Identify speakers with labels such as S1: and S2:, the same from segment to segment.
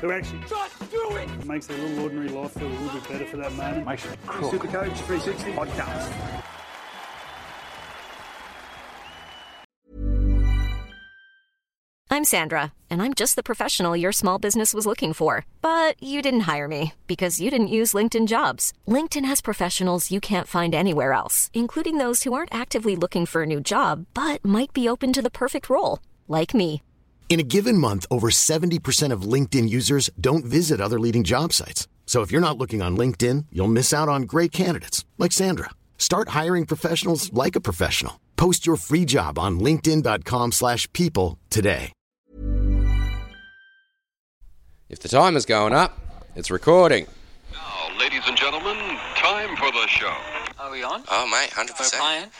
S1: who actually just do it, makes their little ordinary life feel a little bit better for that moment. Makes it cool. Super Coach 360 podcast.
S2: I'm Sandra, and I'm just the professional your small business was looking for. But you didn't hire me because you didn't use LinkedIn jobs. LinkedIn has professionals you can't find anywhere else, including those who aren't actively looking for a new job but might be open to the perfect role, like me.
S3: In a given month, over 70% of LinkedIn users don't visit other leading job sites. So if you're not looking on LinkedIn, you'll miss out on great candidates like Sandra. Start hiring professionals like a professional. Post your free job on linkedin.com/people slash people today.
S4: If the timer's going up, it's recording.
S5: Now, ladies and gentlemen, time for the show.
S6: Are we on? Oh, mate, hundred percent.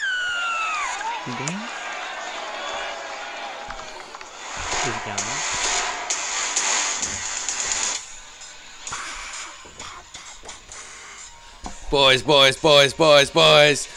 S4: Boys, boys, boys, boys, boys.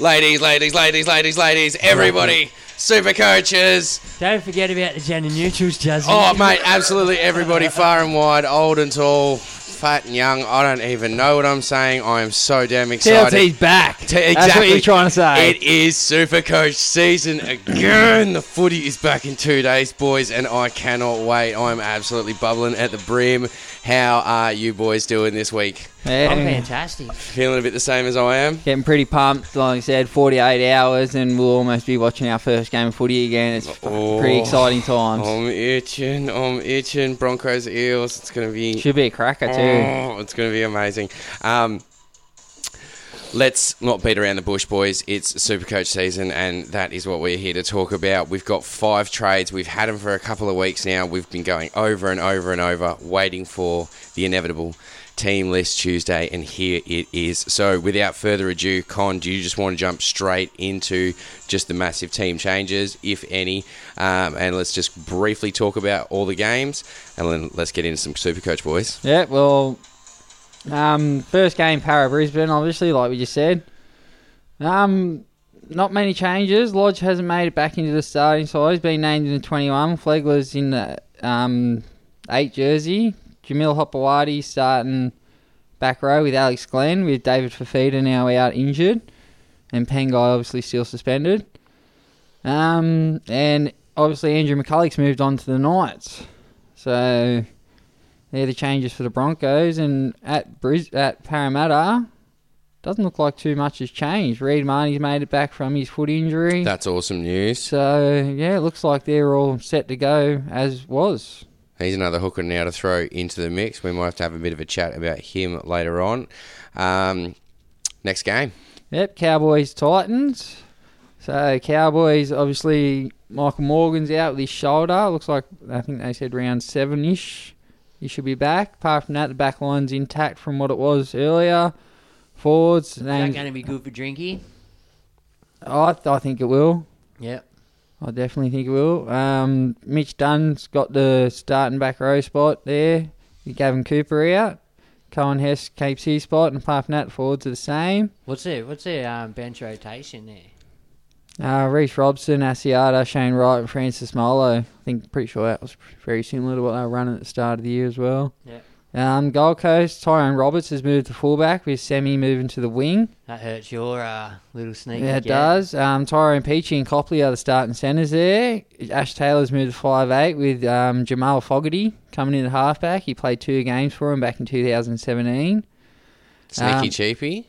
S4: Ladies, ladies, ladies, ladies, ladies. Everybody. Super coaches.
S7: don't forget about the gender neutrals, Jazzy.
S4: Oh, mate, absolutely everybody, far and wide, old and tall, fat and young. I don't even know what I'm saying. I am so damn excited.
S7: TLT's back.
S4: T- exactly.
S7: That's what you're trying to say.
S4: It is Super Coach season again. the footy is back in two days, boys, and I cannot wait. I'm absolutely bubbling at the brim. How are you boys doing this week?
S7: I'm
S8: Yeah,
S7: fantastic.
S4: Feeling a bit the same as I am?
S8: getting pretty pumped. Like I said, 48 hours, and we'll almost be watching our first game of footy again. It's fucking
S4: Oh.
S8: pretty exciting times.
S4: I'm itching. I'm itching. Broncos, Eels. It's going to be.
S8: Should be a cracker too.
S4: Oh, it's going to be amazing. Um, let's not beat around the bush, boys. It's Super Coach season, and that is what we're here to talk about. We've got five trades. We've had them for a couple of weeks now. We've been going over and over and over, waiting for the inevitable team list Tuesday, and here it is. So, without further ado, Con, do you just want to jump straight into just the massive team changes, if any? Um, and let's just briefly talk about all the games, and then let's get into some Super Coach, boys.
S8: Yeah, well, um, first game, Para Brisbane, obviously, like we just said. Um, not many changes. Lodge hasn't made it back into the starting side. He's been named in the 21. Flegler's in the um, 8 jersey. Jamil Hopawadi starting back row with Alex Glenn, with David Fafita now out injured. And Pengai obviously still suspended. Um, and obviously Andrew McCulloch's moved on to the Knights. So they're the changes for the Broncos, and at Bris- at Parramatta, doesn't look like too much has changed. Reed Marnie's made it back from his foot injury,
S4: That's awesome news.
S8: so yeah, it looks like they're all set to go as was.
S4: He's another hooker now to throw into the mix. We might have to have a bit of a chat about him later on. Um, next game.
S8: Yep, Cowboys Titans. So Cowboys, obviously Michael Morgan's out with his shoulder. Looks like I think they said round seven ish. He should be back. Apart from that, the back line's intact from what it was earlier. Forwards,
S7: Is that
S8: names,
S7: going to be good for Drinky?
S8: I, I think it will.
S7: Yep.
S8: I definitely think it will. Um, Mitch Dunn's got the starting back row spot there. You Gavin Cooper out. Cohen Hess keeps his spot, and apart from that, forwards are the same.
S7: What's it? What's it? Um, bench rotation there.
S8: Uh, Reese Robson, Asiata, Shane Wright, and Francis Molo. I think pretty sure that was very similar to what they were running at the start of the year as well.
S7: Yep.
S8: Um, Gold Coast, Tyrone Roberts has moved to fullback with Semi moving to the wing.
S7: That hurts your uh, little sneaky.
S8: Yeah, it
S7: jab.
S8: does. Um, Tyrone Peachy and Copley are the starting centres there. Ash Taylor's moved to 5'8 with um, Jamal Fogarty coming in at halfback. He played two games for him back in 2017.
S4: Sneaky
S8: Um,
S4: cheapy.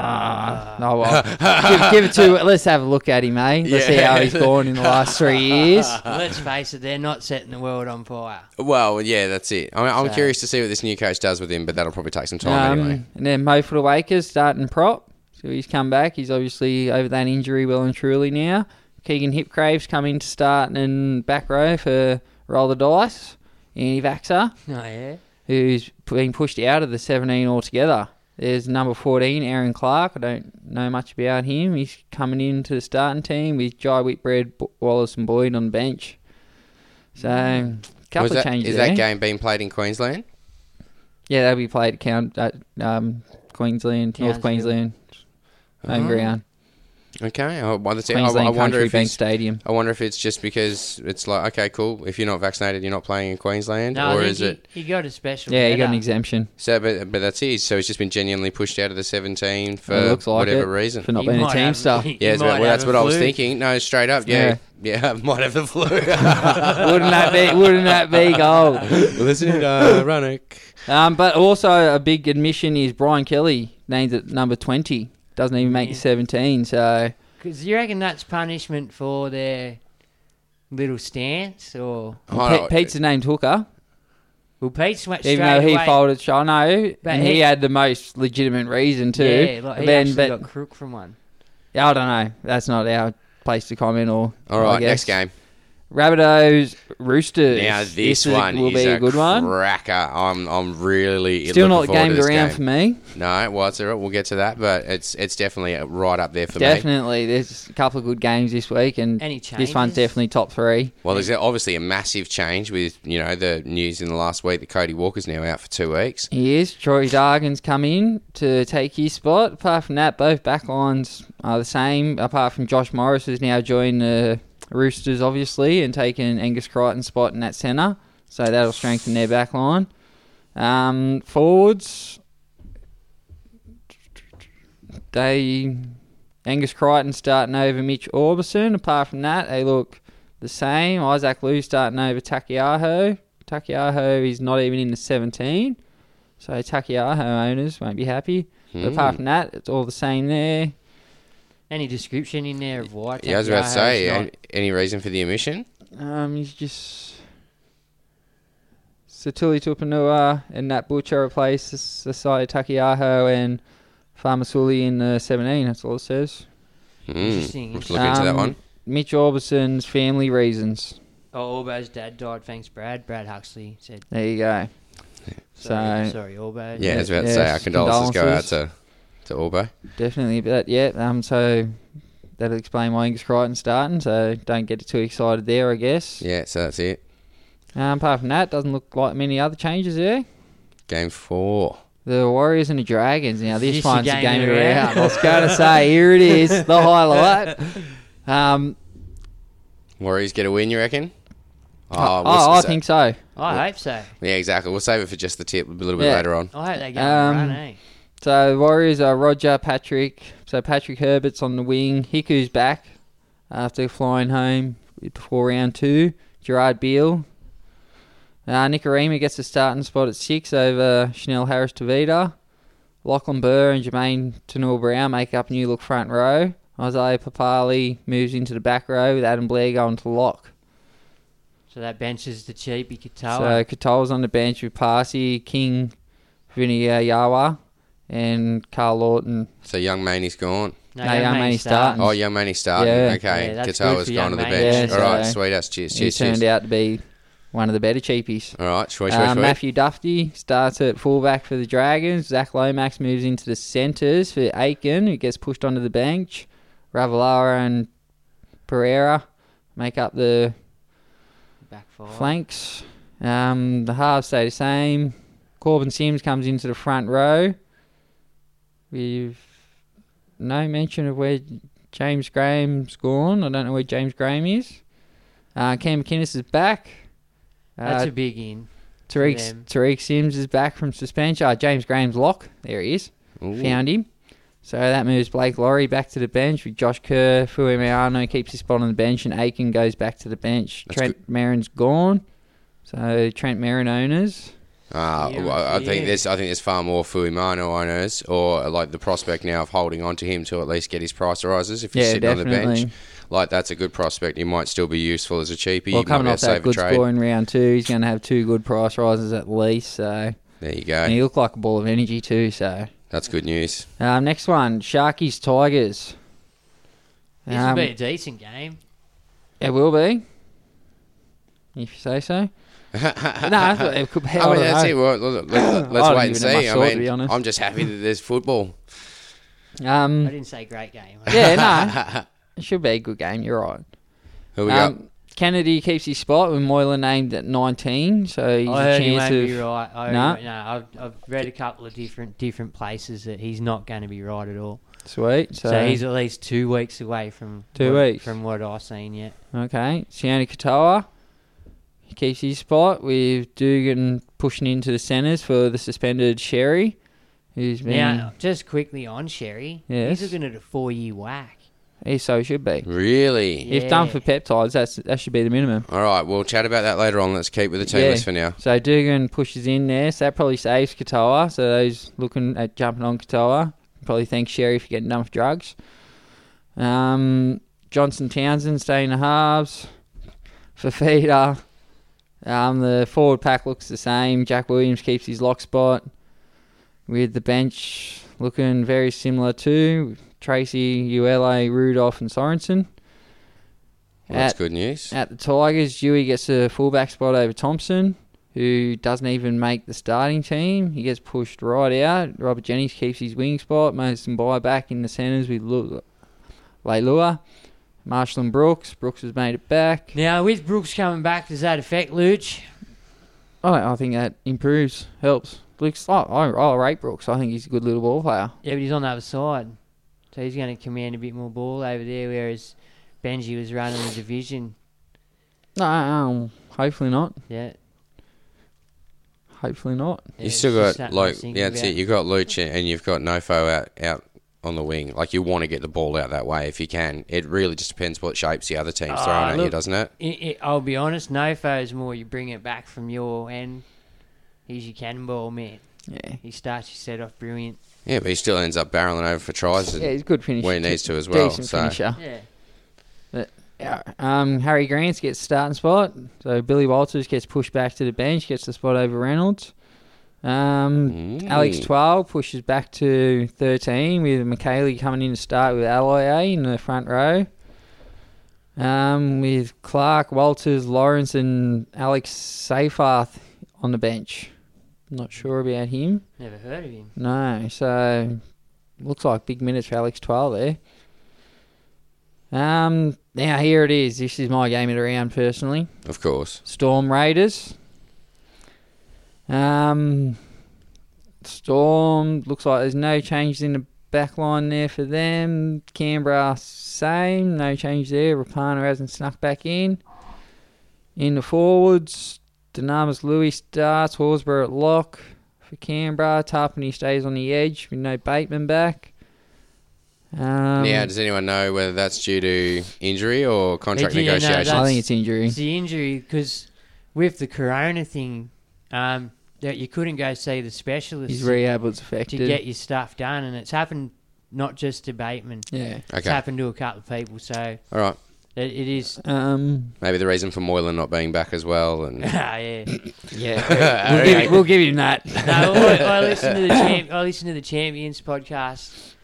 S8: Ah, no, well, give, give it to. Let's have a look at him, eh? Let's see
S4: Yeah.
S8: how he's gone in the last three years.
S7: Let's face it, they're not setting the world on fire.
S4: Well, yeah, that's it. I mean, I'm
S7: So-
S4: curious to see what this new coach does with him, but that'll probably take some time
S8: Um,
S4: anyway.
S8: And then Mo for the Wakers starting prop. So he's come back. He's obviously over that injury well and truly now. Keegan Hipcrave's come in to start and back row for Roll the Dice. Annie Vaxer,
S7: Oh, yeah.
S8: who's been pushed out of the 17 altogether. There's number 14, Aaron Clark. I don't know much about him. He's coming into the starting team with Jai Whitbread, Bo- Wallace, and Boyd on the bench. So, a couple
S4: Was
S8: of
S4: that,
S8: changes
S4: is
S8: there.
S4: that game being played in Queensland?
S8: Yeah, that'll be played at Count, at, um, Queensland, North
S7: Townsville.
S8: Queensland, home
S4: Oh.
S8: ground.
S4: Okay, I, well, that's it. I,
S8: Queensland
S4: I wonder
S8: Country
S4: if
S8: Bank
S4: it's,
S8: Stadium.
S4: I wonder if it's just because it's like okay, cool. If you're not vaccinated, you're not playing in Queensland, or
S7: No, I think
S4: is
S7: he,
S4: it?
S7: He got a special.
S8: Yeah, you got an
S7: letter.
S8: exemption.
S4: So, but but that's it. So he's just been genuinely pushed out of the 17 for
S8: it looks like
S4: whatever
S8: it,
S4: reason.
S8: for not
S7: He
S8: being a
S7: might
S8: team
S7: have-
S8: star.
S7: he
S4: yeah, it's-
S7: might
S4: well, that's
S7: have a
S4: what I was
S7: fluke.
S4: thinking. No, straight up. Yeah, yeah, might have the flu. Well,
S8: wouldn't that be? Wouldn't that be gold?
S4: Isn't it ironic?
S8: Um, but also a big admission is Brian Kelly named at number twenty. Doesn't even make the seventeen. So
S7: Because you reckon that's punishment for their little stance, or
S4: I
S8: Pe-
S4: don't-
S8: Pete's the named hooker,
S7: well, Pete went straight
S8: even though he
S7: away.
S8: folded. I know,
S7: But
S8: and he,
S7: he-
S8: had the most legitimate reason too.
S7: Yeah, like he
S8: Then-
S7: actually
S8: but
S7: got crook from one.
S8: I don't know. That's not our place to comment. Or
S4: All
S8: I
S4: right,
S8: guess.
S4: next game.
S8: Rabbitohs Roosters.
S4: Now this, one
S8: will
S4: is
S8: be a, good one.
S4: cracker. I'm I'm really
S8: Still not
S4: looking forward to
S8: gamed
S4: this
S8: around
S4: game.
S8: for me.
S4: No, well, it's all right. We'll get to that, but it's it's definitely right up there for me.
S8: Definitely, there's a couple of good games this week, and
S7: Any
S8: this one's
S7: changes?
S8: definitely top three.
S4: Well, there's obviously a massive change with you know the news in the last week that Cody Walker's now out for two weeks.
S8: He is. Troy Dargan's come in to take his spot. Apart from that, both back lines are the same. Apart from Josh Morris, who's now joined the Roosters, obviously, and taken Angus Crichton's spot in that centre. So that'll strengthen their back line. Um, forwards, they Angus Crichton starting over Mitch Orbison. Apart from that, they look the same. Isaac Lou starting over Takiaho. Takiaho is not even in the 17. So Takiaho owners won't be happy.
S4: Hmm.
S8: But apart from that, it's all the same there.
S7: Any description in there of why?
S4: Yeah, I was about to
S7: Tagliaho's
S4: say,
S7: not-
S4: an- any reason for the omission?
S8: Um, he's just Satuli Tupanua and Nat Butcher replace Sasai Takiaho and Famasuli in the 17. That's all it says.
S4: Hmm.
S7: Interesting,
S4: Let's look into that
S8: Um,
S4: one.
S8: Mitch Orbison's family reasons.
S7: Oh, Orbo's dad died. Thanks, Brad. Brad Huxley said.
S8: There you go.
S7: Sorry,
S8: So-
S7: sorry, Orbo.
S4: Yeah, I was about to
S8: yes,
S4: say, our condolences,
S8: condolences.
S4: go out to to Orbo.
S8: Definitely, but yeah. Um, so that'll explain why Angus Crichton's starting. So don't get too excited there, I guess.
S4: Yeah, so that's it.
S8: Um, apart from that, doesn't look like many other changes there.
S4: Game four.
S8: The Warriors and the Dragons. Now this
S7: This
S8: one's
S7: the
S8: a
S7: game
S8: game
S7: of
S8: of
S7: the
S8: round.
S7: round.
S8: I was going to say, here it is, the highlight. Um,
S4: Warriors get a win, you reckon? Oh,
S8: oh,
S4: we'll s-
S8: I
S4: sa-
S8: think so.
S7: I hope so.
S4: Yeah, exactly. We'll save it for just the tip a little bit
S8: Yeah.
S4: later on.
S7: I hope they get
S8: Um,
S7: um, run, eh?
S8: So the Warriors are Roger Patrick. So Patrick Herbert's on the wing. Hiku's back after flying home before round two. Gerard Beale. Uh, Nicarima gets a starting spot at six over Chanel Harris Tavita. Lachlan Burr and Jermaine Tenor Brown make up new look front row. Isaiah Papali moves into the back row with Adam Blair going to lock.
S7: So that benches the cheapy
S8: So
S7: Katoa.
S8: Katoa's on the bench with Parsi, King, Vinny Yawa, and Carl Lawton.
S4: So young Maney's gone.
S7: no,
S8: no, young man's starting.
S4: Oh, young Maney's starting.
S8: Yeah.
S4: Okay,
S7: Yeah,
S4: yeah, has
S7: that's good for
S4: gone to
S7: young
S4: the
S7: Maney.
S4: bench.
S8: Yeah,
S4: All right,
S8: so-
S4: sweet ass. Cheers,
S8: He
S4: cheers,
S8: turned
S4: cheers.
S8: out to be one of the better cheapies.
S4: All right, sweet, sweet,
S8: Uh,
S4: sweet.
S8: Matthew Duffy starts at fullback for the Dragons. Zach Lomax moves into the centres for Aiken, who gets pushed onto the bench. Ravelara and Pereira make up the
S7: Back four.
S8: flanks. Um, the halves stay the same. Corbin Sims comes into the front row. We've no mention of where James Graham's gone. I don't know where James Graham is. Uh, Cam McInnes is back.
S7: That's
S8: Uh,
S7: a big in. them.
S8: Tariq, Tariq Sims is back from suspension. Ah, James Graham's lock. There he is. Found him. So that moves Blake Laurie back to the bench with Josh Kerr. Fuimiano keeps his spot on the bench and Aiken goes back to the bench.
S4: That's
S8: Trent Merrin's gone. So Trent Merrin owners.
S4: Uh,
S7: Yeah,
S4: well, I I think
S7: yeah.
S4: there's I think there's far more Fuimano owners or like the prospect now of holding on to him to at least get his price rises if he's
S8: Yeah,
S4: sitting on the
S8: definitely.
S4: bench. Like that's a good prospect. He might still be useful as a cheapie.
S8: well,
S4: He might
S8: coming
S4: be a
S8: off that
S4: saver
S8: good
S4: trade.
S8: score in round two, he's going to have two good price rises at least. So
S4: There you go.
S8: and he looked like a ball of energy too. So
S4: That's good news.
S8: um, next one, Sharkies Tigers.
S7: This
S8: Um,
S7: would be a decent game.
S8: It will be. If you say so. no, that's what it could be.
S4: I,
S8: I,
S7: Oh,
S4: mean,
S8: don't
S4: that's
S8: know.
S4: it. Well, let-
S8: I
S4: let, us
S8: don't
S4: wait and
S8: even know
S4: see. I
S8: myself, to be
S4: mean,
S8: honest.
S4: I'm just happy that there's football.
S8: Um,
S7: I didn't say great game.
S8: yeah, no. It should be a good game. You're right.
S4: Who we
S7: Um,
S4: got?
S8: Um, Kennedy keeps his spot with Moylan named at 19, so he's
S7: I
S8: a
S7: heard he
S8: chance
S7: Oh, won't
S8: of.
S7: be right. I,
S8: Nah,
S7: no, I've, I've read a couple of different different places that he's not going to be right at all.
S8: sweet. So,
S7: So, he's at least two weeks away from
S8: Two
S7: what,
S8: weeks.
S7: from what I've seen yet.
S8: okay. Sione Katoa he keeps his spot with Dugan pushing into the centres for the suspended Sherry, who's been
S7: Now, just quickly on Sherry,
S8: Yes.
S7: he's looking at a four year whack.
S8: he so should be.
S4: Really?
S8: If done
S7: Yeah.
S8: for peptides, that's that should be the minimum.
S4: All right. We'll chat about that later on. Let's keep with the team
S8: Yeah.
S4: list for now.
S8: So Dugan pushes in there, so that probably saves Katoa. So those looking at jumping on Katoa can probably thank Sherry for getting done for drugs. Um, Johnson Townsend staying the halves. Fafita. Um, the forward pack looks the same. Jack Williams keeps his lock spot. With the bench looking very similar to Tracy, Uela, Rudolph, and Sorensen.
S4: Well, that's
S8: At-
S4: good news.
S8: at the Tigers, Dewey gets a fullback spot over Thompson, who doesn't even make the starting team. He gets pushed right out. Robert Jennings keeps his wing spot. Mason By back in the centres with Lu- Leilua. Marshall and Brooks. Brooks has made it back.
S7: Now, with Brooks coming back, does that affect Luch?
S8: Oh, I think that improves, helps. Luke's, oh, I, I rate Brooks. I think he's a good little ball player.
S7: Yeah, but he's on the other side. So he's going to command a bit more ball over there, whereas Benji was running the division.
S8: No, um, hopefully not.
S7: Yeah.
S8: Hopefully not.
S4: You
S7: it's
S4: still
S7: just
S4: got
S7: something I was
S4: like
S7: thinking
S4: yeah, that's
S7: about.
S4: it. You got Lucha and you've got Nofo out out on the wing. Like you want to get the ball out that way if you can. It really just depends what shapes the other team's throwing
S7: Ah,
S4: at you,
S7: look,
S4: doesn't it?
S7: I i I'll be honest, Nofo is more you bring it back from your end. He's your cannonball man.
S8: Yeah.
S7: He starts your set off brilliant.
S4: Yeah, but he still ends up barreling over for tries. and-
S8: Yeah, he's a good finisher.
S4: Where he
S8: too.
S4: needs to as well,
S8: Decent
S4: so-
S8: finisher.
S7: Yeah.
S8: But, yeah, um, Harry Grants gets starting spot. So Billy Walters gets pushed back to the bench, gets the spot over Reynolds. Um, Alex
S4: Mm.
S8: 12 pushes back to 13 with McKaylee coming in to start with Alloy in the front row. Um, with Clark, Walters, Lawrence, and Alex Safarth on the bench. Not sure about him.
S7: Never heard of him.
S8: No, so looks like big minutes for Alex Twelve there. Um, now here it is. This is my game of the round personally.
S4: Of course.
S8: Storm Raiders. Um, Storm looks like there's no changes in the back line there for them. Canberra, same, no change there. Rapana hasn't snuck back in. In the forwards, Dynamis Louis starts, Horsburgh at lock for Canberra. Tarpany stays on the edge with no Bateman back. Um,
S4: now, does anyone know whether that's due to injury or contract
S7: Yeah, no,
S4: negotiations?
S8: I
S7: that's-
S8: think it's injury.
S7: It's the injury because with the corona thing, um, that you couldn't go see the specialist
S8: His rehab was
S7: to
S8: affected.
S7: get your stuff done, and it's happened not just to Bateman.
S8: yeah.
S7: It's
S4: Okay.
S7: happened to a couple of people, so
S4: All right.
S7: it, it is.
S8: Um,
S4: Maybe the reason for Moylan not being back as well, and
S7: Ah, yeah.
S8: yeah. we'll, give, we'll give him that.
S7: No, I, I listened to the champ, I listened to the champions podcast.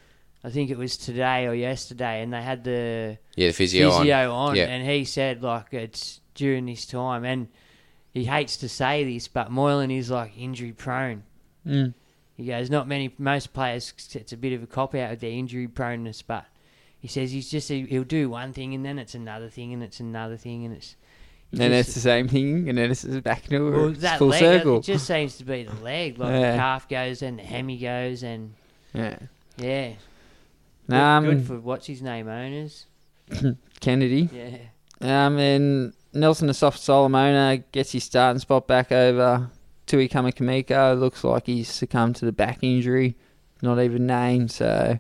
S7: I think it was today or yesterday, and they had the
S4: yeah, the physio,
S7: physio,
S4: on.
S7: on,
S4: Yeah.
S7: and he said like it's during this time, and he hates to say this, but Moylan is like injury prone.
S8: Mm.
S7: He goes, not many, most players. It's a bit of a cop out with their injury proneness, but he says he's just he'll do one thing and then it's another thing and it's another thing and it's. he
S8: And then
S7: just-
S8: it's the same thing, and then it's back into
S7: well,
S8: it's
S7: that
S8: full
S7: leg, uh,
S8: circle.
S7: It just seems to be the leg. Like
S8: Yeah.
S7: the calf goes and the hemi goes and
S8: yeah.
S7: yeah. Good,
S8: Um,
S7: good for what's his name owners.
S8: Kennedy.
S7: Yeah.
S8: Um, and Nelson Asoft Solomona gets his starting spot back over Tui Kamakamiko. Looks like he's succumbed to the back injury, not even named. So,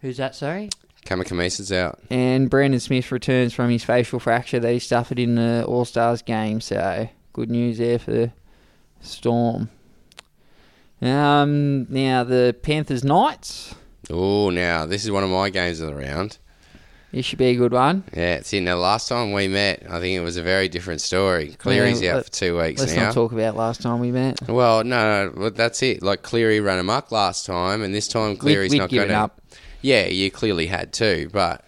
S7: Who's that? Sorry.
S4: Kamakamisa's out.
S8: and Brandon Smith returns from his facial fracture that he suffered in the All Stars game. So, good news there for Storm. Um, now the Panthers Knights.
S4: Oh, now this is one of my games of the round.
S8: This should be a good one.
S4: Yeah, it's in. Now, last time we met, I think it was a very different story. Cleary's
S8: Yeah,
S4: out
S8: let-
S4: for two weeks
S8: Let's
S4: now.
S8: not talk about last time we met.
S4: Well, no, no, but that's it. Like Cleary ran amok last time, and this time Cleary's
S8: we'd
S4: not
S8: given
S4: going to.
S8: up.
S4: Yeah, you clearly had too, but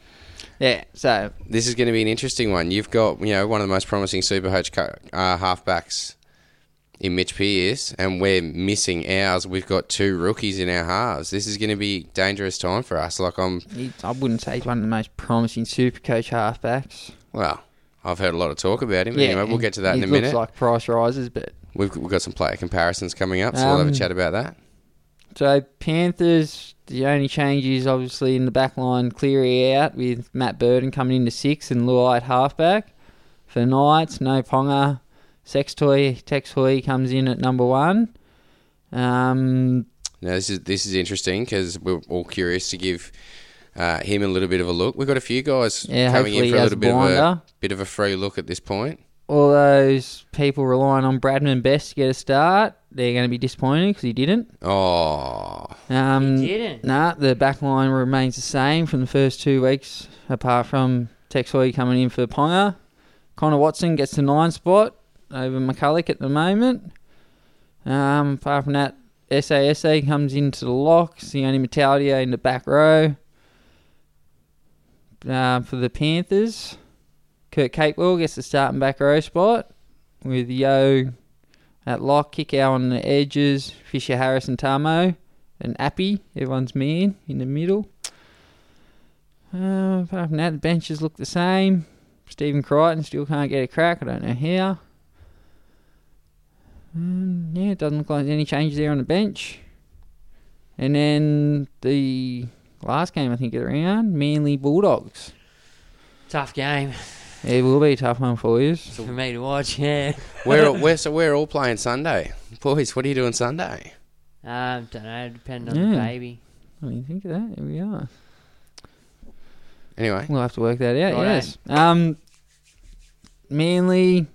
S8: Yeah, so
S4: this is going to be an interesting one. You've got you know one of the most promising super coach co- uh, halfbacks in Mitch Pearce, and we're missing ours. We've got two rookies in our halves. This is going to be dangerous time for us. Like I'm
S8: he- I wouldn't say he's one of the most promising super coach halfbacks.
S4: well, I've heard a lot of talk about him. anyway, we'll
S8: and
S4: get to that
S8: he
S4: in a
S8: looks
S4: minute.
S8: like price rises, but
S4: we've, we've got some player comparisons coming up, so we'll have a
S8: Um,
S4: chat about that.
S8: so Panthers. The only change is obviously in the back line, Cleary out with Matt Burden coming into six and Luai at halfback. For Knights, no Ponga. Sextoy, Textoy comes in at number one. Um,
S4: Now this is this is interesting because we're all curious to give uh, him a little bit of a look. We've got a few guys
S8: Yeah,
S4: coming
S8: hopefully
S4: in
S8: he
S4: for a
S8: has
S4: little bit of
S8: Blinder.
S4: a bit of a free look at this point.
S8: all those people relying on Bradman Best to get a start, they're going to be disappointed because he didn't.
S4: Oh,
S8: Um,
S7: He didn't?
S8: Nah, the back line remains the same from the first two weeks, apart from Texoy coming in for Ponga. Connor Watson gets the nine spot over McCulloch at the moment. Um, apart from that, SASA comes into the locks, the only Metallia in the back row uh, for the Panthers. Kurt Capewell gets the starting back row spot with Yo at lock, kick out on the edges, Fisher Harris and Tamo, and Appy, everyone's man in the middle. Uh, apart from that, the benches look the same. Stephen Crichton still can't get a crack, I don't know how. Um, yeah, it doesn't look like there's any changes there on the bench. And then the last game, I think, of the round, Manly Bulldogs.
S7: Tough game
S8: It will be a tough one for you.
S7: for me to watch. Yeah.
S4: we're, all- we're so we're all playing Sunday, boys. What are you doing Sunday?
S7: Um, don't know. Depending on the
S8: Yeah.
S7: baby.
S8: What do you think of that? Here we are.
S4: Anyway,
S8: We'll have to work that out.
S7: Righto.
S8: Yes. Um, Manly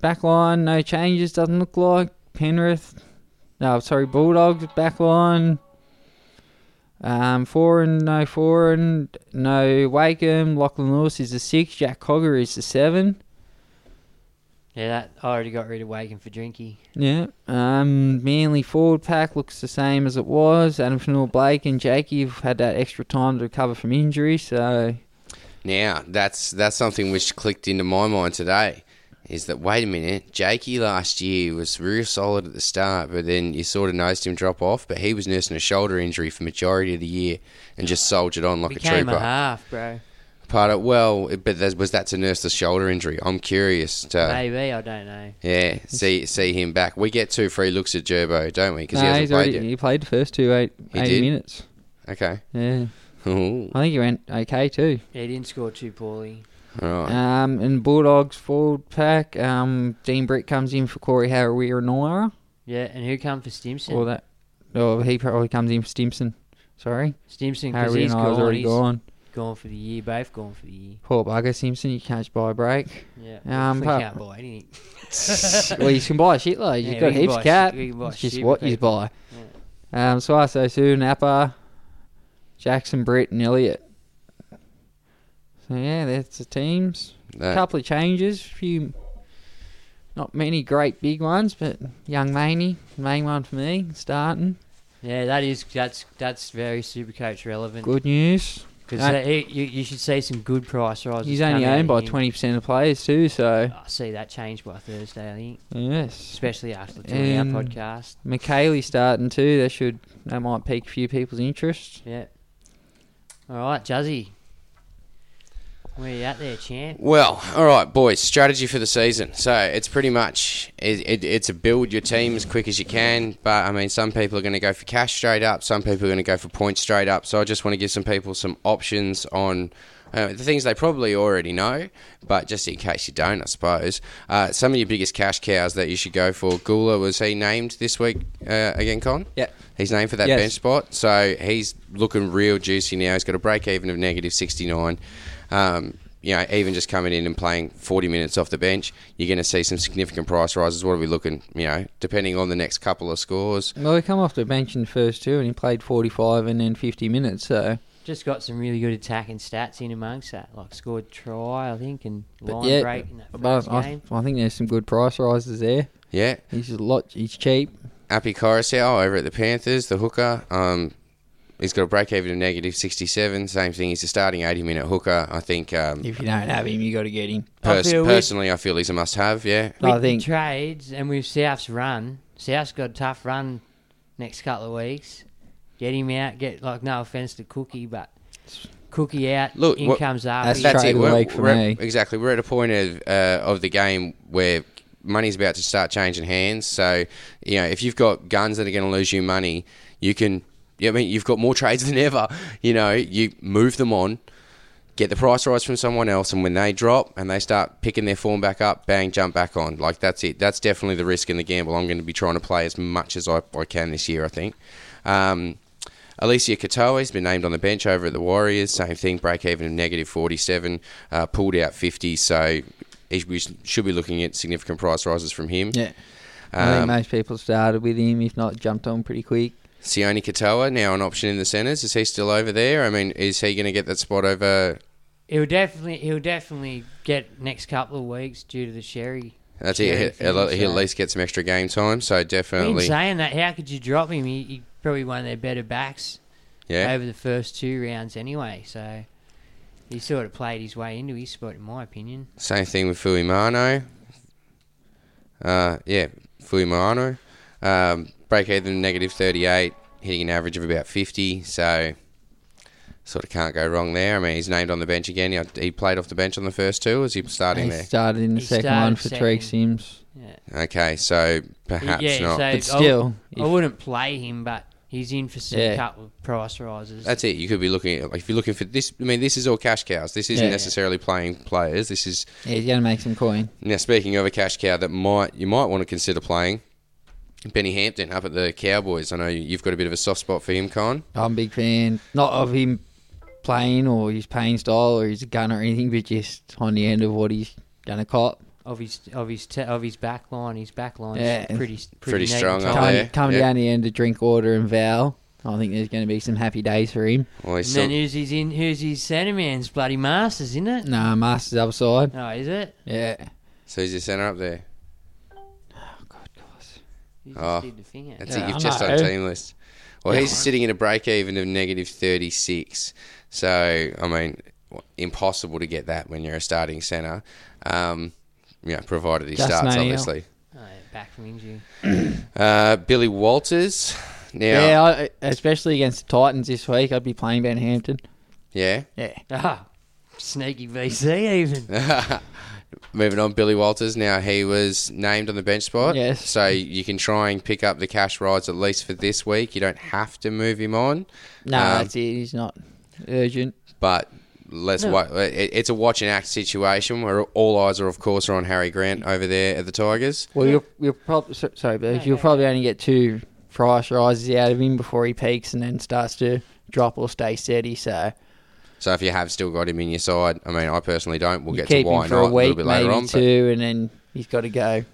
S8: back line, no changes. Doesn't look like Penrith. No, sorry, Bulldogs back line. Um, foreign, no foreign, no Wakeham. Lachlan Lewis is the six. Jack Cogger is the seven.
S7: Yeah, that I already got rid of Wagon for Drinky.
S8: Yeah. Um, Manly forward pack looks the same as it was. Adam Fanua Blake and Jakey have had that extra time to recover from injury, so
S4: now that's that's something which clicked into my mind today. Is that wait a minute? Jakey last year was real solid at the start, but then you sort of noticed him drop off. But he was nursing a shoulder injury for majority of the year and just soldiered on like a
S7: Became
S4: trooper.
S7: a half, bro.
S4: Part of well, it- but that, was that to nurse the shoulder injury? I'm curious to
S7: Maybe I don't know.
S4: yeah see see him back. We get two free looks at Gerbo, don't we? Because he
S8: No,
S4: hasn't
S8: he's
S4: played
S8: already-
S4: yet.
S8: He played the first two eight,
S4: He
S8: 80
S4: did?
S8: minutes.
S4: Okay.
S8: Yeah,
S4: Ooh,
S8: I think he went okay too.
S7: He didn't score too poorly.
S4: all right.
S8: Um, and Bulldogs forward pack. Um, Dean Britt comes in for Corey Harawira Naira.
S7: Yeah, and who come for Stimson?
S8: Or that, or he probably comes in for Stimson. Sorry,
S7: Stimson, because
S8: Harawira
S7: he's
S8: Naira's
S7: gone.
S8: already
S7: he's gone.
S8: gone.
S7: for the year. Both gone for the year.
S8: Poor bugger Simpson, you can't just buy a break.
S7: Yeah,
S8: Um,
S7: we
S8: but-
S7: can't buy anything.
S8: well, you can buy a shitload.
S7: Yeah,
S8: You've
S7: we
S8: got
S7: can
S8: heaps
S7: buy
S8: of
S7: a
S8: cap.
S7: shit- we can buy a
S8: It's just
S7: super
S8: what you
S7: heap.
S8: buy. Um, Suaso, Sue, Napa, Jackson, Britt, and Elliott. So yeah, that's the teams.
S4: That-
S8: couple of changes, few, not many great big ones, but young Maney, main one for me, starting.
S7: Yeah, that is that's that's very super coach relevant.
S8: Good news.
S7: Because
S8: Uh,
S7: you, you should see some good price rises.
S8: He's only
S7: come out
S8: owned by
S7: in-
S8: twenty percent of players too, so
S7: I see that change by Thursday, I think.
S8: yes.
S7: Especially after doing
S8: Um,
S7: our podcast.
S8: McKaylee starting too. That should that might pique a few people's interest.
S7: Yeah. All right, Juzzy. Where you at there, champ?
S4: Well, all right, boys. Strategy for the season. So it's pretty much it, it, it's a build your team as quick as you can. But I mean, some people are going to go for cash straight up. Some people are going to go for points straight up. So I just want to give some people some options on uh, the things they probably already know, but just in case you don't, I suppose. Uh, some of your biggest cash cows that you should go for. Gula was he named this week uh, again, Con?
S8: Yeah.
S4: He's named for that
S8: Yes.
S4: bench spot, so he's looking real juicy now. He's got a break even of negative sixty nine. Um, you know, even just coming in and playing 40 minutes off the bench, you're going to see some significant price rises. What are we looking, you know, depending on the next couple of scores?
S8: Well, he come off the bench in the first two, and he played forty-five and then fifty minutes. So,
S7: Just got some really good attacking stats in amongst that. Like scored try, I think, and
S8: but
S7: line
S8: yeah,
S7: break in that
S8: but
S7: first
S8: I,
S7: game.
S8: I think there's some good price rises there.
S4: Yeah.
S8: He's a lot. He's cheap.
S4: Appy Coruscant over at the Panthers, the hooker. Um, he's got a break even of negative 67. Same thing. He's a starting 80 minute hooker. I think. Um,
S8: If you don't have him, you got to get him.
S4: pers-
S7: I feel with-
S4: personally, I feel he's a must have. Yeah.
S8: I
S7: With the
S8: think-
S7: trades and with South's run, South's got a tough run next couple of weeks. Get him out. Get like no offense to Cookie, but Cookie out.
S4: Look,
S7: in
S4: what-
S7: comes Arby.
S8: That's That's trade
S4: it.
S8: of the
S4: We're,
S8: week for
S4: we're at-
S8: me.
S4: exactly. We're at a point of uh, of the game where money's about to start changing hands. So you know, if you've got guns that are going to lose you money, you can. You know, I mean, you've got more trades than ever. You know, you move them on. Get the price rise from someone else, and when they drop and they start picking their form back up, bang, jump back on. Like that's it. That's definitely the risk in the gamble. I'm going to be trying to play as much as I, I can this year. I think. Um, Alicia Katoa has been named on the bench over at the Warriors. Same thing, break even of negative 47, uh, pulled out 50. So he- we should be looking at significant price rises from him.
S8: Yeah. I think
S4: Um,
S8: most people started with him, if not jumped on pretty quick.
S4: Sione Katoa now an option in the centres. Is he still over there? I mean, is he going to get that spot over?
S7: He'll definitely he'll definitely get next couple of weeks due to the Sherry.
S4: That's
S7: Sherry
S4: it. He'll,
S7: thing,
S4: he'll at
S7: so-
S4: least get some extra game time. So
S7: In
S4: definitely,
S7: saying that, how could you drop him? He, he probably one of their better backs
S4: yeah.
S7: over the first two rounds anyway. So he sort of played his way into his spot, in my opinion.
S4: Same thing with Fuimano. Uh, yeah, Fuimano. Um, break even negative 38, hitting an average of about 50. So, sort of can't go wrong there. I mean, he's named on the bench again. He- He played off the bench on the first two, or is he starting
S8: He
S4: there?
S8: started in the
S7: He
S8: second one
S7: started
S8: for
S7: second.
S8: Tariq Sims.
S7: Yeah.
S4: Okay, so perhaps
S7: yeah,
S4: not.
S7: So
S8: But still,
S7: I, I
S8: if-
S7: wouldn't play him, but he's in for some
S8: Yeah.
S7: couple of price rises.
S4: That's it. You could be looking at, like, if you're looking for this, I mean, this is all cash cows. This isn't
S8: Yeah.
S4: necessarily playing players. This is,
S8: Yeah, he's going to make some coin.
S4: now, speaking of a cash cow that might you might want to consider playing, Benny Hampton up at the Cowboys. I know you- you've got a bit of a soft spot for him, Con.
S8: I'm a big fan, not of him playing or his playing style or his gun or anything, but just on the end of what he's going to cop.
S7: of his of his te- of his back line. His back line's
S8: Yeah.
S7: pretty pretty,
S4: Pretty
S7: neat
S4: strong,
S7: and
S4: aren't
S7: tight.
S8: Coming,
S4: Oh, yeah,
S8: coming
S4: yeah.
S8: down the end of drink order and Val, I think there's going to be some happy days for him.
S4: Well,
S7: And
S4: he's
S7: then
S4: still-
S7: who's his in who's his centre man's bloody masters, isn't it?
S8: Nah, Masters upside.
S7: Oh, is it?
S8: Yeah.
S4: so he's your centre up there.
S8: Oh, God, guys.
S7: You just
S4: Oh,
S7: did the finger.
S4: That's
S8: Yeah,
S4: it. You've
S8: I
S4: just done
S8: know.
S4: team list. Well, he's sitting in a break even of negative thirty six. So I mean, w- impossible to get that when you're a starting centre. Um, yeah, provided he
S8: Just
S4: starts,
S8: no deal.
S4: obviously.
S7: Oh, yeah, back from injury.
S4: Uh, Billy Walters. Now,
S8: Yeah,
S4: yeah.
S8: I, especially against the Titans this week, I'd be playing Van Hampton. Yeah.
S7: Ah, sneaky VC even.
S4: Moving on, Billy Walters. Now he was named on the bench spot.
S8: Yes.
S4: So you can try and pick up the cash rides at least for this week. You don't have to move him on.
S8: No,
S4: Um,
S8: that's it. He's not urgent.
S4: but let's wa It, it's a watch and act situation where all eyes are, of course, are on Harry Grant over there at the Tigers.
S8: Well, you'll, you'll probably sorry, but you'll probably only get two price rises out of him before he peaks and then starts to drop or stay steady. So
S4: So if you have still got him in your side, I mean, I personally don't. We'll
S8: you
S4: get to
S8: keep
S4: why
S8: him for
S4: not
S8: a week,
S4: little bit
S8: maybe
S4: later on. but-
S8: two, and then he's got to go.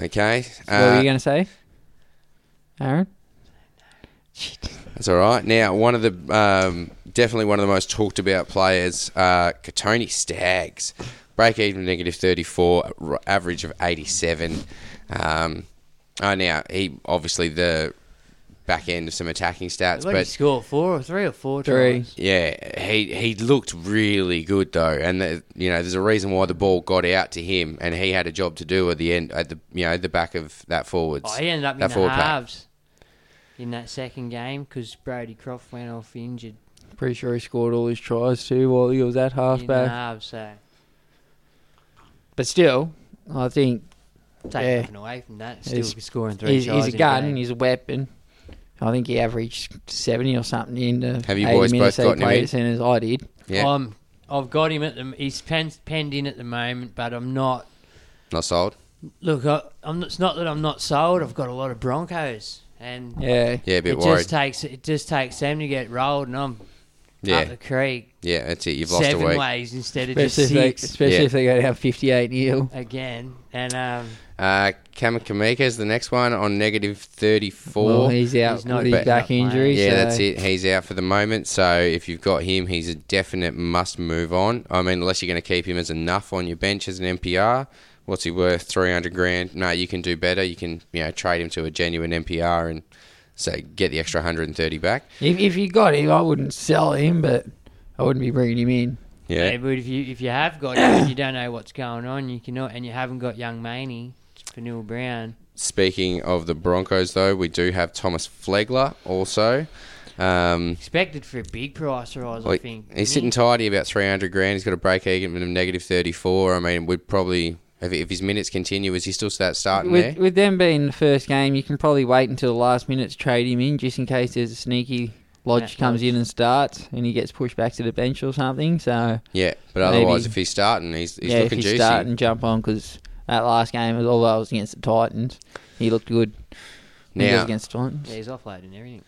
S4: okay,
S8: what were
S4: uh,
S8: you going to say, Aaron?
S4: that's all right. Now, one of the um, definitely one of the most talked about players, uh, Katoni Staggs, break even negative thirty four, average of eighty seven. Um, oh, now he obviously the back end of some attacking stats,
S7: What did he
S4: but
S7: score? Four or three or four
S8: Three.
S7: tries?
S4: Yeah, he he looked really good though, and the, you know there's a reason why the ball got out to him, and he had a job to do at the end at the you know the back of that forwards.
S7: Oh, he ended up in the halves in that second game because Brody Croft went off injured
S8: Pretty sure he scored all his tries too while he was at
S7: in the
S8: halfback.
S7: halves. So
S8: But still, I think
S7: take
S8: Yeah.
S7: nothing away from that. Still
S8: He's-
S7: scoring three
S8: he's,
S7: tries.
S8: he's
S7: in
S8: a gun.
S7: game.
S8: He's a weapon. I think he averaged seventy or something in the
S4: Have you
S8: 80
S4: boys
S8: minutes
S4: both
S8: he
S4: gotten him
S8: played
S4: in?
S8: at centres. I did.
S4: Yeah,
S7: I'm, I've got him at the. He's pen, penned in at the moment, but I'm not.
S4: not sold.
S7: Look, I, I'm. It's not that I'm not sold. I've got a lot of Broncos, and
S8: Yeah.
S4: Yeah, a bit
S7: it
S4: worried.
S7: just takes it just takes them to get rolled, and I'm
S4: yeah,
S7: up the creek.
S4: Yeah, that's it. You've lost
S7: seven
S4: a week.
S7: ways instead of
S8: Especially,
S7: just
S8: if they,
S7: six
S8: especially
S4: Yeah.
S8: if they go down 58 nil.
S7: again. And um,
S4: Uh, Kamakamika is the next one on negative 34.
S8: Well, he's out
S7: He's not-
S8: with his
S4: but-
S8: back injury.
S4: Yeah,
S8: so-
S4: that's it. He's out for the moment. So if you've got him, he's a definite must move on. I mean, unless you're going to keep him as enough on your bench as an NPR. What's he worth? Three hundred grand. No, you can do better. You can you know trade him to a genuine NPR and say get the extra hundred and thirty back.
S8: If, if you got him, I wouldn't sell him, but I wouldn't be bringing him in.
S4: Yeah.
S7: yeah, but if you if you have got it, you don't know what's going on. You cannot, and you haven't got young Maney for Neil Brown.
S4: Speaking of the Broncos, though, we do have Thomas Flegler also. Um,
S7: Expected for a big price rise, I
S4: Like,
S7: think.
S4: He's sitting
S7: didn't
S4: tidy about 300 grand. He's got a break even of negative 34. I mean, we'd probably, if, if his minutes continue, is he still start starting
S8: With,
S4: there?
S8: with them being the first game, you can probably wait until the last minute to trade him in, just in case there's a sneaky lodge
S7: Yeah,
S8: comes
S7: Lodge.
S8: in and starts, and he gets pushed back to the bench or something. So
S4: Yeah, but otherwise,
S8: Maybe.
S4: if he's starting, he's, he's
S8: yeah, if
S4: looking
S8: you
S4: juicy.
S8: start and jump on, because that last game, was although it was against the Titans, he looked good. When he was
S4: Now-
S8: against the Titans.
S7: he? Yeah, he's offloading and everything.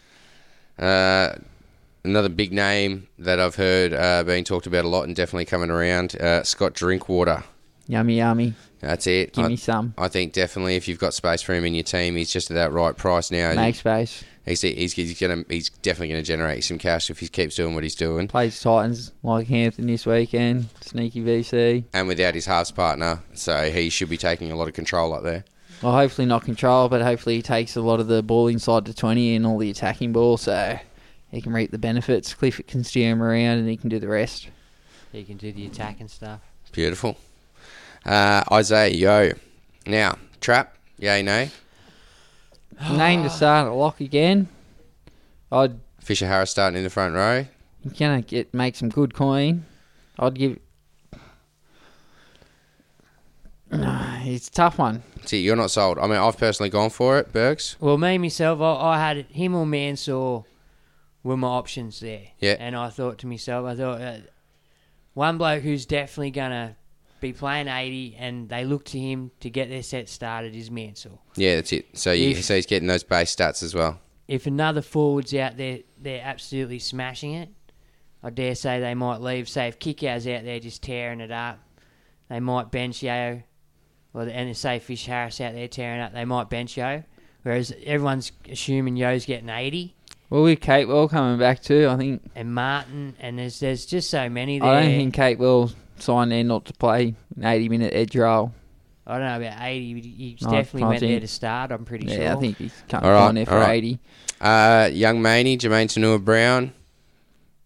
S4: Uh, another big name that I've heard uh, being talked about a lot and definitely coming around uh, Scott Drinkwater.
S8: Yummy, yummy.
S4: That's it.
S8: Give
S4: I,
S8: me some.
S4: I think definitely if you've got space for him in your team, he's just at that right price now.
S8: Make space.
S4: He's, he's, he's gonna he's definitely gonna generate some cash if he keeps doing what he's doing.
S8: Plays Titans like Hampton this weekend. Sneaky VC.
S4: and without his halves partner, so he should be taking a lot of control up there.
S8: Well, hopefully not control, but hopefully he takes a lot of the ball inside the 20 and all the attacking ball, so he can reap the benefits. Clifford can steer him around and he can do the rest.
S7: He can do the attack and stuff.
S4: Beautiful. Uh, Isaiah Yo. Now, trap, yay, nay.
S8: Name to start at lock again. I'd
S4: Fisher Harris starting in the front row.
S8: gonna get make some good coin. I'd give. it's a tough one.
S4: See, you're not sold. I mean, I've personally gone for it, Bergs.
S7: Well, me myself, I, I had him or Mansour were my options there.
S4: Yeah.
S7: And I thought to myself, I thought uh, one bloke who's definitely gonna be playing eighty, and they look to him to get their set started is Mansour.
S4: Yeah, that's it. So, you,
S7: Yes.
S4: so he's getting those base stats as well.
S7: If another forward's out there, they're absolutely smashing it. I dare say they might leave. Say if Kikau's out there just tearing it up, they might bench Yo. Well, and say Fish Harris out there tearing up, they might bench Yo. Whereas everyone's assuming Yo's getting eighty.
S8: Well, with Kate Well coming back too, I think.
S7: and Martin, and there's there's just so many there.
S8: I don't think Kate Will signed there not to play an 80 minute edge role.
S7: I don't know about eighty. But he's
S8: No,
S7: definitely went
S8: Martin.
S7: there to start. I'm pretty sure.
S8: Yeah, I think he's come
S4: All right,
S8: on there for
S4: all right.
S8: 80.
S4: Uh, young Maney, Jermaine Tanua Brown,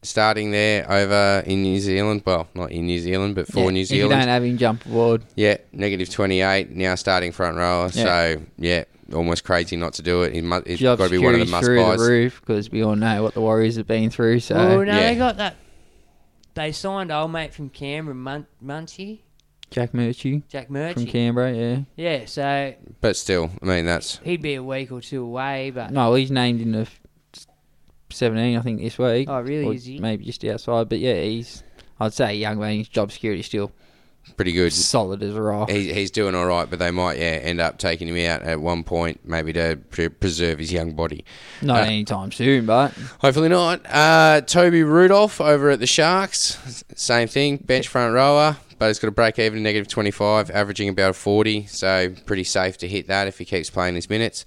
S4: starting there over in New Zealand. Well, not in New Zealand, but for
S8: Yeah,
S4: New
S8: If you
S4: Zealand.
S8: don't have him jump aboard,
S4: Yeah, negative 28, now starting front rower.
S8: Yeah.
S4: So, yeah, almost crazy not to do it. He mu- he's
S8: job
S4: got to be one of the must
S8: through the
S4: buys.
S8: roof because we all know what the Warriors have been through. So
S7: Well, no,
S4: yeah.
S7: they got that. They signed old mate from Canberra, Mun- Munchie,
S8: Jack Murchie
S7: Jack
S8: from
S7: Murchie.
S8: Canberra, yeah.
S7: yeah, so
S4: But still, I mean, that's.
S7: he'd be a week or two away, but
S8: No, he's named in the f- 17, I think, this week.
S7: Oh, really?
S8: Or
S7: Is he?
S8: Maybe just outside, but yeah, he's. I'd say young man, his job security is still
S4: pretty good.
S8: solid as a rock.
S4: He, he's doing all right, but they might yeah end up taking him out at one point, maybe to pre- preserve his young body.
S8: Not
S4: uh,
S8: anytime soon, but
S4: Hopefully not. Uh, Toby Rudolph over at the Sharks, same thing, bench front rower, but he's got a break even of negative twenty five, averaging about forty, so pretty safe to hit that if he keeps playing his minutes.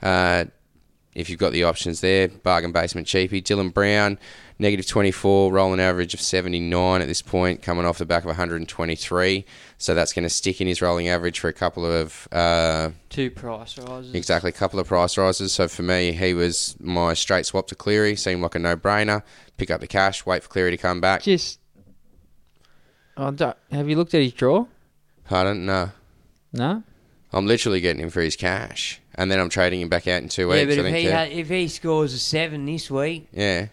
S4: Uh, if you've got the options there, bargain basement cheapie. Dylan Brown, negative 24, rolling average of 79 at this point, coming off the back of 123. So that's going to stick in his rolling average for a couple of uh,
S7: two price rises.
S4: Exactly, a couple of price rises. So for me, he was my straight swap to Cleary. Seemed like a no-brainer. Pick up the cash, wait for Cleary to come back.
S8: just. I don't, have you looked at his draw?
S4: I don't know.
S8: No?
S4: I'm literally getting him for his cash, and then I'm trading him back out in two
S7: Yeah,
S4: weeks.
S7: but
S4: I
S7: if
S4: think,
S7: he
S4: yeah.
S7: ha- if he scores a seven this week,
S4: yeah,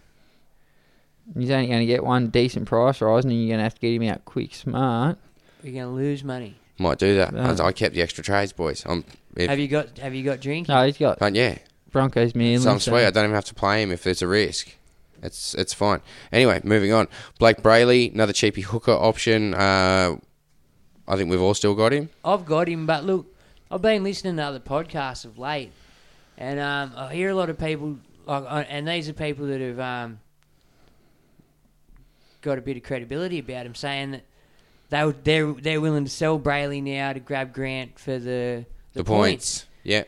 S8: He's only going to get one decent price rise, and you're going to have to get him out quick, smart.
S7: we're gonna lose money.
S4: might do that.
S8: Yeah.
S4: I, I kept the extra trades, boys. I'm. If,
S7: Have you got have you got drink?
S8: No, he's got
S4: but yeah,
S8: Broncos Manly.
S4: so I'm
S8: so-
S4: sweet. I don't even have to play him if there's a risk. It's it's fine. Anyway, moving on. Blake Brayley, another cheapy hooker option. Uh, I think we've all still got him.
S7: I've got him, but look, I've been listening to other podcasts of late, and um, I hear a lot of people, like, uh, and these are people that have um, got a bit of credibility about him, saying that they would, they're they're willing to sell Brayley now to grab Grant for the the,
S4: the points. Yeah.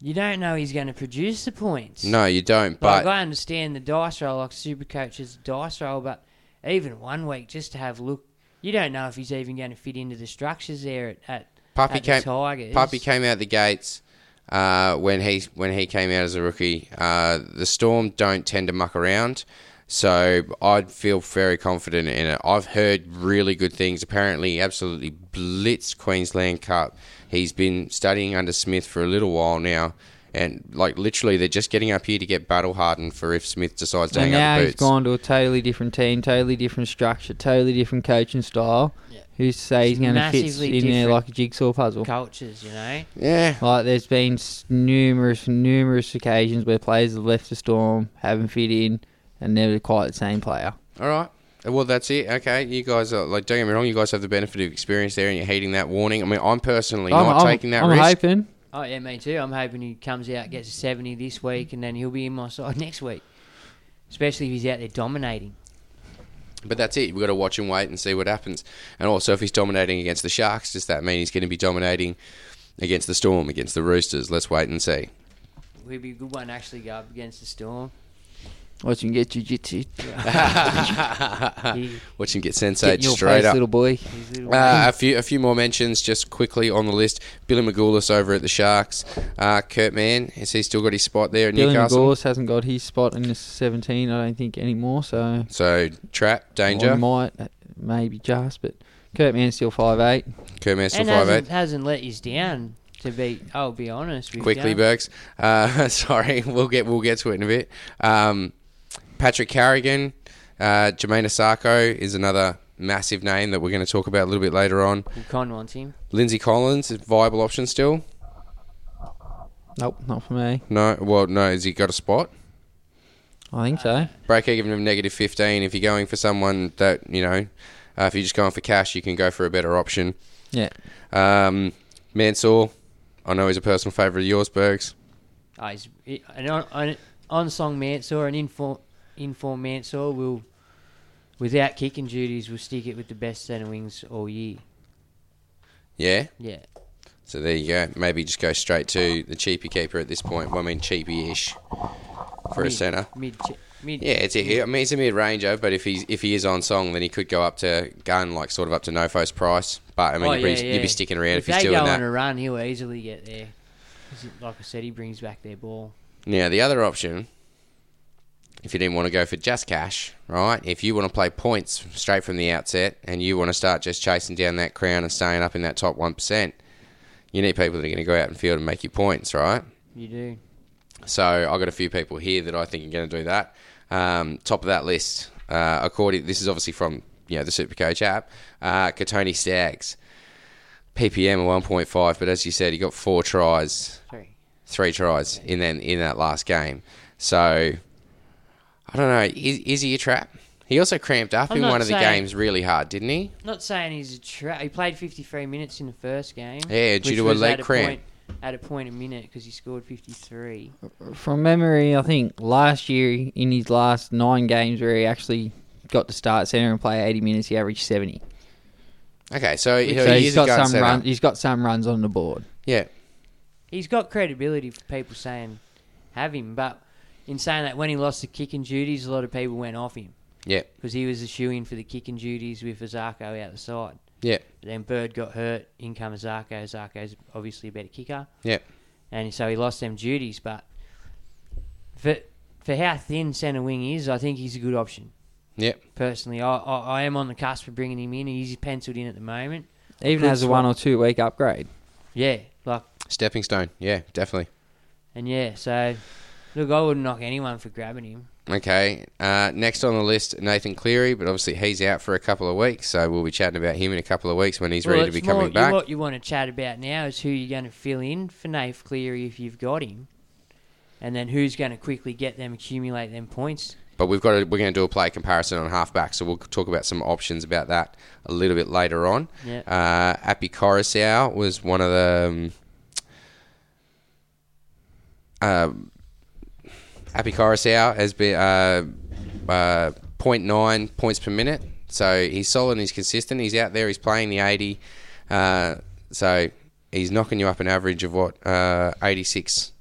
S7: You don't know he's going to produce the points.
S4: No, you don't. But
S7: like, I understand the dice roll, like Supercoach is a dice roll, but even one week just to have a look, you don't know if he's even going to fit into the structures there at, at,
S4: Puppy
S7: at
S4: came.
S7: the Tigers.
S4: Puppy came out the gates uh, when he when he came out as a rookie. Uh, the Storm don't tend to muck around, so I'd feel very confident in it. I've heard really good things. Apparently, he absolutely blitzed Queensland Cup. He's been studying under Smith for a little while now. And like literally, they're just getting up here to get battle hardened for if Smith decides to
S8: And
S4: hang up
S8: now
S4: the
S8: he's
S4: boots.
S8: gone to a totally different team, totally different structure, totally different coaching style. Who's to say he's
S7: It's
S8: going to fit in
S7: massively
S8: there
S7: different
S8: like a jigsaw puzzle?
S7: Cultures, you know?
S4: Yeah.
S8: Like there's been s- numerous, numerous occasions where players have left the storm, haven't fit in, and never quite the same player.
S4: All right. Uh, Well, that's it. Okay, you guys are like. Don't get me wrong. You guys have the benefit of experience there, and you're heeding that warning. I mean, I'm personally
S8: I'm-
S4: not
S8: I'm-
S4: taking that
S8: I'm
S4: risk.
S8: hoping.
S7: Oh yeah, me too. I'm hoping he comes out, gets a seventy this week, and then he'll be in my side next week. Especially if he's out there dominating.
S4: But that's it. We've got to watch and wait and see what happens. And also, if he's dominating against the Sharks, does that mean he's going to be dominating against the Storm, against the Roosters? Let's wait and see.
S7: He'd be a good one to actually go up against the Storm.
S8: Watch him get jiu-jitsu.
S4: Watch him get sensate
S8: Get in your
S4: straight
S8: face,
S4: up,
S8: little boy.
S4: Uh, a few, a few more mentions just quickly on the list. Billy Magoulis over at the Sharks. Uh, Kurt Mann, has he still got his spot there at
S8: Dylan
S4: Newcastle?
S8: Gorse hasn't got his spot in the 17, I don't think, anymore. So
S4: So trap danger.
S8: I might, uh, maybe just, but Kurt Mann's still 5'8".
S4: Kurt Mann still
S7: and
S4: five eight.
S7: hasn't, hasn't let you down. To be, I'll be honest with
S4: quickly,
S7: you.
S4: Burks. Uh, sorry, we'll get we'll get to it in a bit. Um, Patrick Carrigan, uh, Jermaine Asako is another massive name that we're going to talk about a little bit later on.
S7: Con wants him.
S4: Lindsay Collins is a viable option still.
S8: Nope, not for me.
S4: No, well, no, has he got a spot?
S8: I think
S7: Uh,
S8: so.
S4: Break even of negative fifteen. If you're going for someone that you know, uh, if you're just going for cash, you can go for a better option.
S8: Yeah.
S4: Um, Mansour, I know he's a personal favourite of yours, Burks.
S7: Oh, he's, he- an on, an on-song Mansour, an inform, inform Mansour will, without kicking duties, will stick it with the best centre wings all year.
S4: Yeah.
S7: Yeah.
S4: So there you go. Maybe just go straight to the cheapy keeper at this point. Well, I mean, cheapy-ish for a
S7: Mid-
S4: centre.
S7: Mid, ch- mid,
S4: Yeah, it's a, I mean, it's a mid-ranger, but if he's if he is on song, then he could go up to gun like sort of up to Nofo's price. But I mean,
S7: Oh,
S4: you'd, be,
S7: yeah,
S4: you'd
S7: yeah.
S4: be sticking around if,
S7: they
S4: he's doing
S7: go
S4: that.
S7: on a run, he'll easily get there. 'Cause Like I said, he brings back their ball.
S4: Now, the other option, if you didn't want to go for just cash, right? If you want to play points straight from the outset and you want to start just chasing down that crown and staying up in that top 1%, you need people that are going to go out and field and make you points, right?
S7: You do.
S4: So I've got a few people here that I think are going to do that. Um, top of that list, uh, according this is obviously from you know the Supercoach app, uh, Katoni Staggs, PPM at 1.5, but as you said, he got four tries,
S7: Sorry.
S4: three tries in then in that last game. So I don't know, is, is he a trap? He also cramped up
S7: I'm
S4: in
S7: not
S4: one of the
S7: saying-
S4: games really hard, didn't he?
S7: Not saying he's a trap. He played 53 minutes in the first game.
S4: Yeah, due
S7: which
S4: to a
S7: was
S4: leg
S7: at
S4: cramp.
S7: point- At a point a minute because he scored 53.
S8: From memory, I think last year in his last nine games where he actually got to start centre and play 80 minutes, he averaged 70.
S4: Okay, so, he-
S8: so
S4: he
S8: he's
S4: is a gun
S8: got some
S4: setter.
S8: runs. He's got some runs on the board.
S4: Yeah,
S7: He's got credibility for people saying have him, but in saying that, when he lost the kicking duties, a lot of people went off him
S4: yeah,
S7: because he was a shoe in for the kicking duties with Azarko out the side.
S4: yeah,
S7: Then Bird got hurt. In comes Zarko. Zarko's obviously a better kicker.
S4: yeah.
S7: and so he lost them duties. But for for how thin centre wing is, I think he's a good option.
S4: Yep.
S7: Personally, I, I, I am on the cusp of bringing him in. He's penciled in at the moment.
S8: Even
S7: Good
S8: as a
S7: swap.
S8: one or two week upgrade.
S7: Yeah, like
S4: Stepping stone. Yeah, definitely.
S7: and yeah. So look, I wouldn't knock anyone for grabbing him.
S4: Okay. Uh, next on the list, Nathan Cleary, but obviously he's out for a couple of weeks, so we'll be chatting about him in a couple of weeks when he's
S7: Well,
S4: ready to
S7: it's
S4: be
S7: more
S4: coming
S7: you-
S4: back.
S7: What you want to chat about now is who you're going to fill in for Nath Cleary if you've got him, and then who's going to quickly get them, accumulate them points.
S4: But we've got to, we're going to do a play comparison on halfback, so we'll talk about some options about that a little bit later on.
S7: Yeah.
S4: Uh, Appy Coruscant was one of the. Um, uh, Appy Coruscant has been uh, uh, 0.9 points per minute. So he's solid and he's consistent. He's out there, he's playing the 80. Uh, so he's knocking you up an average of what, uh, 86.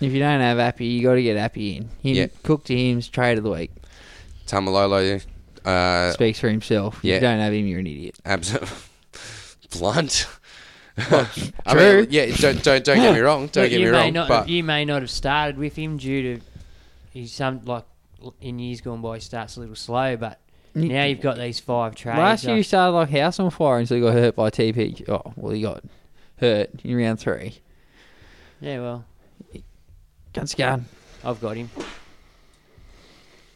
S8: If you don't have Appy, you got to get Appy in. Him,
S4: Yeah.
S8: Cook to him's trade of the week.
S4: Tamalolo. Uh,
S8: Speaks for himself. If
S4: yeah.
S8: you don't have him, you're an idiot.
S4: Absolutely. Blunt. I
S8: true.
S4: mean, yeah, don't, don't, don't get me wrong. Don't
S7: But
S4: get
S7: you
S4: me
S7: may
S4: wrong.
S7: Not,
S4: but
S7: you may not have started with him due to he's some like in years gone by he starts a little slow, but
S8: Ni-
S7: now you've got these five trades.
S8: Last year
S7: I-
S8: you started like house on fire until you got hurt by TP. Oh, well, you got hurt in round three.
S7: yeah, well,
S8: Guns gone.
S7: I've got him.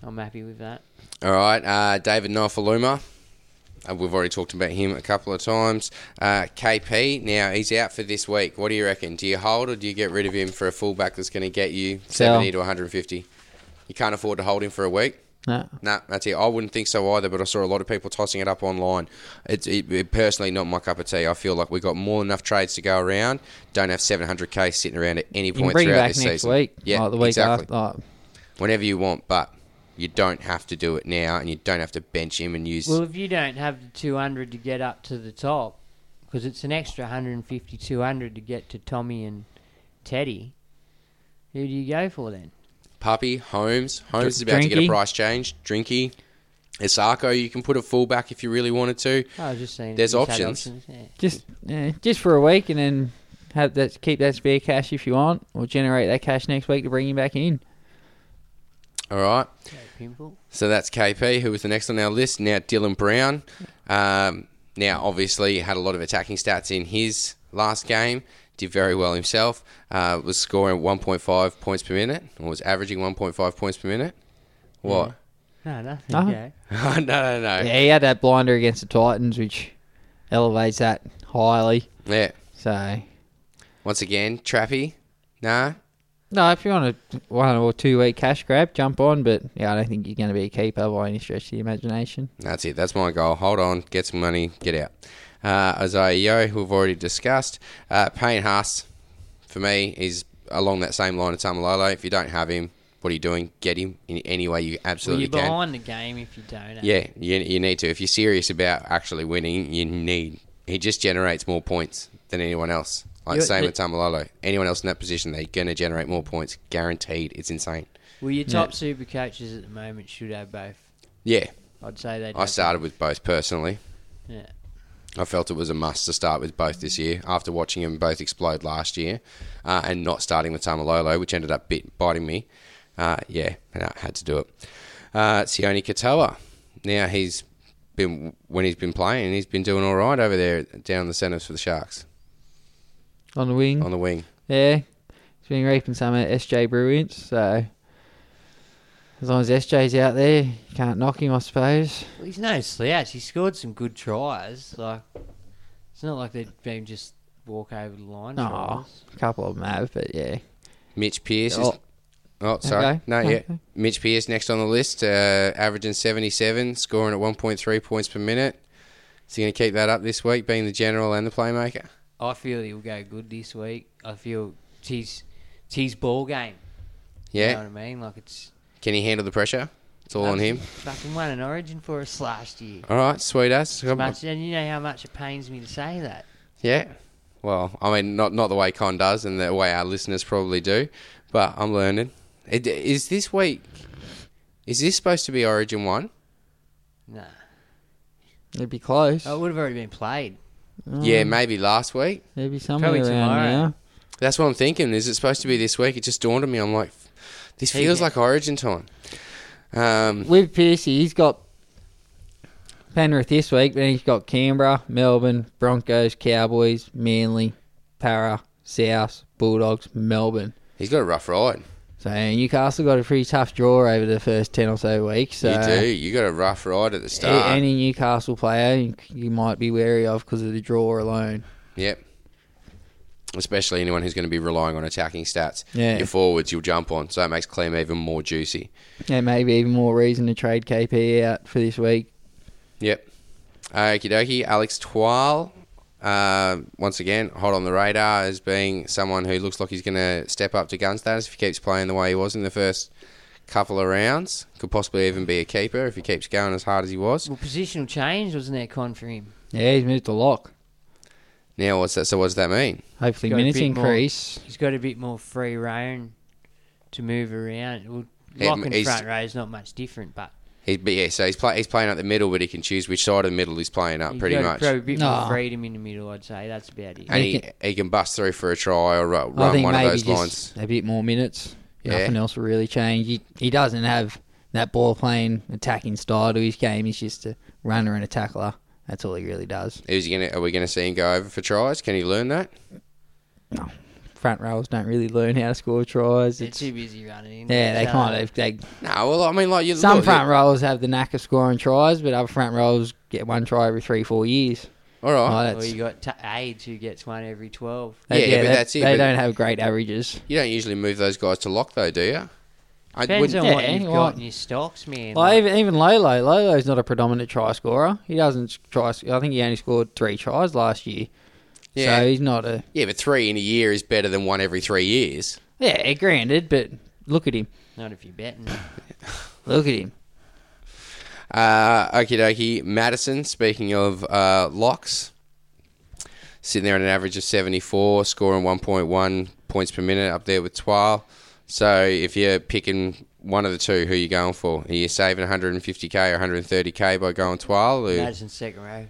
S7: I'm happy with that.
S4: All right, uh, David Nofaluma. Uh, we've already talked about him a couple of times. Uh, KP, now he's out for this week. What do you reckon? Do you hold or do you get rid of him for a fullback that's going to get you
S8: Sell.
S4: 70 to 150? You can't afford to hold him for a week?
S8: No.
S4: No, that's it. I wouldn't think so either, but I saw a lot of people tossing it up online. It's it, it personally not my cup of tea. I feel like we've got more than enough trades to go around. Don't have 700k sitting around at any
S8: You can
S4: point
S8: bring him
S4: throughout
S8: back
S4: this
S8: next
S4: season.
S8: week.
S4: Yeah,
S8: like the week
S4: exactly
S8: after. Like,
S4: whenever you want, but you don't have to do it now, and you don't have to bench him and use.
S7: Well, if you don't have the 200 to get up to the top, because it's an extra 150, 200 to get to Tommy and Teddy, who do you go for then?
S4: Puppy Holmes, Holmes is about to get
S7: Drinky.
S4: a price change. Drinky, Isako, you can put a fullback if you really wanted to.
S7: I was just saying. if
S4: There's
S7: you had
S4: options.
S7: yeah.
S8: just yeah, just for a week, and then have that keep that spare cash if you want, or generate that cash next week to bring him back in.
S4: All right.
S7: Pimple.
S4: So that's KP, who was the next on our list. Now Dylan Brown. Um, now, obviously, he had a lot of attacking stats in his last game. Did very well himself. Uh, was scoring 1.5 points per minute, or was averaging 1.5 points per minute. What?
S7: No, nothing.
S8: No.
S7: Yeah.
S4: no, no, no.
S8: Uh-huh. Yeah, he had that blinder against the Titans, which elevates that highly.
S4: yeah.
S8: So
S4: Once again, Trappy. Nah.
S8: no, if you want a one or two week cash grab, jump on. But yeah, I don't think you're going to be a keeper by any stretch of the imagination.
S4: That's it. That's my goal. Hold on, get some money, get out. Uh, Isaiah Yo, who we've already discussed. Uh, Payne Haas, for me, is along that same line of Tamalolo. If you don't have him, what are you doing? Get him in any way you
S7: Well, you're
S4: absolutely can.
S7: behind the game if you don't. eh?
S4: Yeah, you, you need to. If you're serious about actually winning, you need. He just generates more points than anyone else. Like
S7: You're-
S4: same
S7: the-
S4: with Tamalolo. Anyone else in that position, they're gonna generate more points, guaranteed. It's insane.
S7: Well, your top super coaches at the moment should have both.
S4: Yeah,
S7: I'd say they.
S4: I started with both personally.
S7: Yeah.
S4: I felt it was a must to start with both this year after watching them both explode last year uh, and not starting with Tamalolo, which ended up bit biting me. Uh, yeah, and I had to do it. Uh, Sione Katoa. Now he's been, when he's been playing, he's been doing all right over there down the centres for the Sharks
S8: On the wing,
S4: on the wing.
S8: yeah, he's been reaping some at SJ Bruins. So as long as SJ's out there, you can't knock him, I suppose.
S7: Well, he's no slouch. He scored some good tries. Like, it's not like they've been just walk over the line.
S8: No,
S7: tries.
S8: a couple of them have, but yeah,
S4: Mitch Pearce is.
S8: Oh.
S4: Oh, sorry.
S8: Okay.
S4: No, yeah.
S8: Okay.
S4: Mitch Pearce next on the list, uh, averaging 77, scoring at 1.3 points per minute. Is he going to keep that up this week, being the general and the playmaker?
S7: I feel he'll go good this week. I feel it's his, it's his ball game.
S4: Yeah.
S7: You know what I mean? Like it's
S4: Can he handle the pressure? It's all on him.
S7: Fucking won an Origin for us last year.
S4: All right, sweet ass.
S7: Much, and you know how much it pains me to say that.
S4: Yeah. Well, I mean, not not the way Con does, and the way our listeners probably do, but I'm learning. It, is this week? Is this supposed to be Origin one?
S7: Nah,
S8: it'd be close.
S7: it would have already been played. Mm.
S4: Yeah, maybe last week.
S8: Maybe somewhere
S7: Probably
S8: around
S7: tomorrow.
S8: now.
S4: That's what I'm thinking. Is it supposed to be this week? It just dawned on me. I'm like, this
S7: Hey,
S4: feels
S7: yeah.
S4: like Origin time. Um,
S8: With Piercy, he's got Penrith this week, then he's got Canberra, Melbourne, Broncos, Cowboys, Manly, Para, South, Bulldogs, Melbourne.
S4: he's got a rough ride.
S8: So Newcastle got a pretty tough draw over the first ten or so weeks. So
S4: you do. You got a rough ride at the
S8: a-
S4: start.
S8: Any Newcastle player you- you might be wary of because of the draw alone.
S4: Yep. Especially anyone who's going to be relying on attacking stats.
S8: Yeah.
S4: Your forwards you'll jump on, so it makes Clem even more juicy.
S8: Yeah, maybe even more reason to trade KP out for this week.
S4: Yep. Okie dokie. Alex Twal, uh, once again, hot on the radar as being someone who looks like he's going to step up to gun status if he keeps playing the way he was in the first couple of rounds. Could possibly even be a keeper if he keeps going as hard as he was.
S7: Well, positional change wasn't there, Con, for him?
S8: Yeah, he's moved to lock.
S4: Now, what's that? So, what does that mean?
S8: Hopefully,
S7: Got a
S8: minutes
S7: bit more-
S8: increase.
S7: he's got a bit more free reign to move around. Well,
S4: Yeah,
S7: lock and
S4: he's-
S7: front row is not much different, but
S4: He, but yeah, so he's play, he's playing up the middle, but he can choose which side of the middle he's playing up,
S7: he's
S4: pretty
S7: got
S4: much.
S7: probably a bit
S8: No.
S7: more freedom in the middle. I'd say that's about it.
S4: and he, he can bust through for a try or ru-
S8: I
S4: run
S8: think
S4: one of
S8: maybe
S4: those
S8: just
S4: lines.
S8: a bit more minutes.
S4: Yeah.
S8: Nothing else will really change. He, he doesn't have that ball playing attacking style to his game. He's just a runner and a tackler. That's all he really does.
S4: Is he gonna, are we going to see him go over for tries? Can he learn that?
S8: Front rows don't really learn how to score tries.
S7: They're
S8: It's,
S7: too busy running. uh, In,
S8: yeah, they
S7: so-
S8: kind of they
S4: No, well, I mean, like you
S8: Some
S4: look,
S8: front rollers have the knack of scoring tries, but other front rollers get one try every three, four years.
S4: All right.
S8: Like,
S7: Or
S8: that's-
S7: you got t- Aids who gets one every twelve.
S4: Oh. Yeah, yeah, but
S8: they,
S4: that's it,
S8: They
S4: but-
S8: don't have great averages.
S4: You don't usually move those guys to lock, though, do you? I
S7: Depends
S4: wouldn't-
S7: on
S8: Yeah,
S7: what you've
S8: anyone.
S7: got in your stocks, man.
S8: Well,
S7: Like,
S8: even even Lolo, Lolo's not a predominant try scorer. He doesn't try. sc- I think he only scored three tries last year.
S4: Yeah.
S8: So he's not a
S4: yeah, but three in a year is better than one every three years.
S8: yeah. Granted, but look at him.
S7: not if you're betting.
S8: Look at him.
S4: Uh, okie dokie. Madison, speaking of uh, locks, sitting there on an average of 74, scoring 1.1 points per minute up there with Twal. So if you're picking one of the two, who are you going for? Are you saving 150k or 130k by going Twal? Or,
S7: Imagine second row.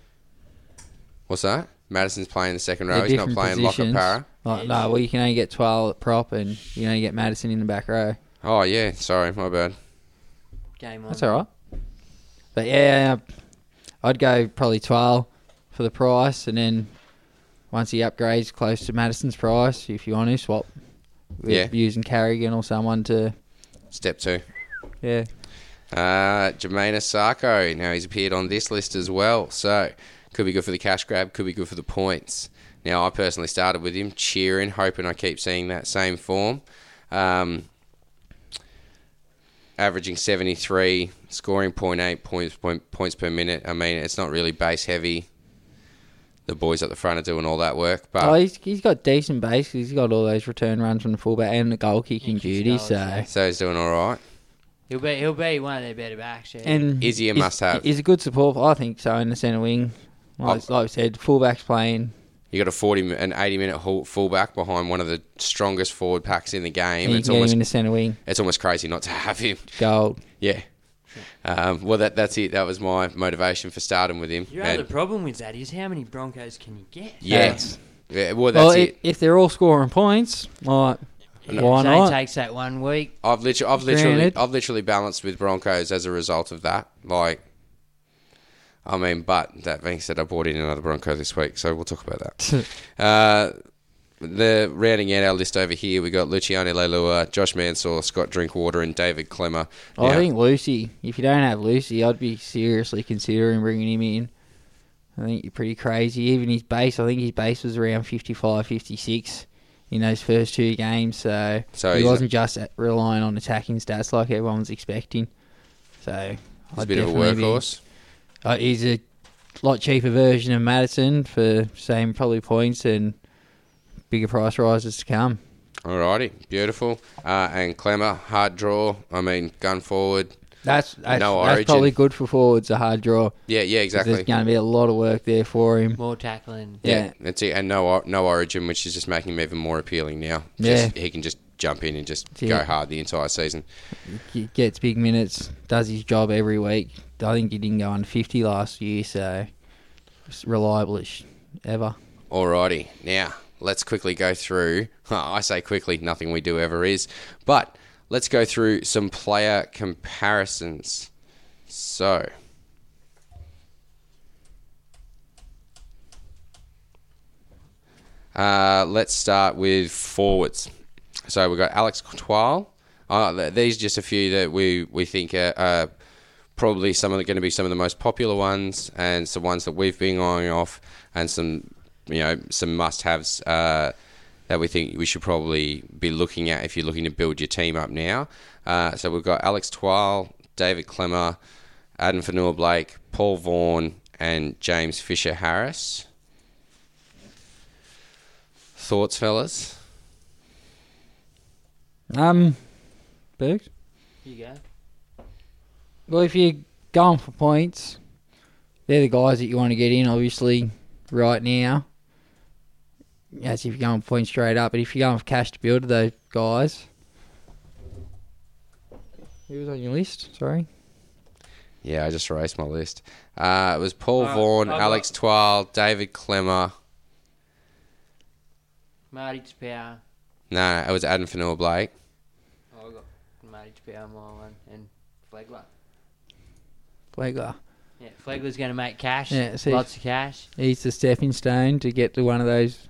S4: What's that? Madison's playing the second
S8: They're
S4: row. He's not
S8: different
S4: playing lock and
S8: positions.
S4: para.
S8: Like, no, well, you can only get twelve at prop, and you only get Madison in the back row.
S4: Oh, yeah. Sorry, my bad.
S7: Game on.
S8: That's all right. But yeah, I'd go probably twelve for the price, and then once he upgrades close to Madison's price, if you want to swap, with
S4: Yeah.
S8: using Carrigan or someone to
S4: Step two.
S8: yeah.
S4: Uh, Jermaine Sarko. Now he's appeared on this list as well, so could be good for the cash grab, could be good for the points. Now I personally started with him, cheering, hoping I keep seeing that same form. Um, averaging 73, scoring 0.8 points, point, points per minute. I mean, it's not really base heavy. The boys up the front are doing all that work, but
S8: Oh, he's, he's got decent base. He's got all those return runs from the fullback and the goal kicking duty.
S7: goals,
S8: So
S7: yeah.
S4: so he's doing all right.
S7: He'll be he'll be one of their better backs. Yeah.
S8: and
S4: Is he a
S8: he's-
S4: must-have? Oh.
S8: He's a good support. I think so in the centre wing. Like, like we said, fullback's playing.
S4: You got a 40 mi- an 80 minute hul- fullback behind one of the strongest forward packs in the game.
S8: And you
S4: It's
S8: can get him
S4: almost
S8: in the centre wing.
S4: it's almost crazy not to have him.
S8: Gold.
S4: Yeah. Um, well, that that's it. That was my motivation for starting with him.
S7: Your
S4: And-
S7: other problem with that is how many Broncos can you get?
S8: Uh,
S4: yes. Yeah, well, that's
S8: Well, i
S4: it.
S8: if they're all scoring points, like why
S7: Zane
S8: not?
S7: takes that one week.
S4: I've literally, I've literally,
S8: Granted.
S4: I've literally balanced with Broncos as a result of that. Like, I mean, but that being said, I bought in another Bronco this week, so we'll talk about that. uh, the rounding out our list over here, we got Luciano Leilua, Josh Mansour, Scott Drinkwater, and David Clemmer.
S8: I
S4: Now-
S8: think Lucy. If you don't have Lucy, I'd be seriously considering bringing him in. I think you're pretty crazy. Even his base, I think his base was around 55, 56 in those first two games. So,
S4: So
S8: he
S4: he's
S8: wasn't just at- relying on attacking stats like everyone was expecting. So
S4: he's a bit of a workhorse.
S8: uh, he's a lot cheaper version of Madison for same probably points and bigger price rises to come.
S4: Alrighty, beautiful. Uh, and Clemmer, hard draw. I mean, gun forward.
S8: That's that's,
S4: No
S8: that's
S4: origin.
S8: probably good for forwards. A hard draw.
S4: Yeah, yeah, exactly.
S8: There's going to be a lot of work there for him.
S7: More tackling.
S8: Yeah.
S4: That's it. And no, or- no origin, which is just making him even more appealing now.
S8: Yeah.
S4: Just, he can just jump in and just
S8: Yeah.
S4: go hard the entire season.
S8: He gets big minutes, does his job every week. I think he didn't go under 50 last year, so it's reliable as sh- ever.
S4: Alrighty, now let's quickly go through. I say quickly, nothing we do ever is, but let's go through some player comparisons. So, uh, let's start with forwards. So we've got Alex Twal. Uh, th- these are just a few that we, we think are, are probably some of the, going to be some of the most popular ones and some ones that we've been eyeing off and some you know some must-haves uh, that we think we should probably be looking at if you're looking to build your team up now. Uh, so we've got Alex Twal, David Clemmer, Adam Fanua Blake, Paul Vaughan, and James Fisher Harris. Thoughts, fellas?
S8: Um, Bergs?
S7: You go.
S8: Well, if you're going for points, they're the guys that you want to get in, obviously, right now. That's if you're going for points straight up. But if you're going for cash to build those guys. Who was on your list? Sorry.
S4: Yeah, I just erased my list. Uh, it was Paul
S7: Uh,
S4: Vaughan,
S7: I've got-
S4: Alex Twal, David Clemmer.
S7: Marty Tapau.
S4: No, it was Adam Fanua Blake.
S7: Oh, I got Marty Tapau on my one and Flegler.
S8: Flegler.
S7: Yeah, Flegler's going to make cash.
S8: Yeah, so
S7: lots of cash.
S8: He's the stepping stone to get to one of those.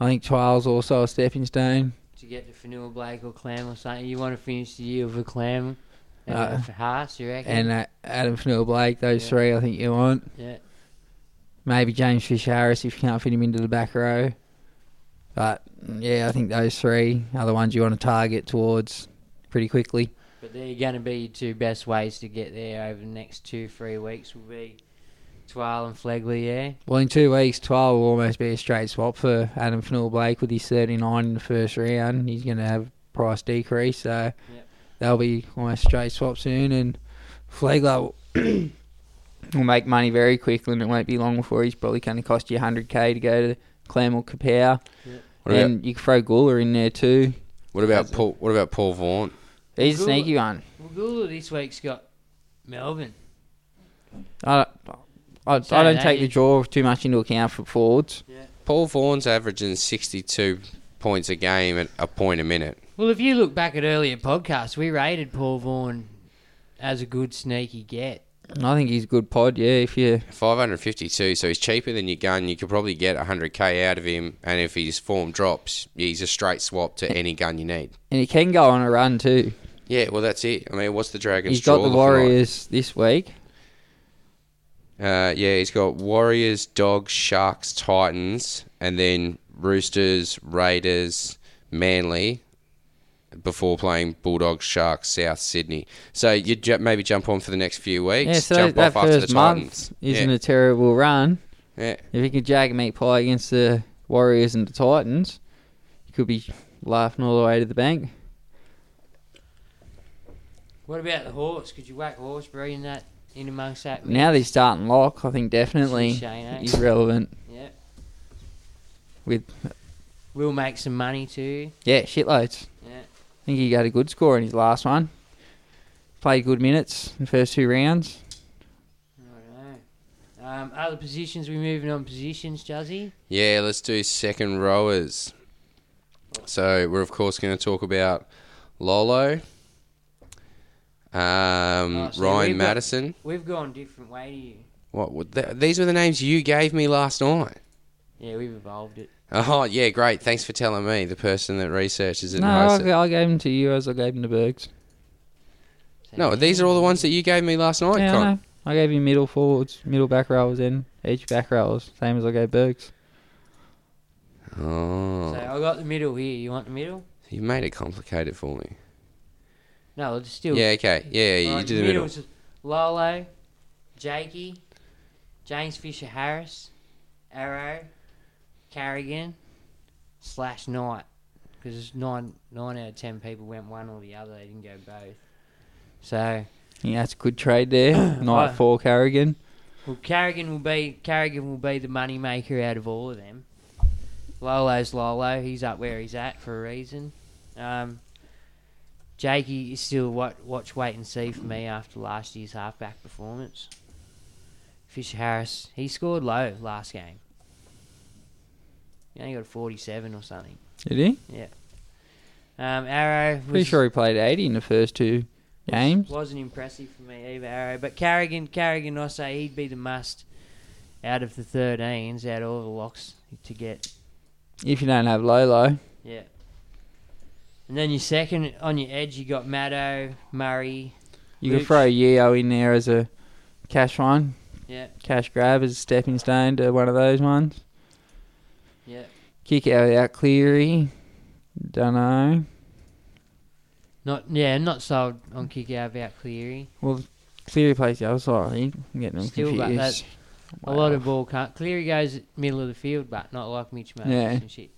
S8: I think Twil's also a stepping stone.
S7: To get to Fanua Blake or Clam or something, you want to finish the year with a Clam and
S8: Uh,
S7: a Haas, you reckon?
S8: And uh, Adam Fanua Blake, those
S7: Yeah.
S8: three I think you want.
S7: Yeah.
S8: Maybe James Fish Harris if you can't fit him into the back row. But yeah, I think those three are the ones you want to target towards pretty quickly.
S7: But they're going to be your two best ways to get there over the next two, three weeks will be Twile and Flegley, yeah?
S8: Well, in two weeks, 12 will almost be a straight swap for Adam Fanua Blake with his 39 in the first round. He's going to have price decrease, so they'll be almost straight swap soon. And Flegler will will make money very quickly, and it won't be long before he's probably going to cost you 100k to go to Clam or Kapow.
S4: What about-
S8: And you can throw Gula in there too.
S4: What about Paul? What about Paul Vaughan?
S8: He's a sneaky one.
S7: Well, Gula this week's got Melbourne.
S8: I don't, I, I
S7: Sorry,
S8: don't
S7: that
S8: take the
S7: is-
S8: draw too much into account for forwards.
S4: Paul Vaughan's averaging sixty-two points a game at a point a minute.
S7: Well, if you look back at earlier podcasts, we rated Paul Vaughan as a good sneaky get.
S8: And I think he's a good pod, yeah, if you...
S4: Five hundred fifty-two, so he's cheaper than your gun. You could probably get hundred k out of him, and if his form drops, he's a straight swap to any gun you need.
S8: And he can go on a run too.
S4: Yeah, well, that's it. I mean, what's the Dragons?
S8: He's got
S4: draw
S8: the
S4: looking like?
S8: Warriors this week.
S4: Uh, yeah, he's got Warriors, Dogs, Sharks, Titans, and then Roosters, Raiders, Manly, before playing Bulldogs, Sharks, South Sydney. So you ju- maybe jump on for the next few weeks.
S8: Yeah, so
S4: jump
S8: that
S4: off after the
S8: first month
S4: Titans.
S8: isn't
S4: yeah.
S8: a terrible run.
S4: Yeah.
S8: If he could jag a meat pie against the Warriors and the Titans, he could be laughing all the way to the bank.
S7: What about the horse? Could you whack Horsebury in that in amongst that?
S8: Now that he's starting lock, I think definitely
S7: It's a shame, eh?
S8: he's relevant
S7: Yeah,
S8: with
S7: we'll make some money too.
S8: yeah shitloads.
S7: Yeah.
S8: I think he got a good score in his last one. Played good minutes in the first two rounds.
S7: Alright. Um, other positions, we're moving on positions, Juzzy.
S4: Yeah, let's do second rowers. So we're of course going to talk about Lolo, um,
S7: Oh,
S4: Ryan
S7: so we've got-
S4: Madison.
S7: we've gone different way to you.
S4: What? would- Th- these were the names you gave me last night.
S7: Yeah, we've evolved it.
S4: Oh yeah, great. Thanks for telling me, the person that researches it.
S8: No,
S4: and hosts
S8: I,
S4: it.
S8: I gave him to you as I gave him to Bergs.
S4: No, these are all the ones that you gave me last night.
S8: Yeah,
S4: Con.
S8: I know. I gave him middle forwards, middle back rowers, and each back rowers, same as I gave Bergs.
S7: So
S4: Oh,
S7: I got the middle here. You want the middle?
S4: you made it complicated for me.
S7: No, it's still.
S4: Yeah, okay. Yeah, yeah, you
S7: Alright,
S4: do the middle.
S7: middle's Lolo, Jakey, James Fisher Harris, Arrow, Carrigan, slash Knight. Because nine, nine out of ten people went one or the other. They didn't go both. So,
S8: Yeah, that's a good trade there. Knight
S7: Oh.
S8: four Carrigan.
S7: well, Carrigan will be Carrigan will be the money maker out of all of them. Lolo's Lolo. He's up where he's at for a reason. Um, Jakey is still watch, watch wait and see for me after last year's halfback performance. Fisher Harris, he scored low last game. He only got a 47 or something.
S8: Did he?
S7: Yeah. Um, Arrow was,
S8: Pretty sure he played eighty in the first two games.
S7: wasn't impressive for me either, Arrow. But Carrigan, Carrigan, I say he'd be the must out of the 13s, out of all the locks to get.
S8: If you don't have Lolo,
S7: Yeah. And then your second on your edge, you got Maddo, Murray.
S8: you could
S7: Luke.
S8: throw Yeo in there as a cash one,
S7: Yeah,
S8: cash grab as a stepping stone to one of those ones.
S7: yeah.
S8: Kick out out Cleary. Dunno.
S7: Not yeah, not sold on kick out about Cleary.
S8: Well, Cleary plays the other side. I think. I'm getting them
S7: Still got
S8: confused.
S7: that. A lot of ball can't. Cleary goes middle of the field, but not like Mitch Moses
S8: Yeah.
S7: and shit.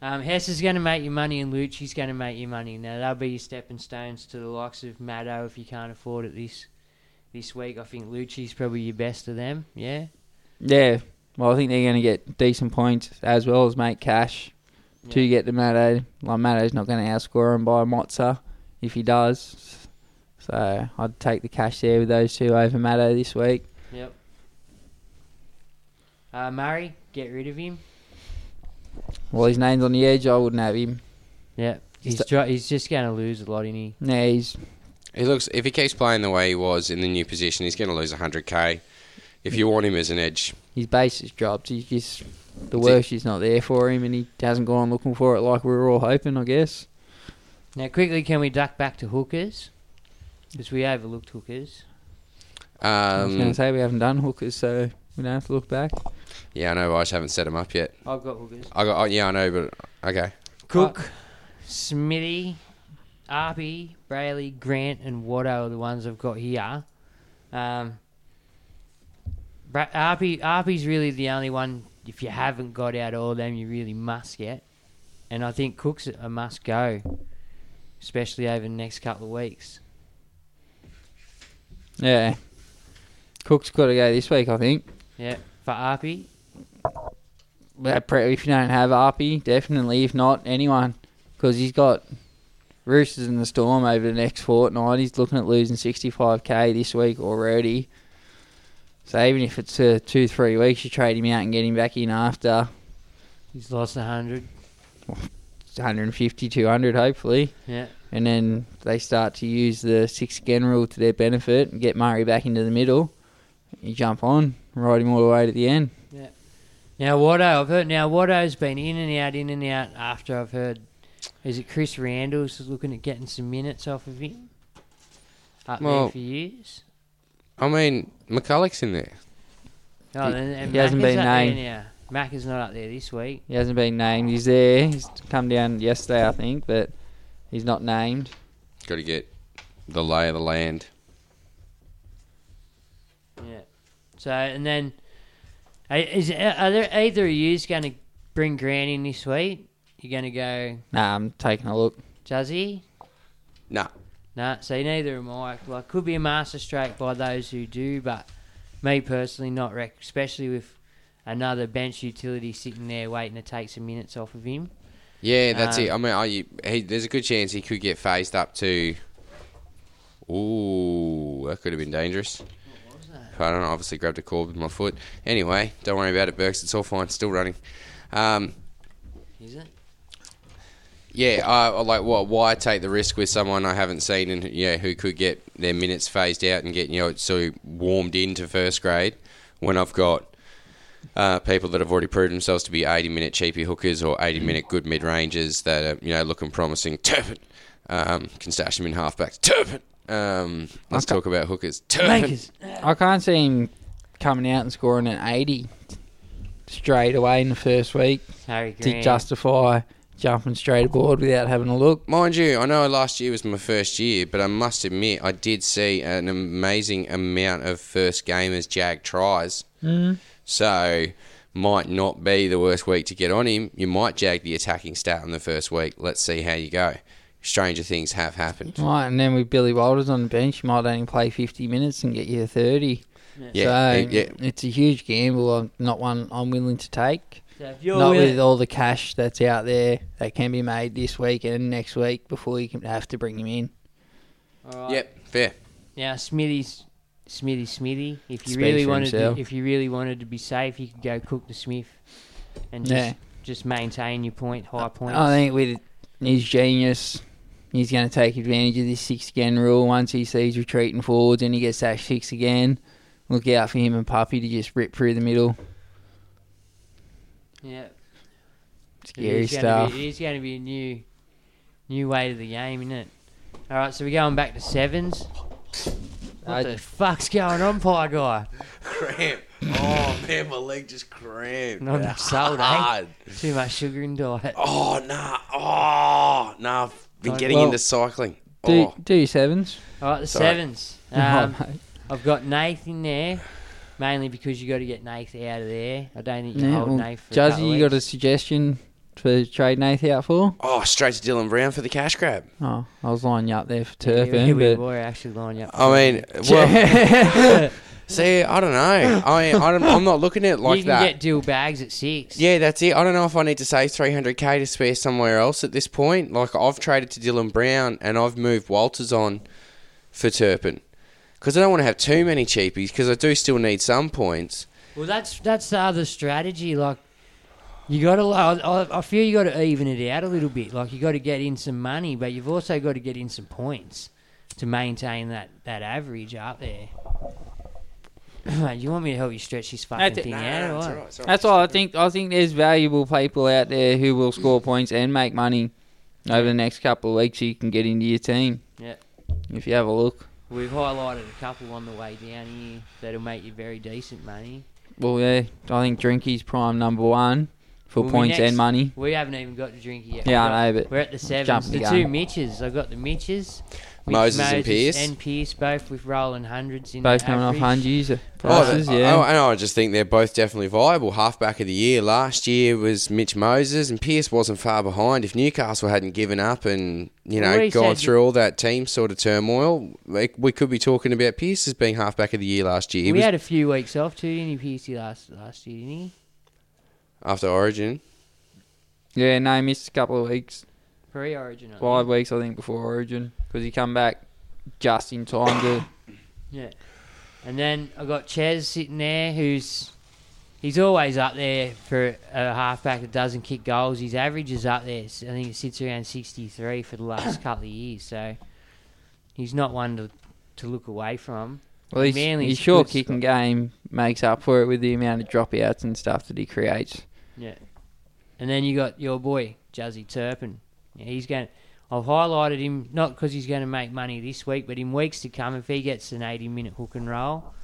S7: Um, Hess is going to make you money and Lucci's going to make you money. Now, they'll be your stepping stones to the likes of Maddo if you can't afford it this this week. I think Lucci's probably your best of them, yeah?
S8: Yeah. Well, I think they're going to get decent points as well as make cash to get to Maddo. Like, Maddo's not going to outscore him by Mozza if he does. So, I'd take the cash there with those two over Maddo this week.
S7: Yep. Uh, Murray, get rid of him.
S8: Well, his name's on the edge. I wouldn't have him.
S7: Yeah. He's,
S8: St-
S7: dro- he's just going to lose a lot, isn't he?
S8: Yeah, he's
S4: He looks if he keeps playing the way he was in the new position, he's going to lose 100k. If you want him as an edge,
S8: his base is dropped. He's just the
S4: Is
S8: worst is not there for him, and he hasn't gone looking for it like we were all hoping. I guess.
S7: Now, quickly, can we duck back to hookers? Because we overlooked hookers.
S8: I was going
S4: um,
S8: to say we haven't done hookers, so we don't have to look back.
S4: yeah, I know. I just haven't set him up yet.
S7: I've got hookers.
S4: I got, oh, yeah, I know, but okay.
S7: Cook, Smitty, Arpy, Brayley, Grant, and Watto are the ones I've got here. Um, Bra- Arpy, Arpy's really the only one, if you haven't got out all them, you really must get. And I think Cook's a must go, especially over the next couple of weeks.
S8: Yeah, Cook's got to go this week, I think.
S7: Yeah, for Arpy.
S8: But pre- If you don't have Arpy, definitely. If not, anyone, because he's got Roosters in the Storm over the next fortnight. He's looking at losing 65k this week already. So even if it's uh, two, three weeks, you trade him out and get him back in after
S7: He's lost 100.
S8: 150, 200, hopefully.
S7: Yeah.
S8: And then they start to use the six again rule to their benefit and get Murray back into the middle. You jump on, ride him all the way to the end.
S7: Yeah. Now Watto, I've heard now Watto's been in and out, in and out. After I've heard, is it Chris Randall's looking at getting some minutes off of him? Up
S4: Well-
S7: there for years.
S4: I mean, McCulloch's in there.
S7: Oh,
S8: He-
S7: and, and
S8: he hasn't
S7: Macca's
S8: been
S7: up there
S8: named.
S7: now. Mac is not up there this week.
S8: He hasn't been named. He's there. He's come down yesterday, I think, but he's not named.
S4: Got to get the lay of the land.
S7: Yeah. So and then, uh, is are there either of you going to bring Grant in this week? You're going to go
S8: Nah, I'm taking a look.
S7: Juzzy?
S4: Nah,
S7: Nah, see, neither am I. Like, could be a master stroke by those who do, but me personally, not rec, especially with another bench utility sitting there waiting to take some minutes off of him.
S4: yeah, that's
S7: Um,
S4: it. I mean, are you, he, there's a good chance he could get phased up to. Ooh, that could have been dangerous. I don't know. Obviously, grabbed a cord with my foot. Anyway, don't worry about it, Burks. It's all fine. Still running. Um,
S7: Is it?
S4: Yeah, I I like what? Why take the risk with someone I haven't seen and yeah, who could get their minutes phased out and get you know so warmed into first grade when I've got uh, people that have already proved themselves to be eighty minute cheapy hookers or eighty minute good mid rangers that are you know looking promising. Turpin um, can stash them in halfbacks. Turpin. Um, let's talk about hookers. Turpin.
S7: Makers.
S8: I can't see him coming out and scoring an 80 straight away in the first week
S7: Harry
S8: to
S7: Grant.
S8: justify jumping straight aboard without having a look.
S4: Mind you, I know last year was my first year, but I must admit I did see an amazing amount of first gamers jag tries. So might not be the worst week to get on him. You might jag the attacking stat in the first week. Let's see how you go. Stranger things have happened.
S8: Right, and then with Billy Walters on the bench, you might only play 50 minutes and get you 30.
S4: Yeah,
S8: so
S4: it- yeah.
S8: it's a huge gamble. I'm not one I'm willing to take.
S7: So if you're
S8: not
S7: with-
S8: with all the cash that's out there that can be made this week and next week before you can have to bring him in.
S4: Yep, fair.
S7: Now Smithy's Smithy Smithy. If you
S8: Speaks
S7: really
S8: for
S7: wanted, to,
S8: himself.
S7: if you really wanted to be safe, you could go Cook the Smith, and just
S8: Yeah.
S7: just maintain your point, high points.
S8: I think with his genius, he's going to take advantage of this six again rule. Once he sees retreating forwards and he gets that six again, look out for him and Puppy to just rip through the middle.
S7: yeah.
S8: Scary
S7: It is gonna
S8: stuff.
S7: be- it is going to be a new, new way to the game, isn't it? All right, so we're going back to sevens. What
S8: I-
S7: the fuck's going on, pie guy?
S4: Cramp. Oh man, my leg just cramped.
S7: Not enough salt, eh? Too much sugar in diet.
S4: Oh nah. Oh nah. I've been getting
S8: Well,
S4: into cycling.
S8: Do,
S4: Oh,
S8: do your sevens.
S7: All right, the
S4: Sorry.
S7: sevens. Um, I've got Nath in there, mainly because you got to get Nath out of there. I don't think you can
S8: Yeah,
S7: hold
S8: well,
S7: Nath. For a
S8: Jazzy,
S7: couple of
S8: you got a
S7: weeks.
S8: suggestion for trade Nath out for?
S4: Oh, straight to Dylan Brown for the cash grab.
S8: Oh, I was lining you up there for
S7: Yeah,
S8: turf.
S7: we,
S8: end,
S7: we
S8: but
S7: were actually lining up.
S4: I mean, well, see, I don't know. I, I don't, I'm not looking at it like
S7: you can
S4: that.
S7: get dual bags at six.
S4: Yeah, that's it. I don't know if I need to save 300k to spare somewhere else at this point. Like I've traded to Dylan Brown and I've moved Walters on for Turpin because I don't want to have too many cheapies because I do still need some points.
S7: Well, that's that's the other strategy. Like, you got to. I, I feel you got to even it out a little bit. Like, you got to get in some money, but you've also got to get in some points to maintain that that average up there. you want me to help you stretch this fucking
S8: That's it.
S7: thing
S8: No,
S7: out?
S8: no,
S7: or
S8: it's
S7: what?
S8: alright, That's all I think. I think there's valuable people out there who will score points and make money over the next couple of weeks. You can get into your team.
S7: Yeah.
S8: If you have a look.
S7: We've highlighted a couple on the way down here that'll make you very decent money.
S8: Well, yeah, I think Drinky's prime number one for
S7: Well, we
S8: points
S7: next-
S8: and money.
S7: We haven't even got to drink
S8: Yeah,
S7: yet. We've
S8: I
S7: got-
S8: know, but
S7: we're at the
S8: it's
S7: sevens.
S8: jumping
S7: The
S8: the
S7: two
S8: gun.
S7: Mitches. I've got the Mitches. which
S4: Moses and Pearce.
S7: and Pierce both with rolling hundreds in
S8: Both
S7: the
S8: coming off
S7: average.
S8: hundreds.
S4: oh, the- oh, and I just think they're both definitely viable. Halfback of the year last year was Mitch Moses, and Pierce wasn't far behind. If Newcastle hadn't given up and you know
S7: Well, he
S4: gone
S7: said-
S4: through all that team sort of turmoil, like, we could be talking about Pierce as being halfback of the year last year. He
S7: we
S4: was
S7: had a few weeks off too, didn't he, Pierce? Last last year, didn't he?
S4: after Origin.
S8: Yeah, no, he missed a couple of weeks,
S7: Pre Origin.
S8: five weeks I think before Origin because he come back just in time to.
S7: Yeah. And then I got Ches sitting there, who's he's always up there for a halfback that doesn't kick goals. His average is up there. s- I think it sits around 63 for the last couple of years. So he's not one to to look away from.
S8: Well, he's,
S7: Manly's
S8: his sure
S7: good
S8: kicking game makes up for it with the amount of dropouts and stuff that he creates.
S7: Yeah. And then you got your boy, Jazzy Turpin. Yeah, he's going. I've highlighted him not because he's going to make money this week, but in weeks to come, if he gets an 80 minute hook and roll,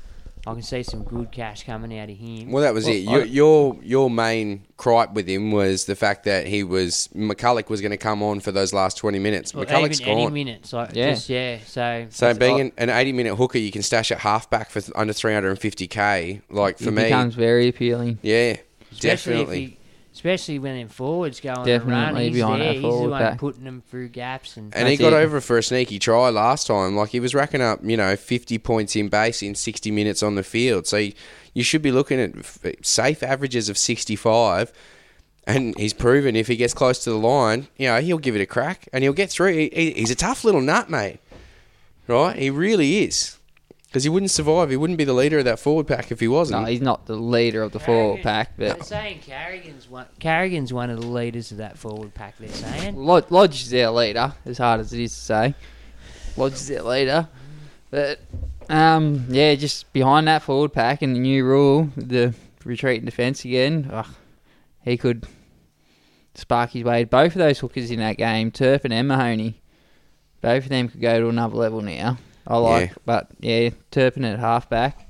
S7: I can see some good cash coming out of him.
S4: Well, that was it. Your,
S7: I-
S4: your your main gripe with him was the fact that he was McCulloch was going to come on for those last twenty minutes.
S7: Or
S4: McCulloch's
S7: even any
S4: gone.
S7: minutes, like
S4: Yeah.
S7: yeah, just, yeah. So,
S4: So being an, an eighty minute hooker, you can stash at halfback for th- under three hundred and fifty k. Like for
S8: it
S4: me,
S8: becomes very appealing.
S4: yeah,
S7: especially
S4: definitely.
S7: if he, especially when them forwards go on a run,
S8: Definitely
S7: he's
S8: be on a
S7: there. He's the
S8: forward
S7: one
S8: pack.
S7: putting them through gaps, and,
S4: and he got over for a sneaky try last time. Like he was racking up, you know, fifty points in base in sixty minutes on the field. So you, you should be looking at f- safe averages of sixty-five. And he's proven if he gets close to the line, you know, he'll give it a crack and he'll get through. He, he, he's a tough little nut, mate. Right? He really is. Because he wouldn't survive. He wouldn't be the leader of that forward pack if he wasn't.
S8: No, he's not the leader of the forward pack,
S7: They're
S8: but
S7: saying Carrigan's one. Carrigan's one of the leaders of that forward pack. They're saying.
S8: Lodge, Lodge is their leader, as hard as it is to say. Lodge is their leader. But, um, yeah, just behind that forward pack and the new rule, the retreat and defence again, ugh, he could spark his way. Both of those hookers in that game, Turpin and Mahoney, both of them could go to another level now. I like,
S4: Yeah.
S8: but yeah, Turpin at halfback.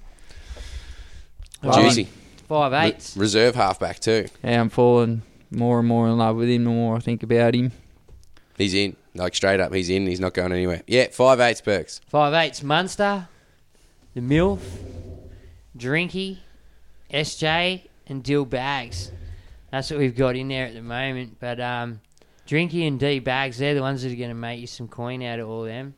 S4: Juicy.
S7: Five
S4: Re-
S7: eights.
S4: reserve halfback, too.
S8: Yeah, I'm falling more and more in love with him the more I think about him.
S4: He's in. Like, straight up, he's in. He's not going anywhere. Yeah, five eights, Burks.
S7: Five eights Munster, the MILF, Drinky, SJ, and Dill Bags. That's what we've got in there at the moment. But um, Drinky and D Bags, they're the ones that are going to make you some coin out of all them.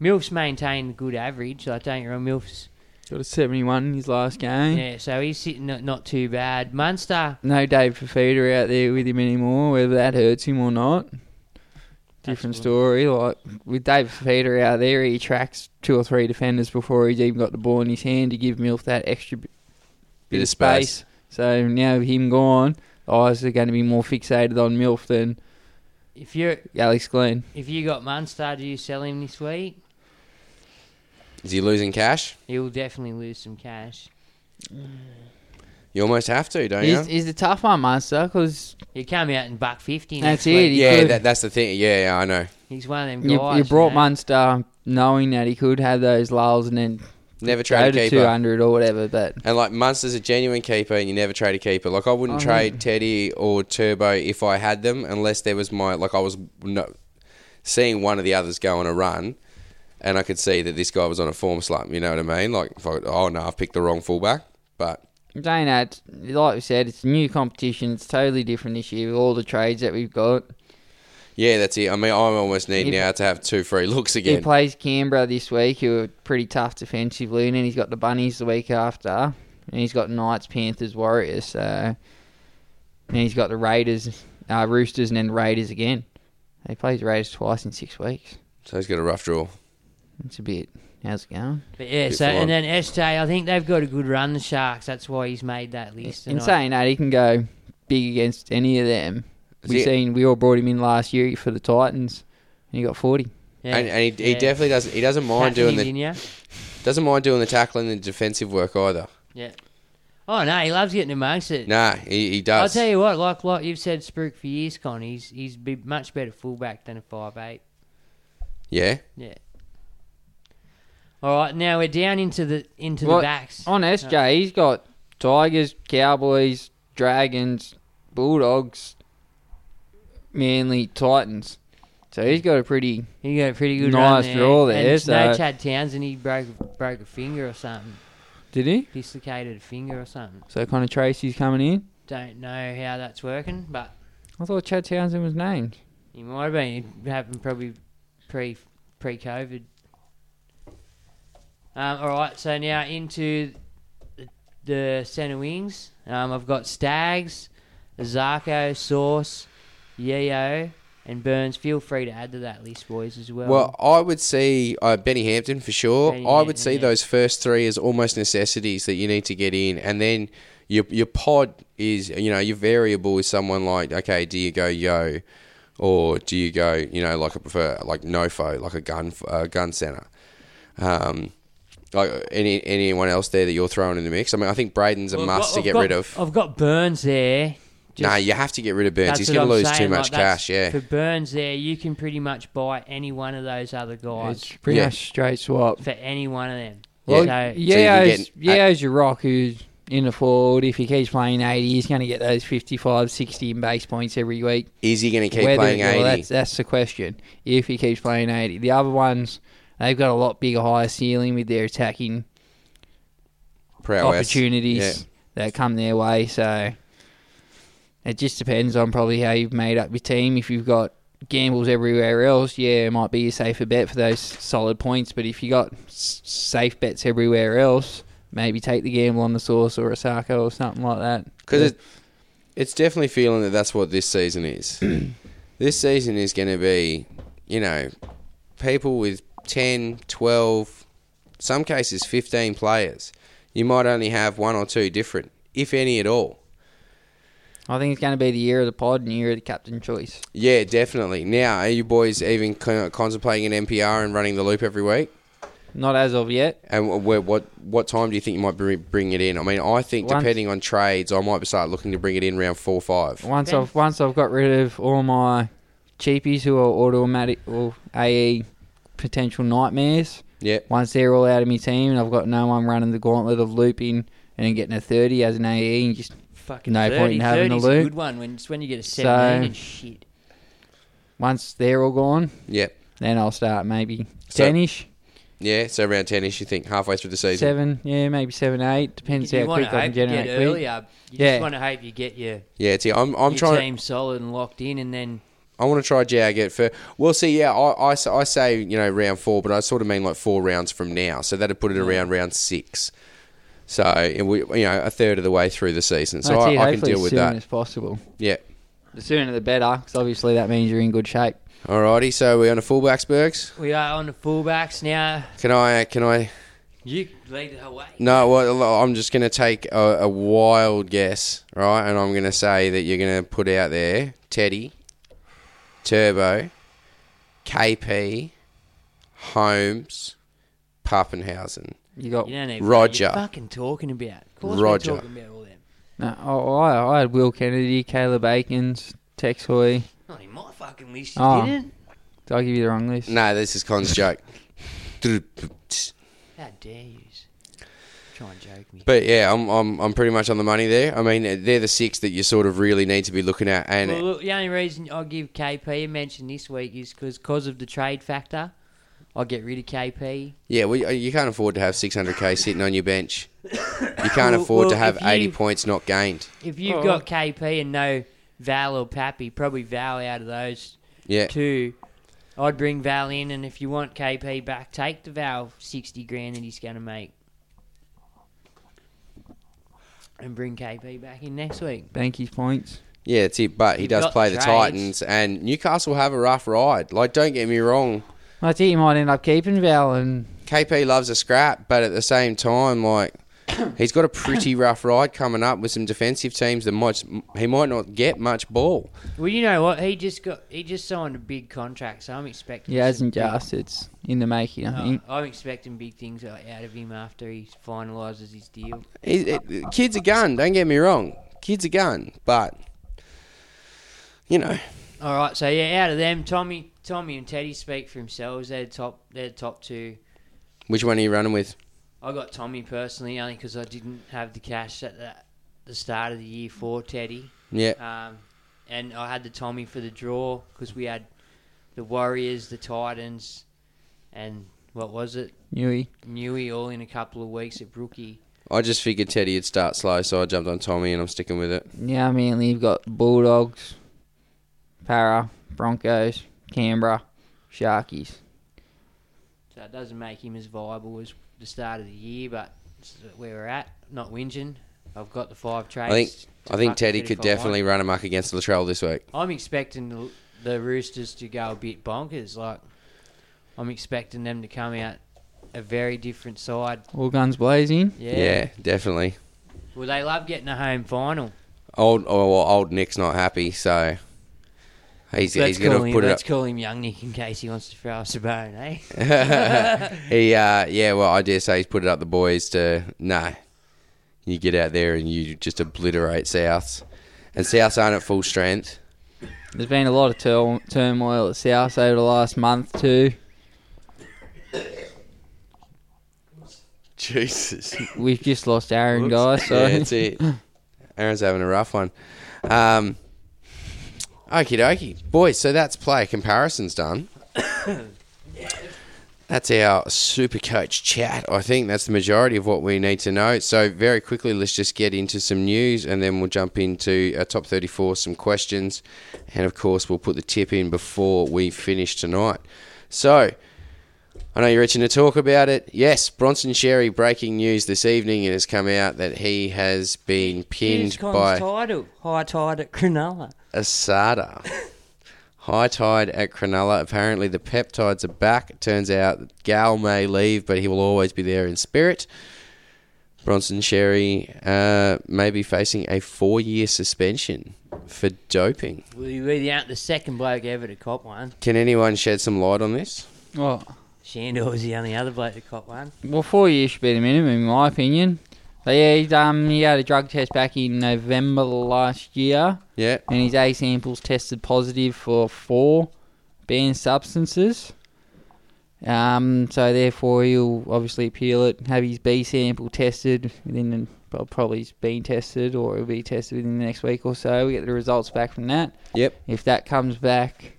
S7: MILF's maintained a good average. Like, don't get me wrong, MILF's.
S8: Got a 71 in his last game.
S7: Yeah, so he's sitting not, not too bad. Munster,
S8: no Dave Fafita out there with him anymore, whether that hurts him or not. Different story. Like with Dave Fafita out there, he tracks two or three defenders before he's even got the ball in his hand to give Milf that extra bit,
S4: Bit of space.
S8: So now with him gone, eyes are going to be more fixated on Milf than
S7: if you
S8: Alex Glenn.
S7: if you got Munster, do you sell him this week?
S4: Is he losing cash? Mm.
S7: He'll definitely lose some cash.
S4: You almost have to, don't you?
S8: He's, he's a tough one, Munster, because
S7: He come out and buck fifty.
S8: That's
S7: next week.
S8: it, he
S4: yeah,
S8: could-
S4: that, that's the thing. Yeah, yeah, I know.
S7: He's one of them
S8: you,
S7: guys.
S8: you brought
S7: know?
S8: Munster knowing that he could have those lulls and then
S4: Never
S8: go
S4: trade
S8: to
S4: a keeper.
S8: 200 or whatever. But
S4: And like Munster's a genuine keeper, and you never trade a keeper. Like I wouldn't
S8: I
S7: Oh,
S4: trade Teddy or Turbo if I had them, unless there was my like I was no, seeing one of the others go on a run, and I could see that this guy was on a form slump. You know what I mean? Like if I, oh no, I've picked the wrong fullback. But
S8: Dana, it's- like we said, it's a new competition. It's totally different this year with all the trades that we've got.
S4: Yeah, that's it. I mean, I almost need
S8: He-
S4: now to have two free looks
S8: He
S4: again.
S8: plays Canberra this week, who are pretty tough defensively, and then he's got the Bunnies the week after, and he's got Knights, Panthers, Warriors. So, and he's got the Raiders, uh, Roosters, and then Raiders again. He plays Raiders twice in six weeks.
S4: so he's got a rough draw.
S8: It's a bit. How's it going?
S7: But yeah,
S4: Bit
S7: so
S4: flawed.
S7: and then SJ, I think they've got a good run, the Sharks. That's why he's made that list.
S8: In
S7: tonight.
S8: saying that, eh? he can go big against any of them.
S4: Is
S8: We
S4: he-
S8: seen we all brought him in last year for the Titans, and he got forty.
S7: Yeah,
S4: and, and he, he
S7: yeah.
S4: definitely doesn't. He doesn't mind
S7: Captain
S4: doing
S7: is in
S4: the
S7: ya.
S4: doesn't mind doing the tackling and defensive work either.
S7: Yeah. Oh no, he loves getting amongst it.
S4: Nah, he, he
S7: I'll
S4: does.
S7: tell you what, like like you've said, Spook for years, Con. He's he's be much better fullback than a five eight.
S4: yeah,
S7: Yeah. All right, now we're down into the into
S8: Well,
S7: the backs.
S8: On SJ, he's got Tigers, Cowboys, Dragons, Bulldogs, Manly, Titans. So he's got a pretty.
S7: He got a pretty good run
S8: Nice
S7: there.
S8: draw there,
S7: And no
S8: so-
S7: Chad Townsend, he broke broke a finger or something,
S8: Did he?
S7: dislocated a finger or something.
S8: So Connor Tracy's coming in.
S7: Don't know how that's working, but
S8: I thought Chad Townsend was named.
S7: he might have been. It happened probably pre pre COVID. Um, all right, so now into the, the centre wings. Um, I've got Stags, Zarko, Source, Yeo, and Burns. Feel free to add to that list, boys, as well.
S4: Well, I would see uh, Benny Hampton for sure.
S7: Um, Benny
S4: I would
S7: Hampton,
S4: see
S7: yeah.
S4: those first three as almost necessities that you need to get in, and then your your pod is you know your variable is someone like okay, do you go yo, or do you go you know like I prefer like nofo like a gun uh, gun center, um, like any anyone else there that you're throwing in the mix. I mean, I think Braden's a
S7: Well, I've
S4: must
S7: got-
S4: to
S7: I've
S4: get
S7: got-
S4: rid of.
S7: I've got Burns there. Just-
S4: nah, you have to get rid of Burns.
S7: that's
S4: He's
S7: what
S4: going
S7: I'm
S4: to lose too
S7: saying, like,
S4: much
S7: that's-
S4: cash. Yeah,
S7: For Burns there, you can pretty much buy any one of those other guys
S8: It's pretty
S4: Yeah.
S8: much straight swap.
S7: for any one of them.
S4: Well,
S7: so,
S4: you can
S8: Yeo's,
S4: get-
S8: Yeo's your rock who's in the forward. If he keeps playing 80, he's going to get those 55, 60 in base points every week.
S4: is he going to keep
S8: Whether-
S4: playing
S8: well,
S4: eighty?
S8: that's, that's the question. If he keeps playing 80. The other ones, they've got a lot bigger, higher ceiling with their attacking
S4: Prowess.
S8: opportunities
S4: Yeah.
S8: that come their way. So it just depends on probably how you've made up your team. If you've got gambles everywhere else, yeah, it might be a safer bet for those solid points. But if you got s- safe bets everywhere else, maybe take the gamble on the source or a Sarko or something like that.
S4: Because it, it's definitely feeling that that's what this season is. this season is going to be, you know, people with 10, 12, some cases 15 players. You might only have one or two different, if any at all.
S8: I think it's going to be the year of the pod and year of the captain choice.
S4: Yeah, definitely. Now, are you boys even con- contemplating an NPR and running the loop every week?
S8: Not as of yet.
S4: And wh- wh- what what time do you think you might br- bring it in? I mean, I think
S8: Once-
S4: depending on trades, I might start looking to bring it in round four, five.
S8: Once
S7: Ben-
S8: I've once I've got rid of all my cheapies who are automatic or AE potential nightmares.
S4: Yeah,
S8: Once they're all out of my team and I've got no one running the gauntlet of looping and getting a thirty as an AE and just
S7: fucking
S8: no
S7: 30,
S8: point in having a
S7: 30's a
S8: loop.
S7: good one when it's when you get a
S8: So-
S7: seventeen and shit.
S8: once they're all gone,
S4: yeah,
S8: then I'll start maybe
S4: So-
S8: ten ish.
S4: yeah. So around ten-ish, you think halfway through the season?
S8: Seven, yeah, maybe seven, eight. Depends
S7: You
S8: how
S7: want
S8: quick
S7: to
S8: I can
S7: hope you
S8: generate
S7: get
S8: quick.
S7: earlier. You
S8: Yeah.
S7: just want to hope you get your,
S4: Yeah, T. I'm I'm
S7: your
S4: trying.
S7: team solid and locked in, and then
S4: I want to try Jag at first. Well, see, yeah, I, I, s- I say you know round four, but I sort of mean like four rounds from now, so that'd put it around round six. So it, we, you know, a third of the way through the season, so I,
S8: That's it,
S4: I can
S8: hopefully
S4: deal
S8: as
S4: with
S8: soon
S4: that.
S8: as possible.
S4: Yeah.
S8: The sooner the better, because obviously that means you're in good shape.
S4: Alrighty, so we're on a fullbacks, Bergs.
S7: we are on the fullbacks now.
S4: Can I? Can I?
S7: You lead the way.
S4: No, well, I'm just going to take a, a wild guess, right? And I'm going to say that you're going to put out there Teddy, Turbo, KP, Holmes, Pappenhausen.
S8: You got
S7: You don't even
S4: Roger.
S7: Know what you're fucking talking about. Of course
S4: Roger.
S7: We're talking about all them.
S8: no, oh, I, I had Will Kennedy, Caleb Akins, Tex Hoy.
S7: Not in my fucking list. You
S8: Oh.
S7: didn't.
S8: Did I give you the wrong list?
S4: No, this is Con's joke.
S7: How dare you? Try and joke me.
S4: But yeah, I'm, I'm I'm pretty much on the money there. I mean, they're the six that you sort of really need to be looking at. And
S7: Well, look, the only reason I give KP a mention this week is because of the trade factor, I get rid of KP.
S4: yeah, well, you- you can't afford to have 600k sitting on your bench. You can't
S7: Well-
S4: afford to
S7: well,
S4: have
S7: if
S4: 80
S7: you-
S4: points not gained.
S7: If you've
S9: Oh.
S7: got KP and no Val or Pappy, probably Val out of those
S4: Yeah.
S7: two. I'd bring Val in, and if you want KP back, take the Val 60 grand that he's going to make. And bring KP back in next week.
S8: Banky's points.
S4: Yeah, that's it. But he
S7: You've
S4: does
S7: got
S4: play the,
S7: the trades.
S4: Titans, and Newcastle have a rough ride. Like, don't get me wrong.
S8: Well, that's it. You might end up keeping Val and
S4: KP loves a scrap, but at the same time, like, he's got a pretty rough ride coming up with some defensive teams that might he might not get much ball.
S7: Well, you know what? He just got he just signed a big contract, so I'm expecting.
S8: yeah, it
S7: some
S8: hasn't
S7: big-
S8: just. It's in the making, I think.
S7: Oh, I'm expecting big things out of him after he finalises his deal.
S4: He, it, kid's a gun. Don't get me wrong. Kid's a gun, but you know,
S7: All right, so yeah, out of them, Tommy, Tommy and Teddy speak for themselves. They're the top. They're the top two.
S4: which one are you running with?
S7: I got Tommy personally only because I didn't have the cash at the, the start of the year for Teddy.
S4: Yeah.
S7: Um, and I had the Tommy for the draw because we had the Warriors, the Titans, and what was it?
S8: Newey.
S7: Newey all in a couple of weeks at Brookie.
S4: I just figured Teddy would start slow, so I jumped on Tommy, and I'm sticking with it.
S8: Yeah, I mean, you've got Bulldogs, Para, Broncos, Canberra, Sharkies.
S7: So it doesn't make him as viable as the start of the year, but it's where we're at, not whinging. I've got the five
S4: I
S7: trades.
S4: think
S7: to
S4: I think
S7: fucking
S4: Teddy
S7: fit
S4: could
S7: if I want.
S4: definitely run amok against Latrell this week.
S7: I'm expecting the, the Roosters to go a bit bonkers. Like, I'm expecting them to come out a very different side.
S8: All guns blazing.
S7: Yeah.
S4: yeah definitely.
S7: Well, they love getting a home final.
S4: Old oh, well, old Nick's not happy, so he's he's
S7: let's
S4: gonna
S7: call him,
S4: put it
S7: let's
S4: up.
S7: call him Young Nick in case he wants to throw us a bone, eh?
S4: he uh, yeah, well, I dare say he's put it up the boys to no. You get out there and you just obliterate Souths, and Souths aren't at full strength.
S8: There's been a lot of tur- turmoil at South over the last month, too.
S4: Jesus.
S8: We've just lost Aaron, guys. So.
S4: Yeah, that's it. Aaron's having a rough one. Um, okie dokie. Boys, so that's player comparisons done. That's our super coach chat. I think that's the majority of what we need to know. So, very quickly, let's just get into some news and then we'll jump into our top 34, some questions. And of course, we'll put the tip in before we finish tonight. So, I know you're itching to talk about it. Yes, Bronson Sherry breaking news this evening. It has come out that he has been pinned
S7: Newscon's
S4: by
S7: title, high tide at Cronulla.
S4: Asada. High tide at Cronulla. Apparently, the peptides are back. It turns out that Gal may leave, but he will always be there in spirit. Bronson Sherry uh, may be facing a four year suspension for doping.
S7: We really aren't the second bloke ever to cop one.
S4: Can anyone shed some light on this?
S8: Well,
S7: Shandor was the only other bloke to cop one.
S8: well, four years should be the minimum, in my opinion. But yeah, he's, um, he had a drug test back in November last year.
S4: Yeah.
S8: And his A samples tested positive for four banned substances. Um, so therefore he'll obviously appeal it, have his B sample tested within the, well, probably it's been tested or it'll be tested within the next week or so. We get the results back from that.
S4: Yep.
S8: If that comes back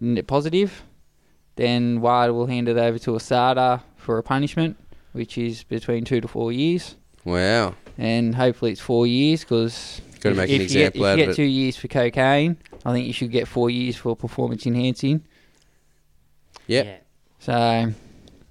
S8: n- positive, then Ward will hand it over to Asada for a punishment, which is between two to four years
S4: Wow.
S8: and hopefully it's four years because
S4: Gotta make an
S8: you get,
S4: example
S8: if
S4: out
S8: you
S4: of
S8: get
S4: it.
S8: two years for cocaine, I think you should get four years for performance enhancing.
S4: Yep.
S7: Yeah.
S8: So,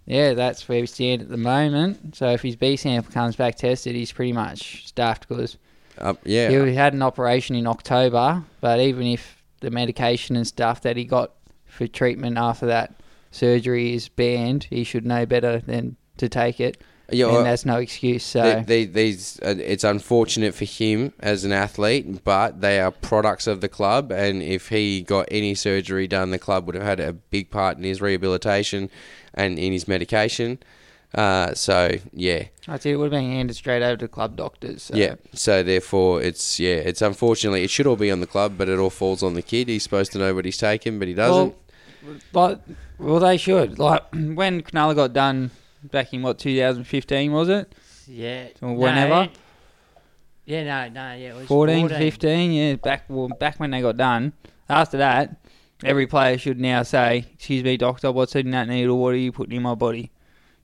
S8: yeah, that's where we stand at the moment. So if his B sample comes back tested, he's pretty much stuffed because
S4: Up, yeah.
S8: he had an operation in October, but even if the medication and stuff that he got for treatment after that surgery is banned, he should know better than to take it.
S4: Yeah,
S8: and
S4: well,
S8: that's no excuse. So
S4: They- they- these, uh, it's unfortunate for him as an athlete, but they are products of the club. And if he got any surgery done, the club would have had a big part in his rehabilitation and in his medication. Uh, so yeah,
S8: I it. It would have been handed straight over to club doctors. So.
S4: yeah. So therefore, it's yeah, it's unfortunately it should all be on the club, but it all falls on the kid. He's supposed to know what he's taking, but he doesn't.
S8: Like, well, they should. Like, when Cronulla got done back in what 2015 was it?
S7: Yeah.
S8: Or
S7: No,
S8: whenever.
S7: it- yeah, no, no, yeah. It was
S8: 14,
S7: 14.
S8: 15, yeah, back well, back when they got done. After that, every player should now say, "Excuse me, doctor, what's in that needle? What are you putting in my body?"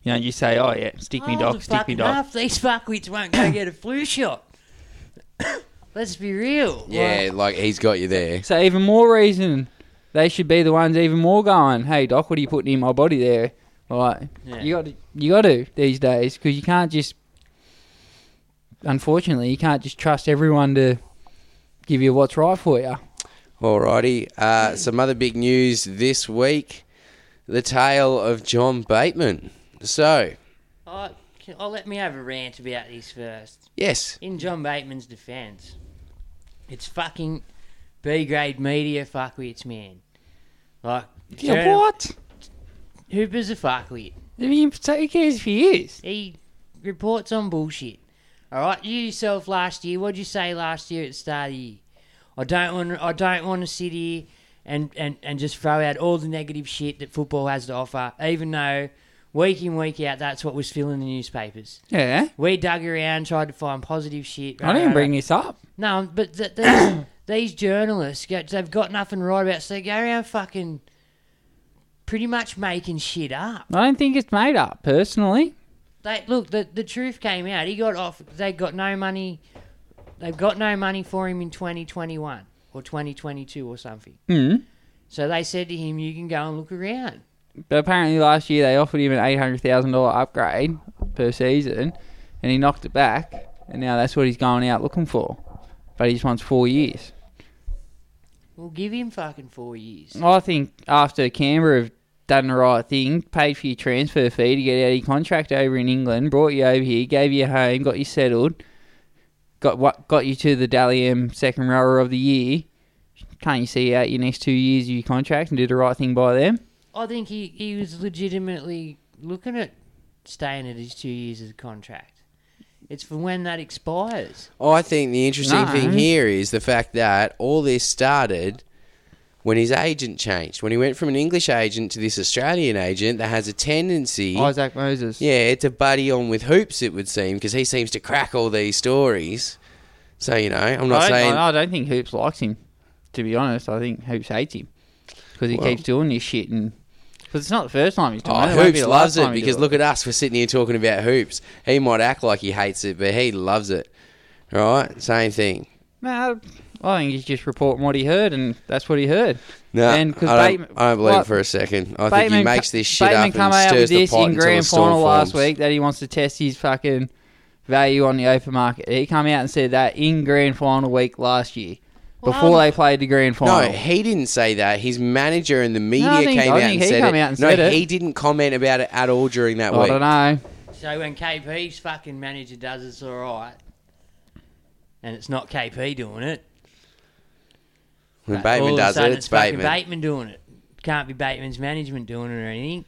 S9: You know, you say, oh, yeah, stick me,
S7: Oh,
S9: doc,
S7: the
S9: stick me,
S7: fucking
S9: doc.
S7: Half these fuckwits won't go get a flu shot. Let's be real.
S4: Yeah, like he's got you there.
S8: So even more reason they should be the ones even more going. Hey doc, what are you putting in my body there? Like
S7: Yeah.
S8: you got to, you got to these days because you can't just. Unfortunately, you can't just trust everyone to give you what's right for you.
S4: Alrighty. Uh, some other big news this week the tale of John Bateman. So,
S7: I, can, I'll let me have a rant about this first.
S4: Yes.
S7: In John Bateman's defence, it's fucking B grade media fuckwits, man. Like,
S8: Yeah,
S7: journal-
S8: what?
S7: Hooper's a fuckwit.
S8: I mean, so who cares if he is?
S7: He reports on bullshit. All right, you yourself last year. What'd you say last year at the start of the year? I don't want. I don't want to sit here and, and, and just throw out all the negative shit that football has to offer, even though week in week out that's what was filling the newspapers.
S8: Yeah.
S7: We dug around, tried to find positive shit.
S8: I didn't
S7: right,
S8: bring
S7: right.
S8: this up.
S7: No, but th- these, these journalists, go, they've got nothing right about, so they go around fucking pretty much making shit up.
S8: I don't think it's made up personally.
S7: They look the the truth came out. He got off. They got no money. They've got no money for him in 2021 or 2022 or something.
S8: Hmm.
S7: So they said to him, "You can go and look around."
S8: But apparently last year they offered him an eight hundred thousand dollar upgrade per season, and he knocked it back, and now that's what he's going out looking for. But he just wants four years.
S7: We'll give him fucking four years.
S8: I think after Canberra have done the right thing, paid for your transfer fee to get out of your contract over in England, brought you over here, gave you a home, got you settled, got what got you to the Dally M second rower of the year. Can't you see out your next two years of your contract and do the right thing by them?
S7: I think he, he was legitimately looking at staying at his two years of the contract. It's for when that expires.
S4: Oh, I think the interesting
S7: No.
S4: thing here is the fact that all this started when his agent changed. When he went from an English agent to this Australian agent that has a tendency.
S8: Isaac Moses.
S4: Yeah, to buddy on with hoops, it would seem, because he seems to crack all these stories. So, you know, I'm not
S8: I don't-
S4: saying.
S8: I don't think Hoops likes him. To be honest, I think Hoops hates him because he
S4: Well-
S8: keeps doing this shit, and because it's not the first time he's
S4: Oh,
S8: done it. it. won't be
S4: Hoops
S8: the last
S4: loves it
S8: time he
S4: because
S8: do
S4: look at us. We're sitting here talking about Hoops. He might act like he hates it, but he loves it. Right? Same thing.
S8: Nah, I think he's just reporting what he heard, and that's what he heard.
S4: No,
S8: and
S4: I, don't, I don't believe
S8: like,
S4: it for a second. I think he
S8: Bateman
S4: makes
S8: co-
S4: this shit
S8: Bateman
S4: up
S8: come
S4: and
S8: out with
S4: stirs the
S8: this
S4: pot
S8: in
S4: until a
S8: grand
S4: storm
S8: final last
S4: forms.
S8: week that he wants to test his fucking value on the open market. He come out and said that in grand final week last year before
S4: Well,
S8: they played the grand final.
S4: No, he didn't say that. His manager and the media
S8: I think-
S4: came
S8: I
S4: out
S8: think
S4: and
S8: he
S4: said
S8: come
S4: it.
S8: out and
S4: no,
S8: said it.
S4: he didn't comment about it at all during that
S8: I
S4: week.
S8: don't know.
S7: So when KP's fucking manager does it's all right, and it's not KP doing it.
S4: When
S7: All
S4: Bateman
S7: of a
S4: does it,
S7: sudden
S4: it's
S7: fucking
S4: Bateman.
S7: Bateman doing it. Can't be Bateman's management doing it or anything.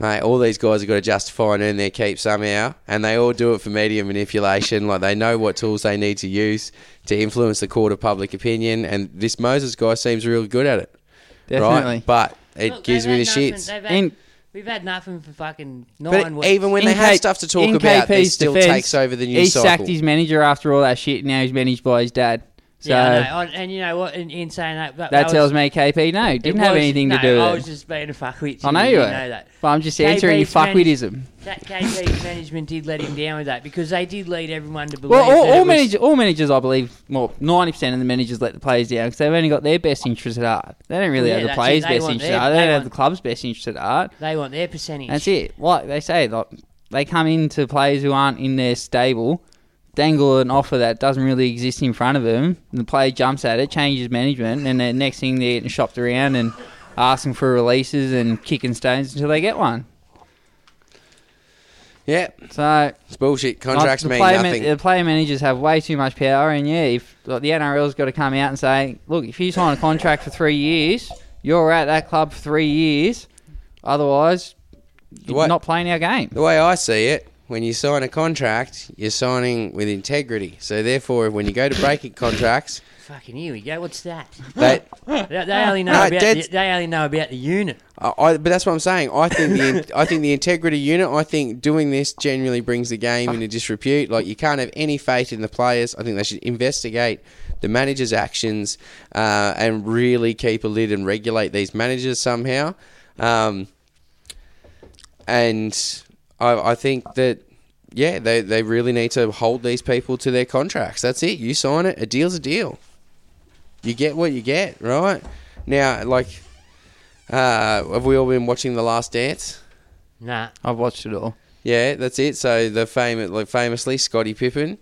S4: Mate, all these guys have got to justify and earn their keep somehow, and they all do it for media manipulation. Like they know what tools they need to use to influence the court of public opinion, and this Moses guy seems real good at it.
S8: Definitely.
S4: right? but it
S7: Look,
S4: gives
S7: they've
S4: me the
S7: had nothing-
S4: shits.
S7: they've had- we've had nothing for fucking
S4: But
S7: nine weeks.
S4: even when they
S8: In
S4: have
S8: K-
S4: stuff to talk
S8: in
S4: about, they
S8: KP's
S4: still
S8: defense,
S4: takes over the
S8: He
S4: news cycle.
S8: sacked his manager after all that shit. and Now he's managed by his dad. So
S7: yeah, I know. I- and you know what? In, in saying that, that,
S8: that
S7: was-
S8: tells me KP no
S7: it
S8: didn't have
S7: was-
S8: anything
S7: no,
S8: to do with
S7: I
S8: it.
S7: was just being a fuckwit.
S8: I know
S7: you
S8: you
S7: didn't
S8: were.
S7: Know that.
S8: But I'm just answering your
S7: KP's manage-
S8: fuckwittism.
S7: That KP's management did let him down with that because they did lead everyone to believe.
S8: Well, all,
S7: that it
S8: all,
S7: was-
S8: managers, all managers, I believe, well, ninety percent of the managers let the players down because they've only got their best interest at heart. They don't really
S7: Well, yeah,
S8: have the
S7: that's it.
S8: players'
S7: They
S8: best
S7: want
S8: interest
S7: their-
S8: at heart. They,
S7: they
S8: don't have
S7: want-
S8: the club's best interest at heart.
S7: They want their percentage.
S8: That's it. Like they say, like they come into players who aren't in their stable, dangle an offer that doesn't really exist in front of them, and the player jumps at it, changes management, and the next thing they're getting shopped around and asking for releases and kicking stones until they get one.
S4: Yeah.
S8: So
S4: it's bullshit. Contracts
S8: the
S4: mean
S8: player man-
S4: nothing.
S8: the player managers have way too much power, and yeah, if like, the NRL's got to come out and say, look, if you sign a contract for three years, you're at that club for three years. Otherwise, you're
S4: way-
S8: not playing our game.
S4: The way I see it, when you sign a contract, you're signing with integrity. So therefore, when you go to breaking contracts,
S7: Fucking here we go. What's that?
S4: They-
S7: they, they only know
S4: No,
S7: about
S4: that's-
S7: the, they only know about the unit.
S4: I, I, but that's what I'm saying. I think the in- I think the integrity unit. I think doing this generally brings the game into disrepute. Like you can't have any faith in the players. I think they should investigate the manager's actions uh, and really keep a lid and regulate these managers somehow. Um, and I, I think that yeah, they they really need to hold these people to their contracts. That's it. You sign it, a deal's a deal. You get what you get, right? Now, like, uh, have we all been watching The Last Dance?
S7: Nah.
S8: I've watched it all.
S4: Yeah, that's it. So the famous, like famously, Scottie Pippen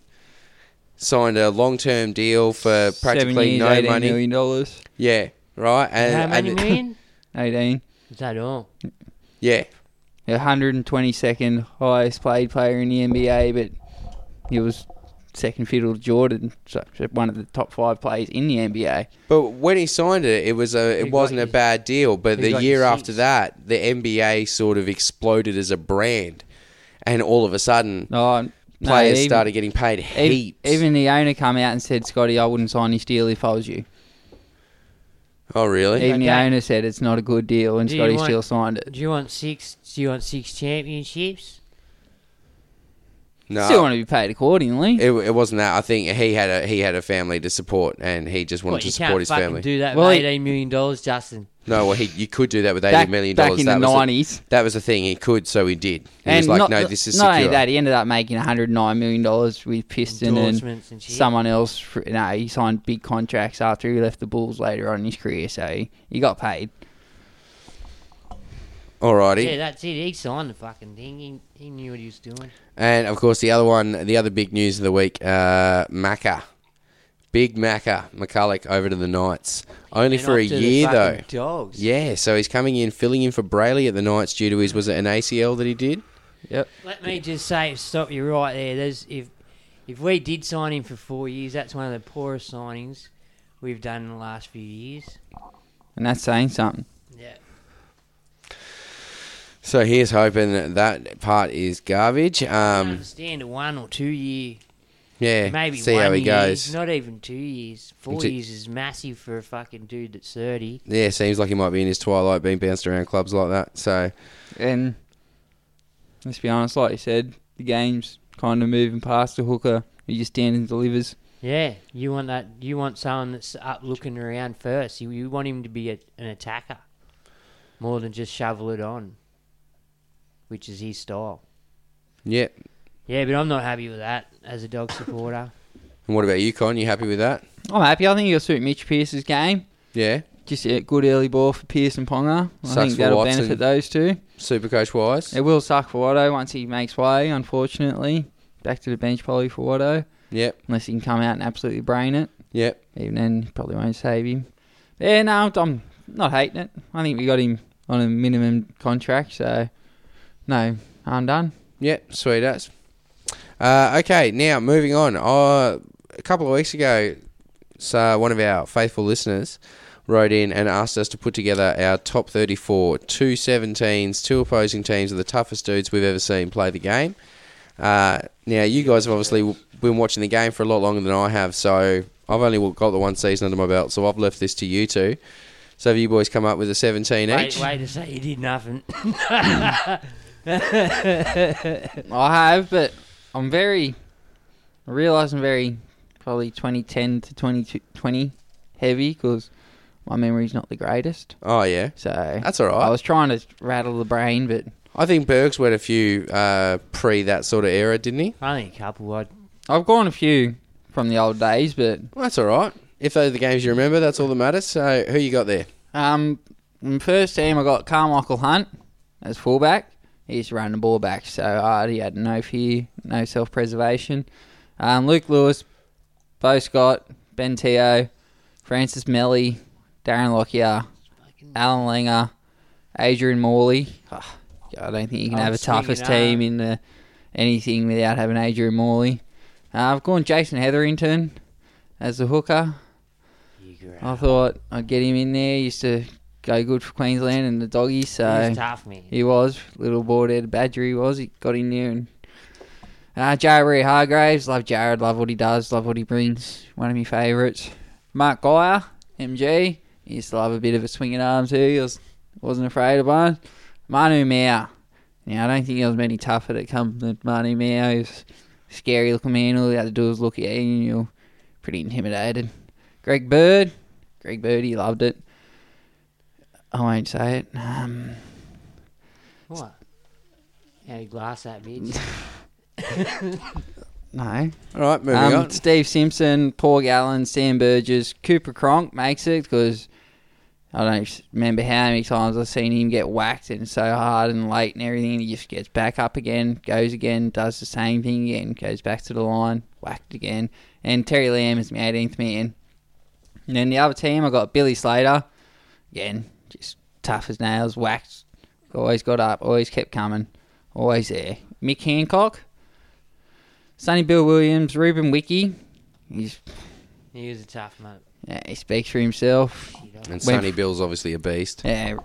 S4: signed a long-term deal for practically
S8: years,
S4: no
S8: 18
S4: money.
S8: million dollars.
S4: Yeah, right.
S7: How
S4: And,
S7: many
S4: and-
S7: million?
S8: Eighteen.
S7: Is that all?
S4: yeah,
S8: The 122nd highest paid player in the NBA, but he was second fiddle to Jordan, so so one of the top five players in the NBA.
S4: But when he signed it, it was a it wasn't a bad deal. But
S8: he
S4: the
S8: got
S4: year
S8: his
S4: after that, the NBA sort of exploded as a brand, and all of a sudden,
S8: Oh, no,
S4: players
S8: even-
S4: started getting paid
S8: Ev-
S4: heaps.
S8: Even the owner come out and said, Scotty, I wouldn't sign this deal if I was you.
S4: oh, really?
S8: Even the
S7: Okay.
S8: owner said it's not a good deal, and
S7: Do you
S8: Scotty
S7: want-
S8: still signed it.
S7: Do you want six? Do you want six championships?
S4: No,
S8: Still want to be paid accordingly.
S4: it, it wasn't that. I think he had a he had a family to support, and he just wanted
S7: What,
S4: to
S7: you
S4: support
S7: can't
S4: his
S7: fucking
S4: family.
S7: do that
S8: Well,
S7: with
S8: he-
S7: eighteen million dollars, Justin.
S4: No, well, he you could do that with
S8: Back-
S4: eighty million
S8: back
S4: dollars.
S8: in
S4: that
S8: the
S4: was
S8: 90s.
S4: that was the thing. He could, so he did. He was like, no, this is
S8: not only
S4: secure.
S8: that, he ended up making $109 million with Piston and
S7: Endorsements and shit.
S8: someone else. For, no, he signed big contracts after he left the Bulls later on in his career, so he, he got paid.
S4: Alrighty.
S7: Yeah, that's it. He signed the fucking thing. He, he knew what he was doing.
S4: And of course, the other one, the other big news of the week, uh, Macca. Big Macca, McCulloch over to the Knights. Only
S7: Went
S4: for a
S7: off to the
S4: year, though.
S7: fucking Dogs.
S4: Yeah, so he's coming in, filling in for Brayley at the Knights due to his, was it an ACL that he did?
S8: Yep.
S7: Let me just say, stop you right there. There's if if we did sign him for four years, that's one of the poorest signings we've done in the last few years.
S8: And that's saying something.
S7: Yeah.
S4: So here's hoping that that part is garbage.
S7: I
S4: Um,
S7: understand a one or two year,
S4: yeah,
S7: maybe
S4: see
S7: one
S4: how he
S7: year,
S4: goes.
S7: Not even two years. Four
S4: T-
S7: years is massive for a fucking dude that's thirty.
S4: yeah, seems like he might be in his twilight, being bounced around clubs like that. So
S8: And let's be honest, like you said, the game's kind of moving past the hooker. He just stands and delivers.
S7: Yeah, you want that. You want someone that's up looking around first. You, you want him to be a, an attacker more than just shovel it on, which is his style.
S4: yeah.
S7: Yeah, but I'm not happy with that as a dog supporter.
S4: And what about you, Con? You happy with that?
S8: I'm happy. I think he'll suit Mitch Pearce's game.
S4: Yeah,
S8: Just a good early ball for Pearce and Ponga. I
S4: Sucks
S8: think
S4: for
S8: that'll
S4: Watson.
S8: benefit those two.
S4: super coach wise.
S8: It will suck for Watto once he makes way, unfortunately. Back to the bench probably for Watto,
S4: Yep,
S8: unless he can come out and absolutely brain it.
S4: yep.
S8: Even then, probably won't save him. Yeah, no, I'm not hating it. I think we got him on a minimum contract, so no, I'm done.
S4: Yep, sweet as. Uh, okay, now moving on. Uh, a couple of weeks ago, so one of our faithful listeners wrote in and asked us to put together our top 34, two 17s, two opposing teams of the toughest dudes we've ever seen play the game. Uh, now, you guys have obviously w- been watching the game for a lot longer than I have, so I've only w- got the one season under my belt, so I've left this to you two. So have you boys come up with a 17
S7: Wait,
S4: each?
S7: wait to say you did nothing.
S8: I have, but I'm very. I realise I'm very probably 2010 to 2020 heavy because my memory's not the greatest.
S4: Oh, yeah.
S8: So
S4: That's all right.
S8: I was trying to rattle the brain, but
S4: I think Bergs went a few uh, pre that sort of era, didn't he?
S7: Only a couple. I
S8: I've gone a few from the old days. But
S4: Well, that's all right. If those are the games you remember, that's all that matters. So who you got there?
S8: um, my first team I got Carmichael Hunt as fullback. He used to run the ball back, so uh, he had no fear, no self-preservation. Um, Luke Lewis, Bo Scott, Ben Teo, Francis Melly, Darren Lockyer, Alan Langer, Adrian Morley. Ah, I don't think you can
S7: I'm
S8: have a toughest
S7: swinging
S8: team in the, anything without having Adrian Morley. Uh, I've gone Jason Hetherington as the hooker. I thought I'd get him in there. He used to go good for Queensland and the doggies, so
S7: he's tough, man.
S8: he was. Little bald headed badger he was. He got in there and uh, Jared Hargraves, love Jared, love what he does, love what he brings. One of my favourites. Mark Geyer, MG, he used to love a bit of a swinging arm too. He was, wasn't afraid of one. Manu Mao. Now, I don't think there was many tougher that come than Manu Mao. He was a scary looking man. All he had to do was look at you and you're pretty intimidated. Greg Bird. Greg Bird, he loved it. I won't say it. Um,
S7: What? How you glass that bitch?
S8: No. All
S4: right, moving
S8: Um,
S4: on.
S8: Steve Simpson, Paul Gallen, Sam Burgess, Cooper Cronk makes it because I don't remember how many times I've seen him get whacked and so hard and late and everything. And he just gets back up again, goes again, does the same thing again, goes back to the line, whacked again. And Terry Lamb is my 18th man. And then the other team, I got Billy Slater. Again, just tough as nails, whacked. Always got up, always kept coming, always there. Mick Hancock. Sonny Bill Williams, Ruben Wiki. He's,
S7: he was a tough mate.
S8: yeah, he speaks for himself.
S4: And
S8: Went-
S4: Sonny Bill's obviously a beast.
S8: Yeah.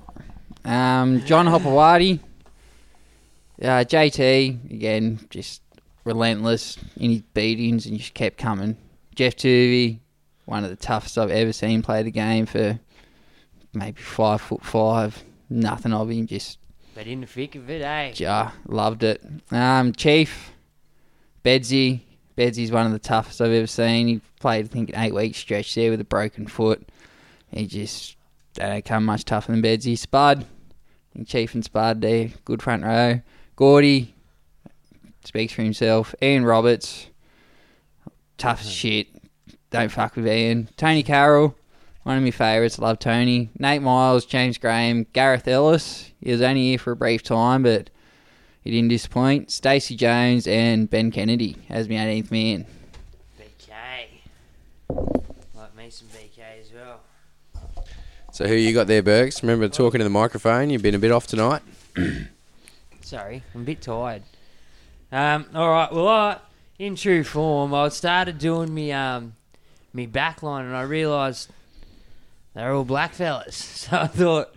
S8: Um, John Hopewadi. Uh, JT, again, just relentless in his beatings and just kept coming. Jeff Tuvey, one of the toughest I've ever seen play the game for maybe five foot five. Nothing of him, just
S7: But in the thick of it, eh?
S8: yeah, loved it. Um, Chief, Bedsy. Bedsy's one of the toughest I've ever seen. He played, I think, an eight week stretch there with a broken foot. He just they don't come much tougher than Bedsy. Spud, and Chief and Spud there, good front row. Gordy speaks for himself. Ian Roberts, tough as shit. Don't fuck with Ian. Tony Carroll, one of my favourites. Love Tony. Nate Miles, James Graham, Gareth Ellis. He was only here for a brief time, but he didn't disappoint. Stacey Jones and Ben Kennedy as my 18th man.
S7: BK. Like me some BK as well.
S4: So who you got there, Bergs? Remember talking to the microphone? You've been a bit off tonight.
S7: Sorry, I'm a bit tired. Um, all right. Well, I, in true form, I started doing me um me backline, and I realised they're all black fellas. So I thought,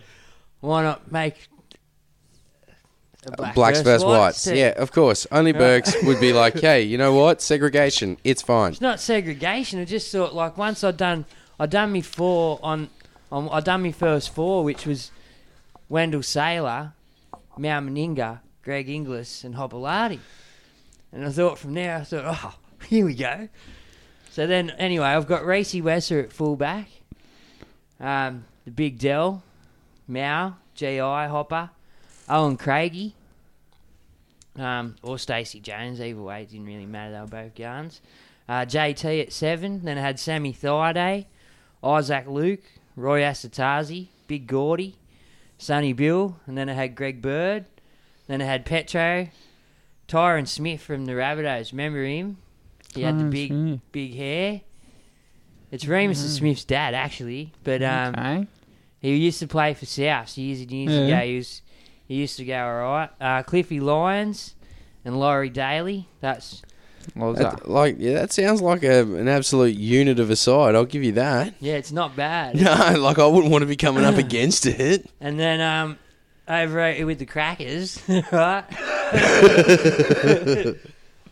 S7: why not make a black
S4: Blacks
S7: versus
S4: versus whites.
S7: team?
S4: Yeah, of course. Only
S7: Right.
S4: Bergs would be like, hey, you know what? Segregation. It's fine.
S7: It's not segregation. I just thought like once I'd done I done me four on, on I done me first four, which was Wendell Saylor, Mao Meninga, Greg Inglis, and Hobolati. And I thought from there, I thought, oh, here we go. So then, anyway, I've got Racy Wesser at fullback, um, the Big Dell, Mao, G.I. Hopper, Owen Craigie, um, or Stacey Jones. Either way, it didn't really matter. They were both guns. Uh, JT at seven. Then I had Sammy Thaiday, Isaac Luke, Roy Asatazi, Big Gordy, Sonny Bill, and then I had Greg Bird. Then I had Petro, Tyron Smith from the Rabbitohs. Remember him? He had the
S8: Tyron
S7: big
S8: Smith.
S7: big hair. It's Remus and
S8: Mhm.
S7: Smith's dad, actually, but um,
S8: Okay.
S7: he used to play for South years and years
S8: Yeah.
S7: ago. He, was, he used to go all right. Uh, Cliffy Lyons and Laurie Daly. That's
S4: That- like, yeah, that sounds like a, an absolute unit of a side. I'll give you that.
S7: yeah, it's not bad.
S4: No, like I wouldn't want to be coming up against it.
S7: And then um, over at- with the Crackers, right?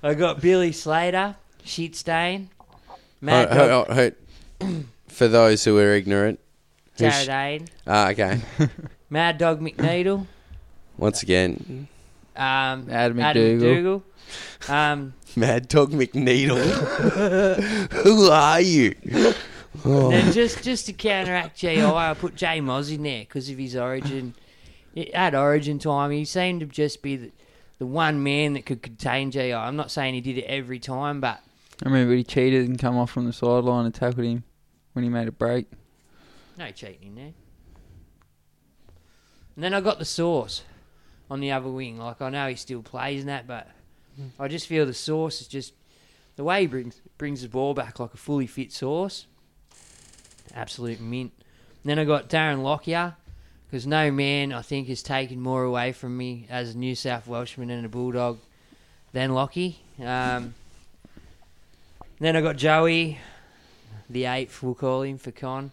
S7: I got Billy Slater, Sheetstain, Mad
S4: Ho- ho-
S7: Dog,
S4: ho- ho- oh, for those who are ignorant, who sh-
S7: Jared Aiden,
S4: ah, okay.
S7: Mad Dog McNeedle,
S4: Once again,
S7: um,
S8: Adam
S7: McDougal,
S8: McDougal.
S7: um,
S4: Mad Dog McNeedle. who are you? Oh.
S7: Then just just to counteract GI, I put J Moz in there because of his origin. At origin time, he seemed to just be the, the one man that could contain GI. I'm not saying he did it every time, but
S8: I remember he cheated and come off from the sideline and tackled him when he made a break.
S7: no cheating in there. And then I got the source on the other wing. Like I know he still plays and that, but I just feel the source is just the way he brings brings the ball back like a fully fit source. Absolute mint. And then I got Darren Lockyer because no man I think has taken more away from me as a New South Welshman and a Bulldog than Lockie. Um, then I got Joey, the eighth we'll call him for con.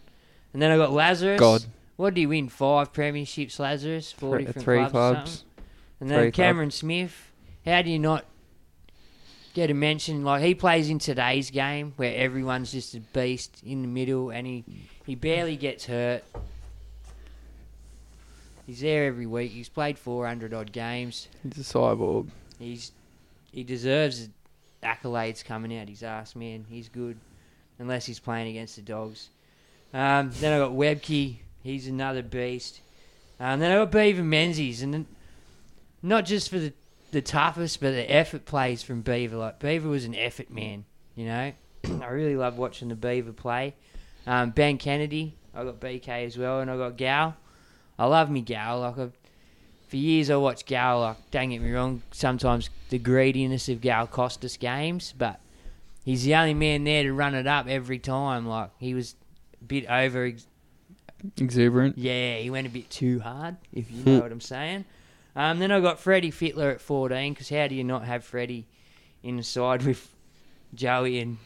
S7: And then I got Lazarus.
S8: God.
S7: What did he win? Five premierships, Lazarus. Four
S8: Three-
S7: different
S8: three
S7: clubs. or
S8: clubs.
S7: something? And then
S8: Three clubs.
S7: Cameron Smith. How do you not get a mention? Like he plays in today's game where everyone's just a beast in the middle, and he he barely gets hurt. He's there every week. He's played 400 odd games.
S8: He's a cyborg.
S7: He's he deserves accolades coming out his ass, man. He's good, unless he's playing against the Dogs. Um, then I got Webke. He's another beast. Um, then I got Beaver Menzies, and then- not just for the the toughest, but the effort plays from Beaver. Like Beaver was an effort man, you know. I really love watching the Beaver play. Um, ben Kennedy, I got BK as well, and I got Gal. I love me Gal. Like I've, for years, I watched Gal. Like don't get me wrong, sometimes the greediness of Gal cost us games, but he's the only man there to run it up every time. Like he was a bit over. ex-
S8: Exuberant.
S7: yeah, he went a bit too hard, if you know
S8: Hmm.
S7: what I'm saying. Um, then I got Freddie Fittler at 14, because how do you not have Freddie in the side with Joey and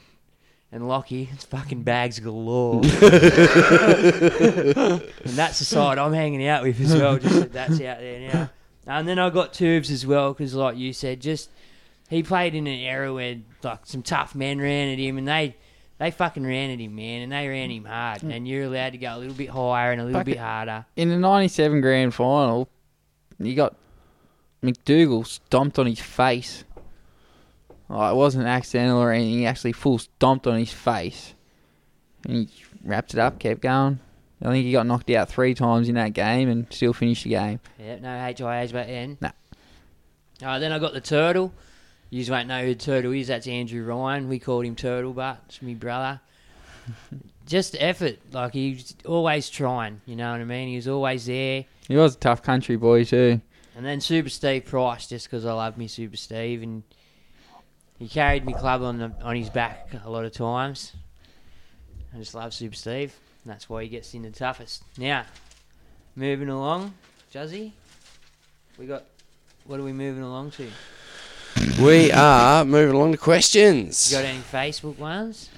S7: and Lockie? It's fucking bags galore. and that's the side I'm hanging out with as well, just that that's out there now. And then I got Tubes as well, because like you said, just he played in an era where like some tough men ran at him, and they they fucking ran at him, man, and they ran him hard. And you're allowed to go a little bit higher and a little
S8: Mm. Fuck
S7: bit
S8: it.
S7: harder.
S8: In the 97 grand final, you got McDougal stomped on his face. Oh, it wasn't accidental or anything. He actually full stomped on his face. And he wrapped it up, kept going. I think he got knocked out three times in that game and still finished the game.
S7: Yeah, no HIAs back then.
S8: No.
S7: Uh, then I got the turtle. You just won't know who the turtle is. That's Andrew Ryan. We called him Turtle, but it's me brother. Just effort. Like he was always trying. You know what I mean? He was always there.
S8: He was a tough country boy, too.
S7: And then Super Steve Price, just because I love me Super Steve, and he carried me club on the, on his back a lot of times. I just love Super Steve. And that's why he gets in the toughest. Now, moving along, Juzzy, we got what are we moving along to? You
S4: We are moving along to questions.
S7: got any Facebook ones?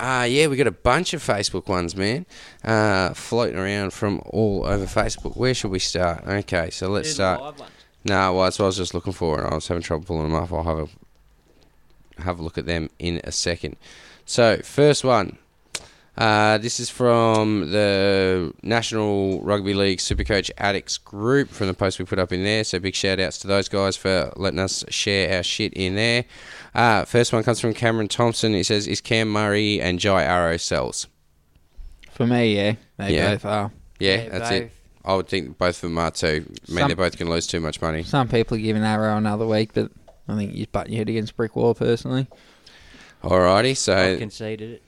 S4: Ah, yeah, we got a bunch of Facebook ones, man, uh, floating around from all over Facebook. Where should we start? Okay, so let's
S7: Do the
S4: start.
S7: live ones.
S4: No, well, that's what I was just looking for, and I was having trouble pulling them up. I'll have a have a look at them in a second. So, first one. Uh, this is from the National Rugby League Supercoach Addicts group from the post we put up in there. So big shout outs to those guys for letting us share our shit in there. Uh, first one comes from Cameron Thompson. He says, "Is Cam Murray and Jai Arrow cells?"
S8: For me, yeah. They
S4: Yeah.
S8: both are.
S4: Yeah,
S7: Yeah,
S4: that's
S7: both.
S4: it. I would think both of them are too. I mean,
S8: Some-
S4: they're both going to lose too much money.
S8: Some people are giving Arrow another week, but I think you butt your head against a brick wall, personally.
S4: Alrighty, so
S7: I conceded it.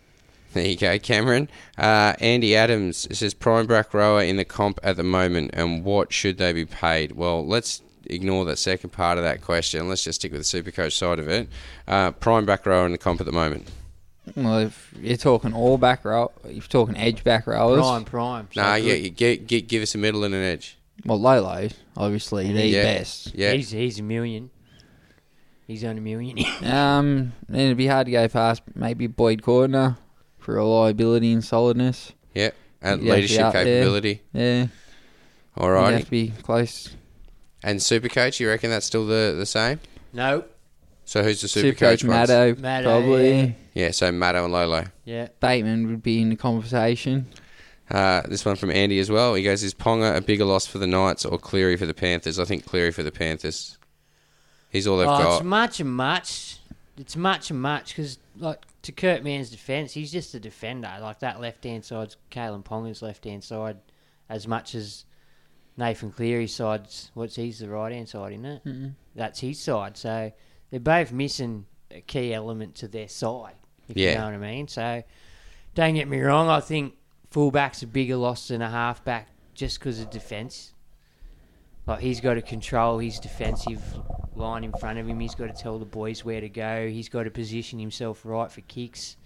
S4: There you go, Cameron. Uh, Andy Adams says prime brack rower in the comp at the moment, and what should they be paid? Well, let's ignore that second part of that question. Let's just stick with the supercoach side of it. Uh, prime back rower in the comp at the moment.
S8: Well, if you're talking all back row, if you're talking edge back rowers,
S7: Prime, prime. So
S4: nah,
S7: good.
S4: yeah, you get, get, give us a middle and an edge.
S8: well, Lolo's obviously the
S4: Mm, yeah,
S8: best.
S4: Yeah,
S7: He's he's a million. He's on a million.
S8: Um, and it'd be hard to go past maybe Boyd Cordner for reliability and solidness.
S4: yeah, and
S8: He'd have to be
S4: leadership
S8: up there.
S4: capability.
S8: Yeah,
S4: All righty.
S8: right. He'd have to be close.
S4: And supercoach, you reckon that's still the, the same?
S7: no.
S4: So who's the supercoach?
S8: Supercoach
S4: ones?
S8: Maddo,
S7: Maddo,
S8: probably.
S7: yeah.
S4: Yeah, so Maddo and Lolo.
S7: Yeah.
S8: Bateman would be in the conversation.
S4: Uh, this one from Andy as well. He goes, "Is Ponga a bigger loss for the Knights or Cleary for the Panthers?" I think Cleary for the Panthers. He's all they've
S7: oh,
S4: got.
S7: It's much and much. It's much and much because, like, to Kurt Mann's defence, he's just a defender. Like, that left hand side's Kalen Ponga's left hand side as much as Nathan Cleary's side's, what's he's the right hand side, isn't it? mm That's his side. So they're both missing a key element to their side, if you
S4: Yeah.
S7: know what I mean. So don't get me wrong, I think fullback's a bigger loss than a halfback just because of defence. Like he's got to control his defensive line in front of him. He's got to tell the boys where to go. He's got to position himself right for kicks.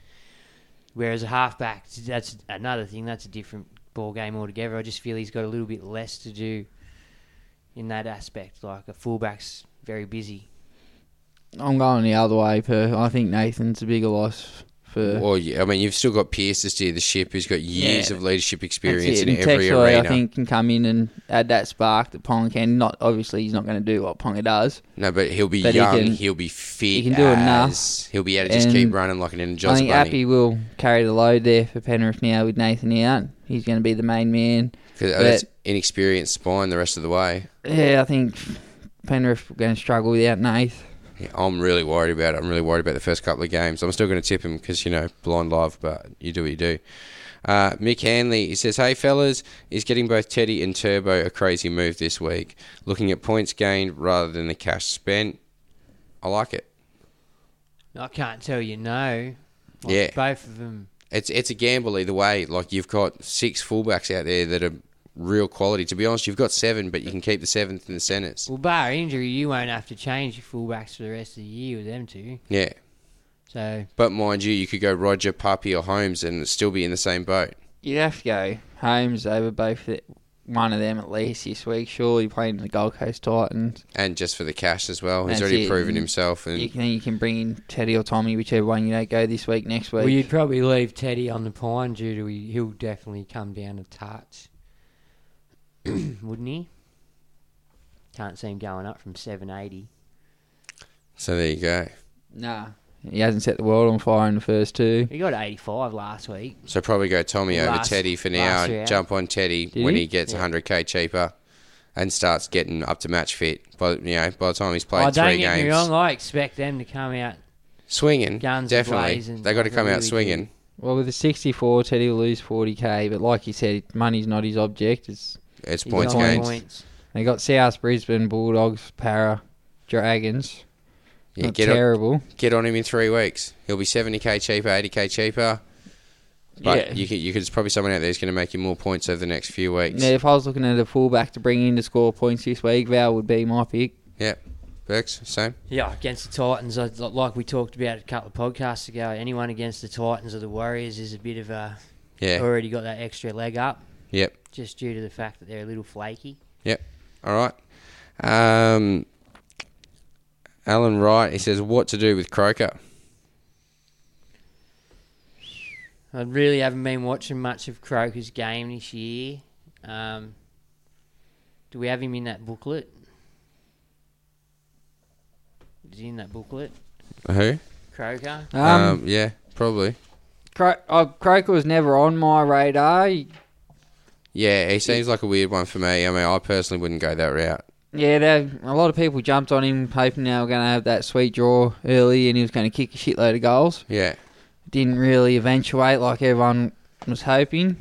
S7: Whereas a halfback, that's another thing. That's a different ball game altogether. I just feel he's got a little bit less to do in that aspect. Like a fullback's very busy.
S8: I'm going the other way. Per, I think Nathan's a bigger loss for.
S4: Well, yeah, I mean, you've still got Pierce to steer the ship. Who's got years
S8: Yeah.
S4: of leadership
S8: That's
S4: experience
S8: it.
S4: in
S8: And
S4: every
S8: Textor,
S4: arena.
S8: I think can come in and add that spark that Ponga can. Not obviously he's not going to do what Ponga does.
S4: no, but he'll be
S8: But he
S4: young.
S8: can-
S4: He will be fit.
S8: he can do enough.
S4: as- He'll be able to just keep
S8: And
S4: running like an
S8: I
S4: energized
S8: think Appy
S4: bunny.
S8: will carry the load there for Penrith now with Nathan out. He's going to be the main man.
S4: 'Cause
S8: But-
S4: That's inexperienced spine the rest of the way.
S8: Yeah, I think Penrith are going to struggle without Nath.
S4: Yeah, I'm really worried about it. I'm really worried about the first couple of games. I'm still going to tip him because, you know, blind love, but you do what you do. Uh, Mick Hanley, he says, Hey fellas, is getting both Teddy and Turbo a crazy move this week? Looking at points gained rather than the cash spent. I like it.
S7: I can't tell you no. Like,
S4: yeah.
S7: Both of them.
S4: It's it's a gamble either way. Like you've got six fullbacks out there that are real quality. To be honest, you've got seven, but you can keep the seventh and the centres.
S7: Well, bar injury, you won't have to change your fullbacks for the rest of the year with them two.
S4: Yeah.
S7: So
S4: But mind you, you could go Roger, Puppy, or Holmes and still be in the same boat.
S8: You'd have to go Holmes over both the, one of them at least this week. Surely playing the Gold Coast Titans.
S4: And just for the cash as well. He's
S8: That's
S4: already
S8: it.
S4: proven himself. And
S8: You can, you can bring in Teddy or Tommy, whichever one you don't go this week, next week.
S7: Well, you'd probably leave Teddy on the pine due to he, he'll definitely come down to touch, wouldn't he? Can't see him going up from 780.
S4: So there you go.
S8: Nah. He hasn't set the world on fire in the first two.
S7: He got 85 last week.
S4: So probably go Tommy over
S7: Last-
S4: Teddy for now
S7: last
S4: and
S7: round.
S4: jump on Teddy
S8: Did
S4: when
S8: he?
S4: he gets
S7: Yeah.
S4: 100k cheaper and starts getting up to match fit. But you know, by the time he's played
S7: I Oh, don't
S4: three
S7: get
S4: games,
S7: me wrong. I expect them to come out.
S4: swinging,
S7: Guns
S4: definitely.
S7: ablazing.
S4: They got to
S7: They
S4: come
S7: really
S4: out
S7: do.
S4: swinging.
S8: Well, with a 64, Teddy will lose 40k, but like you said, money's not his object. It's
S4: It's
S7: He's
S4: points
S7: on
S4: gained.
S7: Points.
S8: They got South Brisbane, Bulldogs, Para, Dragons.
S4: Yeah,
S8: Not
S4: get on-
S8: terrible.
S4: Get on him in three weeks. He'll be 70k cheaper, 80k cheaper. But
S8: Yeah.
S4: you could, you could, there's probably someone out there who's going to make you more points over the next few weeks.
S8: Now, if I was looking at a fullback to bring in to score points this week, Val would be my pick.
S4: Yep. Burks, same.
S7: Yeah, against the Titans, I- like we talked about a couple of podcasts ago, anyone against the Titans or the Warriors is a bit of a
S4: Yeah.
S7: already got that extra leg up
S4: Yep.
S7: just due to the fact that they're a little flaky.
S4: Yep. All right. Um, Alan Wright, he says, what to do with Croker?
S7: I really haven't been watching much of Croker's game this year. Um, do we have him in that booklet? Is he in that booklet?
S4: Who?
S7: Croker?
S8: Um,
S4: Um, yeah, probably.
S8: Cro- oh, Croker was never on my radar. He-
S4: Yeah, he seems like a weird one for me. I mean, I personally wouldn't go that route.
S8: Yeah, they, a lot of people jumped on him hoping they were going to have that sweet draw early and he was going to kick a shitload of goals.
S4: Yeah.
S8: Didn't really eventuate like everyone was hoping.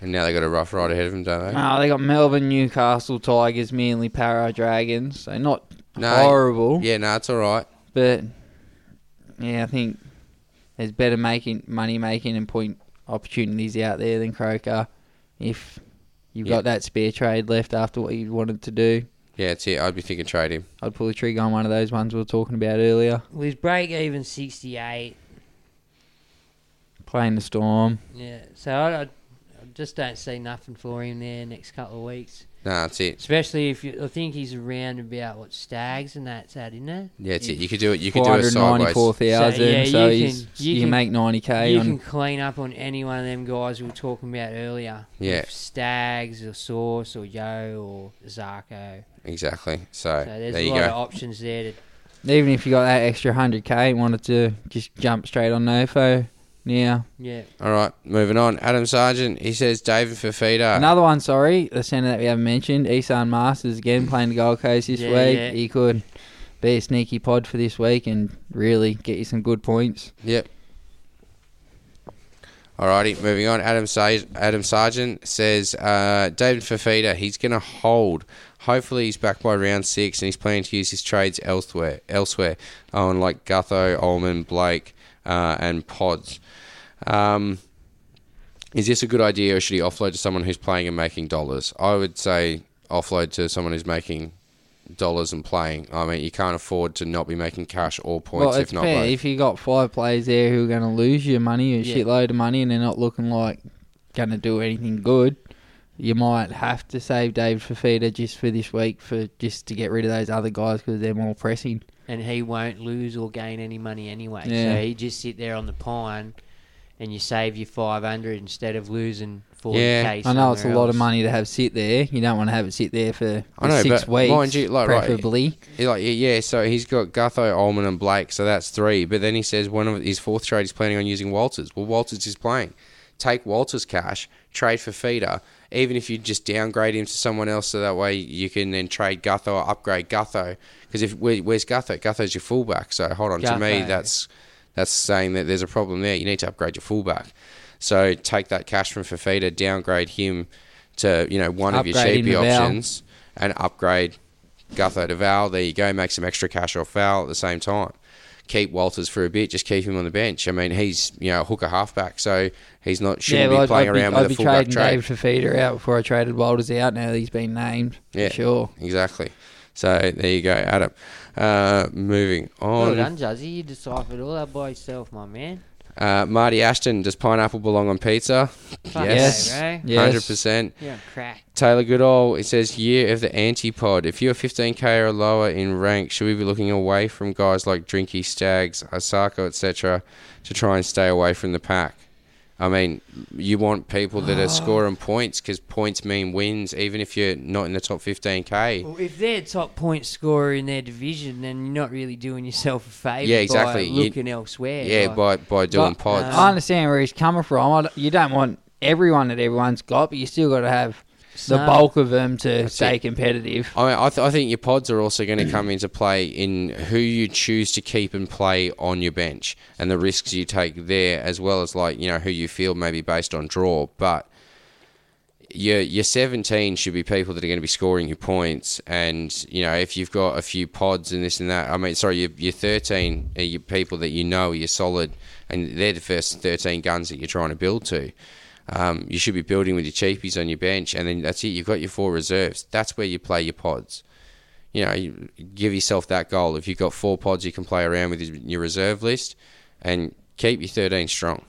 S4: And now they got a rough ride ahead of them, don't they?
S8: Oh, they got Melbourne, Newcastle, Tigers, Manly, Para, Dragons. So not
S4: No.
S8: horrible,
S4: Yeah, no, it's all right.
S8: but yeah, I think there's better making money making and point opportunities out there than Croker if you've
S4: Yeah.
S8: got that spare trade left after what you wanted to do.
S4: Yeah, it's it. I'd be thinking trade him.
S8: I'd pull the trigger on one of those ones we were talking about earlier.
S7: Well, his break even 68.
S8: Playing the storm.
S7: Yeah, so I, I I just don't see nothing for him there next couple of weeks.
S4: No, that's it.
S7: Especially if you, I think he's around about what stags and that's at, isn't it?
S4: Yeah, it's it. You could do it. You could do it sideways.
S8: 494,000, so,
S7: So, yeah, you
S8: he's,
S7: can-
S8: you,
S7: you can-
S8: make 90k
S7: you
S8: on
S7: can clean up on any one of them guys we were talking about earlier.
S4: Yeah.
S7: With Stags or Source or Yo or Zarko.
S4: Exactly. So,
S7: So there's
S4: there
S7: a
S4: you
S7: lot
S4: go.
S7: of options there. To,
S8: Even if you got that extra 100k and wanted to just jump straight on Nofo now.
S7: yeah.
S4: all right, moving on. Adam Sargent, he says David
S7: Uh,
S4: Fafita.
S8: Another one, sorry, the centre that we haven't mentioned, Isan Masters, again playing the Gold Coast this
S7: Yeah,
S8: week.
S7: yeah.
S8: He could be a sneaky pod for this week and really get you some good points.
S4: Yep. Alrighty, moving on. Adam Sa- Adam Sargent says uh, David Fafita, he's going to hold. Hopefully, he's back by round six, and he's planning to use his trades elsewhere. Elsewhere, on like Gutho, Ullman, Blake, uh, and Pods. Um, is this a good idea, or should he offload to someone who's playing and making dollars? I would say offload to someone who's making dollars and playing. I mean, you can't afford to not be making cash or points
S8: well,
S4: if
S8: it's
S4: not
S8: fair.
S4: both.
S8: If you got five players there who are going to lose your money, a
S7: Yeah.
S8: shitload of money, and they're not looking like going to do anything good, you might have to save David Fafita just for this week for just to get rid of those other guys because they're more pressing.
S7: And he won't lose or gain any money anyway.
S8: Yeah.
S7: So he just sit there on the pine and you save your 500 instead of losing 40k.
S4: Yeah,
S8: I know it's a
S7: somewhere
S8: lot of
S7: else.
S8: money to have sit there. You don't want to have it sit there for
S4: I know,
S8: six
S4: but
S8: weeks,
S4: mind you, like, right,
S8: preferably.
S4: Yeah, like yeah, yeah, so he's got Gutho, Ullman, and Blake, so that's three. But then he says one of his fourth trade he's planning on using Walters. Well, Walters is playing. Take Walters' cash, trade for feeder, even if you just downgrade him to someone else, so that way you can then trade Gutho or upgrade Gutho. Because if where, where's Gutho? Gutho's your fullback. So hold on, to me
S7: Gutho.
S4: that's that's saying that there's a problem there. You need to upgrade your fullback. So take that cash from Fafita, downgrade him to you know one of your
S8: Upgrade him
S4: cheapy
S8: to Val.
S4: options, and upgrade Gutho to Val. There you go, make some extra cash off Val at the same time. Keep Walters for a bit, just keep him on the bench. I mean, he's you know a hooker halfback, so he's not shouldn't
S8: well,
S4: be playing
S8: I'd be,
S4: around
S8: I'd
S4: with a
S8: be
S4: fullback
S8: trading
S4: trade.
S8: Dave Fafita out before I traded Walters out. Now that he's been named,
S4: Yeah,
S8: sure.
S4: exactly. So there you go, Adam. Uh, moving
S7: Well
S4: on.
S7: done, Juzzy. You deciphered all that by yourself, my man.
S4: Uh, Marty Ashton, does pineapple belong on pizza?
S7: Fuck
S4: yes,
S7: yeah, right?
S4: hundred percent.
S7: You're on crack.
S4: Taylor Goodall, it says year of the antipod. If you're 15k or lower in rank, should we be looking away from guys like Drinky Stags, Asako, etc., to try and stay away from the pack? I mean, you want people that are scoring points because points mean wins, even if you're not in the top 15k.
S7: Well, if they're top point scorer in their division, then you're not really doing yourself a favour.
S4: Yeah, exactly.
S7: By
S4: You-
S7: looking elsewhere.
S4: yeah,
S7: like-
S4: by by doing
S7: But-
S4: pods.
S7: Uh,
S8: I understand where he's coming from. I don't- you don't want everyone that everyone's got, but you still got to have the
S4: Some.
S8: bulk of them to stay
S4: it.
S8: competitive.
S4: I mean, I, th- I think your pods are also going to come into play in who you choose to keep and play on your bench and the risks you take there, as well as like you know who you feel maybe based on draw. But your your seventeen should be people that are going to be scoring you points, and you know if you've got a few pods and this and that. I mean, sorry, your your thirteen are your people that you know are your solid, and they're the first thirteen guns that you're trying to build to. Um, you should be building with your cheapies on your bench, and then that's it. You've got your four reserves. That's where you play your pods. You know, you give yourself that goal. If you've got four pods, you can play around with your- your reserve list, and keep your thirteen strong.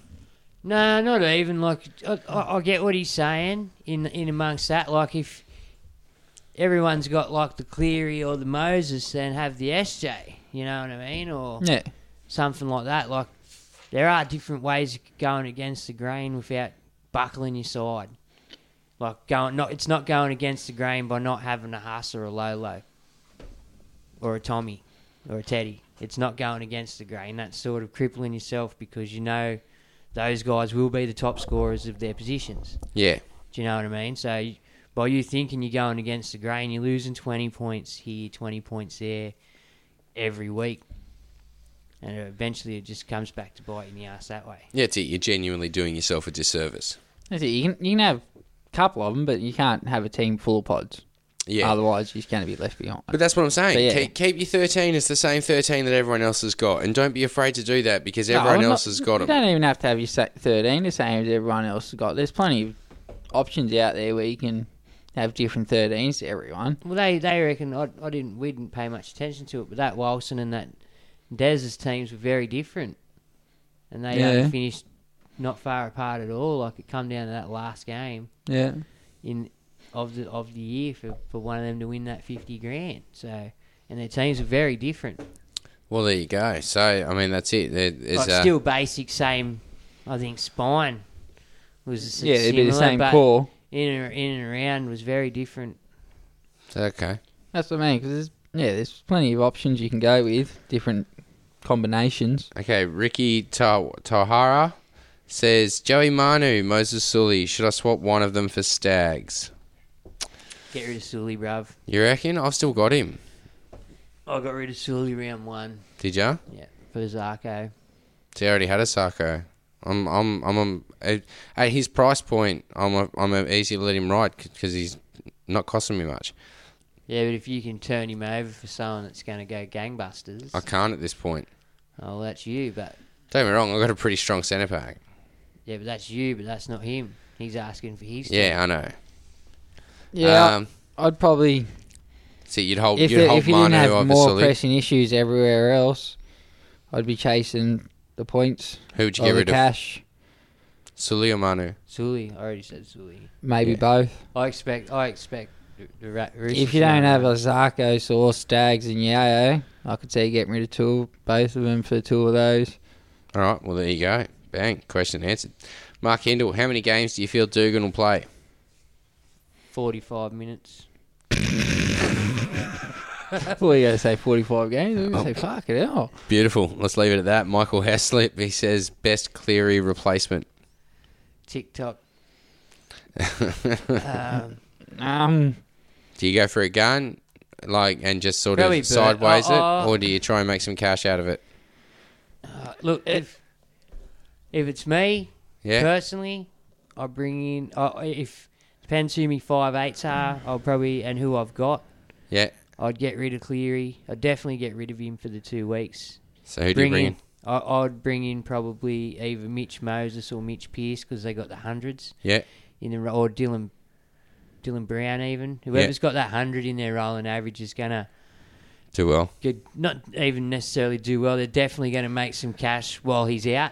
S7: No, not even. Like, I, I, I get what he's saying in in amongst that. Like, if everyone's got like the Cleary or the Moses, then have the SJ. You know what I mean? Or
S8: Yeah.
S7: something like that. Like, there are different ways of going against the grain without buckling your side. Like going, not it's not going against the grain by not having a Huss or a Lolo, or a Tommy, or a Teddy. It's not going against the grain. That's sort of crippling yourself because you know those guys will be the top scorers of their positions.
S4: Yeah.
S7: Do you know what I mean? So you- by you thinking you're going against the grain, you're losing 20 points here, 20 points there every week. And eventually it just comes back to bite you in the ass that way.
S4: Yeah, it's it. You're genuinely doing yourself a disservice.
S8: That's it. You can you can have a couple of them, but you can't have a team full of pods.
S4: Yeah.
S8: Otherwise, you're just going to be left behind.
S4: But that's what I'm saying.
S8: But yeah.
S4: Keep, keep your 13 as the same 13 that everyone else has got, and don't be afraid to do that because
S8: No,
S4: everyone
S8: I'm
S4: else
S8: not-
S4: has got
S8: You
S4: them.
S8: don't even have to have your sa- 13 the same as everyone else has got. There's plenty of options out there where you can have different 13s to everyone.
S7: Well, they, they reckon, I, I didn't, we didn't pay much attention to it, but that Wilson and that Dez's teams were very different. And they
S8: Yeah.
S7: um, finished not far apart at all. Like it come down to that last game.
S8: Yeah.
S7: in of the of the year for, for one of them to win that fifty grand. So and their teams are very different.
S4: Well, there you go. So, I mean, that's it. There, there's,
S7: Like
S4: uh,
S7: still basic same I think spine was s-
S8: Yeah, it'd be the
S7: similar,
S8: same
S7: but
S8: core.
S7: In and, in and around was very different.
S4: okay.
S8: That's what I mean. 'cause there's, yeah, there's plenty of options you can go with, different combinations.
S4: Okay, Ricky Ta- Tahara says Joey Manu, Moses Sully. Should I swap one of them for Stags?
S7: Get rid of Sully, bruv.
S4: You reckon? I've still got him.
S7: Oh, I got rid of Sully round one.
S4: Did ya?
S7: Yeah. For Zarko.
S4: See, I already had a Sarko. I'm, I'm, I'm, i at his price point. I'm, a, I'm a easy to let him ride because he's not costing me much.
S7: Yeah, but if you can turn him over for someone that's gonna go gangbusters
S4: I can't at this point.
S7: Oh that's you, but
S4: Don't get me wrong. I've got a pretty strong centre pack.
S7: yeah, but that's you, but that's not him. He's asking for his team.
S4: Yeah, I know.
S8: Yeah,
S4: Um,
S8: I'd probably
S4: See, you'd hold,
S8: if,
S4: you'd
S8: it-
S4: hold
S8: if you didn't
S4: Manu over
S8: have more
S4: Sully.
S8: pressing issues everywhere else, I'd be chasing the points.
S4: Who would you
S8: or
S4: get
S8: the
S4: rid of?
S8: cash,
S4: Sully or Manu?
S7: Sully, I already said Sully.
S8: Maybe
S4: Yeah.
S8: both.
S7: I expect. I expect the, the Ra- Roosters
S8: If you don't
S7: to-
S8: have a Zarko, Saw, Stags, and Yayo, I could see getting rid of two, both of them for two of those.
S4: All right. Well, there you go. Bang. Question answered. Mark Hindle, how many games do you feel Dugan will play?
S7: forty-five minutes,
S8: well, you got to say 45 games. I'm
S7: Oh.
S8: going to say, fuck it hell.
S4: Beautiful. Let's leave it at that. Michael Heslip, he says best Cleary replacement.
S7: TikTok.
S8: Um,
S4: Do you go for a gun, like, and just sort
S7: Probably
S4: of
S7: Bert.
S4: sideways
S7: Uh,
S4: it, or do you try and make some cash out of it?
S7: Look, if if it's me,
S4: Yeah.
S7: Personally, I'll bring in uh, if depends who me five eights are. I'll probably and who I've got.
S4: Yeah.
S7: I'd get rid of Cleary. I'd definitely get rid of him for the two weeks.
S4: So who do you bring in?
S7: I, I'd bring in probably either Mitch Moses or Mitch Pearce because they got the hundreds.
S4: Yeah.
S7: In the ro- or Dylan, Dylan Brown even whoever's got that hundred in their rolling average is gonna
S4: Do well.
S7: could not even necessarily do well. They're definitely going to make some cash while he's out.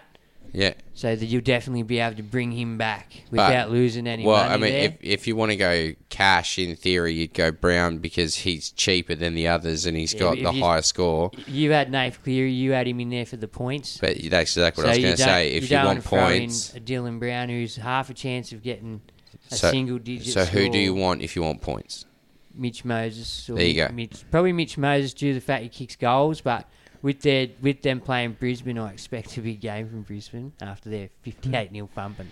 S4: Yeah.
S7: So that you'll definitely be able to bring him back without
S4: But-
S7: losing any
S4: well,
S7: money
S4: I mean,
S7: there.
S4: if if you want to go cash, in theory, you'd go Brown because he's cheaper than the others and he's
S7: Yeah,
S4: got
S7: but
S4: the
S7: if you-
S4: higher score.
S7: you had Nath Cleary, you had him in there for the points.
S4: But that's exactly what I was
S7: you
S4: going to
S7: don't-
S4: say. If you,
S7: don't
S4: want
S7: wanna throw in
S4: points,
S7: a Dylan Brown, who's half a chance of getting a
S4: so
S7: single digit.
S4: so who do you
S7: score.
S4: want if you want points?
S7: Mitch Moses. Or
S4: There you go.
S7: Mitch, probably Mitch Moses due to the fact he kicks goals, but with their with them playing Brisbane, I expect a big game from Brisbane after their 58 0 thumping.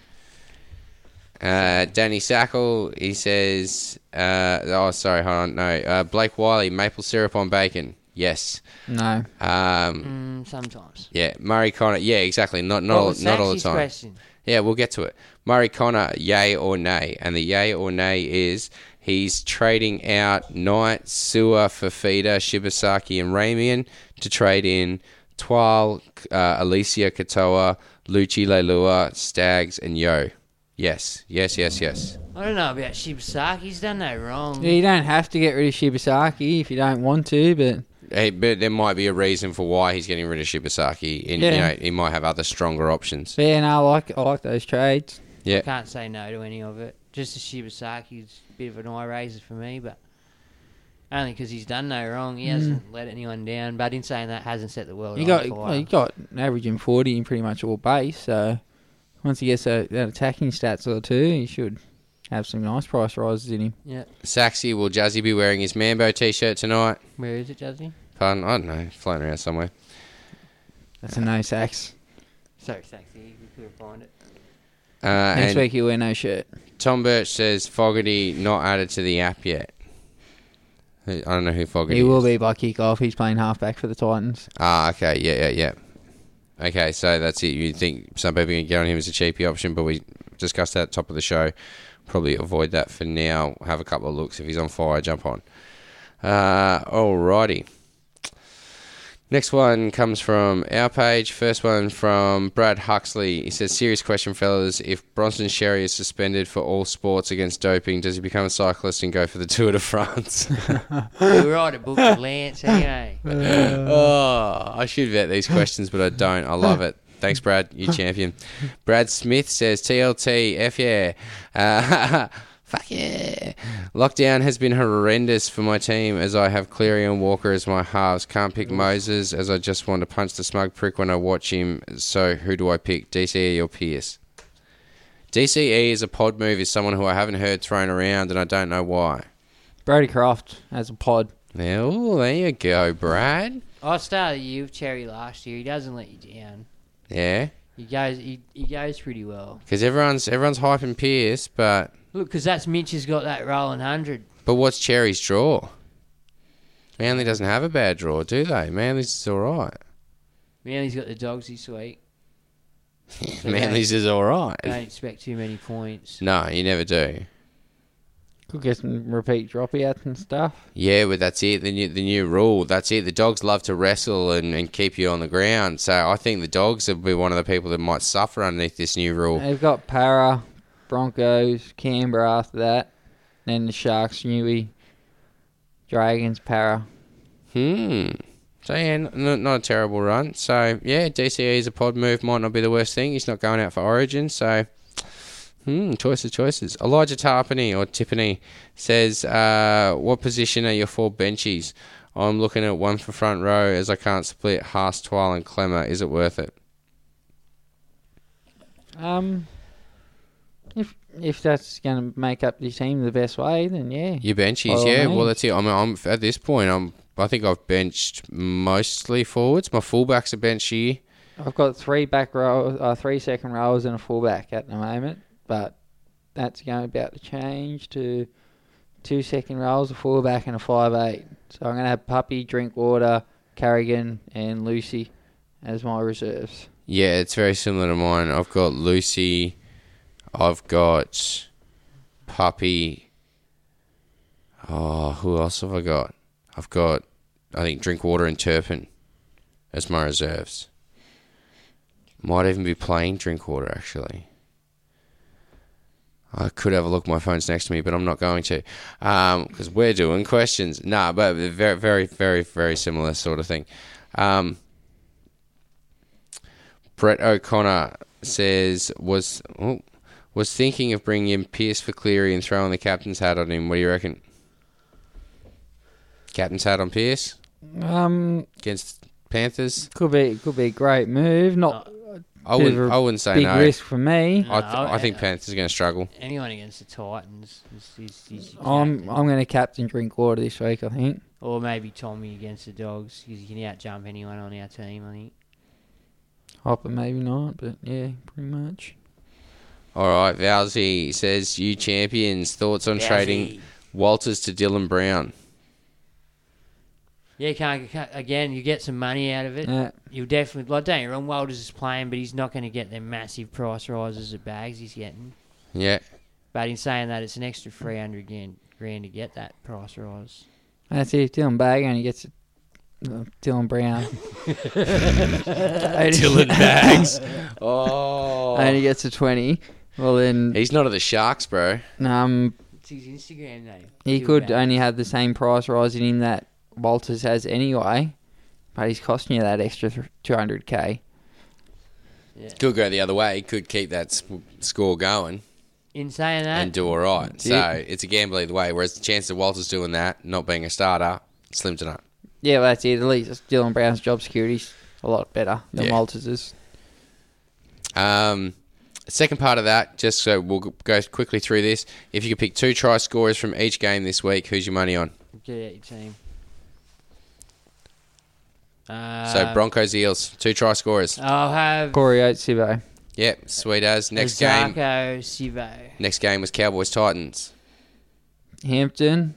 S4: Uh, Danny Sackle, he says, uh, oh, sorry, hold on, no. Uh, Blake Wiley, maple syrup on bacon. Yes.
S8: No.
S4: Um,
S7: Mm, sometimes.
S4: Yeah, Murray Connor. Yeah, exactly. Not not
S7: What
S4: all,
S7: was
S4: not all the
S7: Saxi's
S4: time.
S7: question?
S4: Yeah, we'll get to it. Murray Connor, yay or nay? And the yay or nay is he's trading out Knight, Sewer, Fafita, Shibasaki, and Ramian to trade in Twal, uh, Alicia Katoa, Luchi Leilua, Stags, and Yo. Yes, yes, yes, yes.
S7: I don't know about Shibasaki. He's done no wrong.
S8: You don't have to get rid of Shibasaki if you don't want to, but
S4: Hey, but there might be a reason for why he's getting rid of Shibasaki, and you
S8: Yeah.
S4: know he might have other stronger options.
S8: but yeah, no, I like I like those trades.
S4: Yeah.
S7: Can't say no to any of it. Just the Shibasaki's a bit of an eye raiser for me, but only because he's done no wrong. He hasn't let anyone down. But in saying that, hasn't set the world
S8: You
S7: on
S8: got
S7: fire.
S8: well, you got an average in forty in pretty much all base. So once he gets a, that attacking stats or two, he should have some nice price rises in him.
S7: yeah.
S4: Saxy, will Jazzy be wearing his Mambo t-shirt tonight?
S7: Where is it, Jazzy?
S4: Pardon? I don't know. Floating around somewhere.
S8: That's a no sacks.
S7: Sorry, sexy. We couldn't find it.
S4: Uh,
S8: Next
S4: and
S8: week he'll wear no shirt.
S4: Tom Birch says Fogarty not added to the app yet. Who- I don't know who Fogarty
S8: He will
S4: is.
S8: be by kick off. He's playing halfback for the Titans.
S4: Ah, okay. Yeah, yeah, yeah. Okay, so that's it. You think some people can get on him as a cheapy option, but we discussed that at the top of the show. Probably avoid that for now. Have a couple of looks. If he's on fire, jump on. Uh, alrighty. Next one comes from our page. First one from Brad Huxley. He says, "Serious question, fellas. If Bronson Sherry is suspended for all sports against doping, does he become a cyclist and go for the Tour de France?"
S7: You write a book with Lance anyway.
S4: oh, I should vet these questions, but I don't. I love it. Thanks, Brad. You champion. Brad Smith says TLT. F yeah. Uh, fuck yeah. Lockdown has been horrendous for my team as I have Cleary and Walker as my halves. Can't pick Moses as I just want to punch the smug prick when I watch him. So who do I pick? DCE or Pierce? DCE is a pod move, is someone who I haven't heard thrown around and I don't know why.
S8: Brody Croft as a pod.
S4: Yeah, ooh, there you go, Brad.
S7: I started you with Cherry last year. He doesn't let you down.
S4: Yeah.
S7: He goes. He, he goes pretty well.
S4: Because everyone's everyone's hyping Pierce, but
S7: Look, because that's Mitch has got that rolling hundred.
S4: but what's Cherry's draw? Manly doesn't have a bad draw, do they? Manly's is all right.
S7: Manly's got the dogs this week. So
S4: Manly's is all
S7: Don't, don't
S4: right.
S7: expect too many points.
S4: No, you never do.
S8: Could get some repeat dropouts and stuff.
S4: Yeah, but that's it. The new the new rule. That's it. The dogs love to wrestle and, and keep you on the ground. So I think the dogs will be one of the people that might suffer underneath this new rule.
S8: They've got Para, Broncos, Canberra after that. Then the Sharks, Newey, Dragons, Para.
S4: Hmm. So yeah, n- n- not a terrible run. So yeah, DCE is a pod move. Might not be the worst thing. He's not going out for Origin. So hmm, choice of choices. Elijah Tarpany or Tippany says, uh, "What position are your four benchies? I'm looking at one for front row as I can't split Haas, Twile, and Clemmer. Is it worth it?
S8: Um, if if that's going to make up your team the best way, then yeah.
S4: Your benchies,
S8: By all
S4: yeah. Well,
S8: means.
S4: that's it. I'm, I'm at this point. I'm. I think I've benched mostly forwards. My fullbacks are benched here.
S8: I've got three back row, uh, three second rowers and a fullback at the moment, but that's going about to change to two second rowers, a fullback, and a five eight. So I'm going to have Puppy, Drinkwater, Carrigan, and Lucy as my reserves.
S4: Yeah, it's very similar to mine. I've got Lucy, I've got Puppy. Oh, who else have I got? I've got, I think, Drinkwater and Turpin as my reserves. Might even be playing Drinkwater, actually. I could have a look. My phone's next to me, but I'm not going to, because we're doing questions. Nah, but very, very, very, very similar sort of thing. Um, Brett O'Connor says was oh, was thinking of bringing in Pierce for Cleary and throwing the captain's hat on him. What do you reckon? Captain's hat on Pierce
S8: Um,
S4: against Panthers.
S8: could be could be a great move. Not.
S4: I
S8: bit of
S4: wouldn't.
S8: a
S4: I wouldn't say
S8: big
S4: no.
S8: risk for me.
S4: I, th-
S7: No,
S4: I think Panthers are going to struggle.
S7: Anyone against the Titans is, is, is
S8: I'm I'm going to captain Drinkwater this week. I think.
S7: or maybe Tommy against the Dogs because he can out jump anyone on our team. I think.
S8: Hopper maybe not, but yeah, pretty much.
S4: All right, Valsey says you champions. Thoughts on trading Walters to Dylan Brown?
S7: Yeah, you can't, can't- again. You get some money out of it.
S8: Yeah.
S7: You'll definitely. Like, don't get me Oh, wrong. Walters is playing, but he's not going to get them massive price rises at bags he's getting.
S4: Yeah,
S7: But in saying that, it's an extra three hundred grand grand to get that price rise.
S8: That's it. Dylan Bag only gets it. Uh, Dylan Brown. Dylan
S4: Bags. Oh,
S8: only gets a twenty. Well then,
S4: he's not of the Sharks, bro.
S8: um,
S7: It's his Instagram name.
S8: he
S7: Dylan
S8: could
S7: Bags.
S8: only have the same price rise in him that Walters has anyway, but he's costing you that extra two hundred k.
S4: Could go the other way. He Could keep that sp- score going.
S7: In saying that,
S4: and do all right. So
S8: Yeah.
S4: it's a gamble either way. Whereas the chance that Walter's doing that, not being a starter, slim to none.
S8: Yeah, well, that's it. At least Dylan Brown's job security's a lot better than
S4: Yeah.
S8: Walters's.
S4: Um, second part of that, just so we'll g- go quickly through this. If you could pick two try scorers from each game this week, who's your money on?
S7: get out your team. Uh, Oh.
S4: so Broncos, Eels, two try scorers.
S7: I'll have
S8: Corey Oates, Sibo.
S4: Yep, sweet as. Next game.
S7: Zarko Sivo.
S4: Next game was Cowboys Titans.
S8: Hampton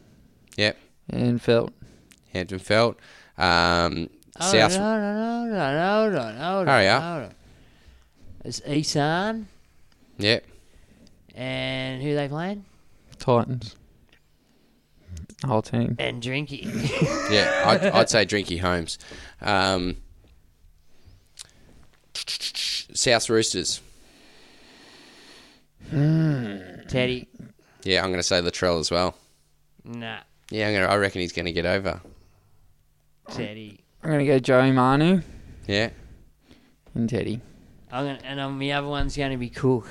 S4: Yep,
S8: and Felt.
S4: Hampton Felt. Um,
S7: Oh,
S4: South.
S7: No, no, no, no, no, no, no, no.
S4: Hurry up.
S7: no, no. It's Isan
S4: Yep.
S7: and who they playing?
S8: Titans. Whole team.
S7: And Drinky.
S4: Yeah, I'd, I'd say Drinky Holmes. Um, South Roosters.
S7: Teddy.
S4: Yeah, I'm going to say Latrell as well.
S7: Nah.
S4: Yeah, I'm gonna, I reckon he's going to get over.
S7: Teddy.
S8: I'm gonna go Joey Manu
S4: Yeah,
S8: and Teddy.
S7: I'm gonna, and um, the other one's going to be Cook.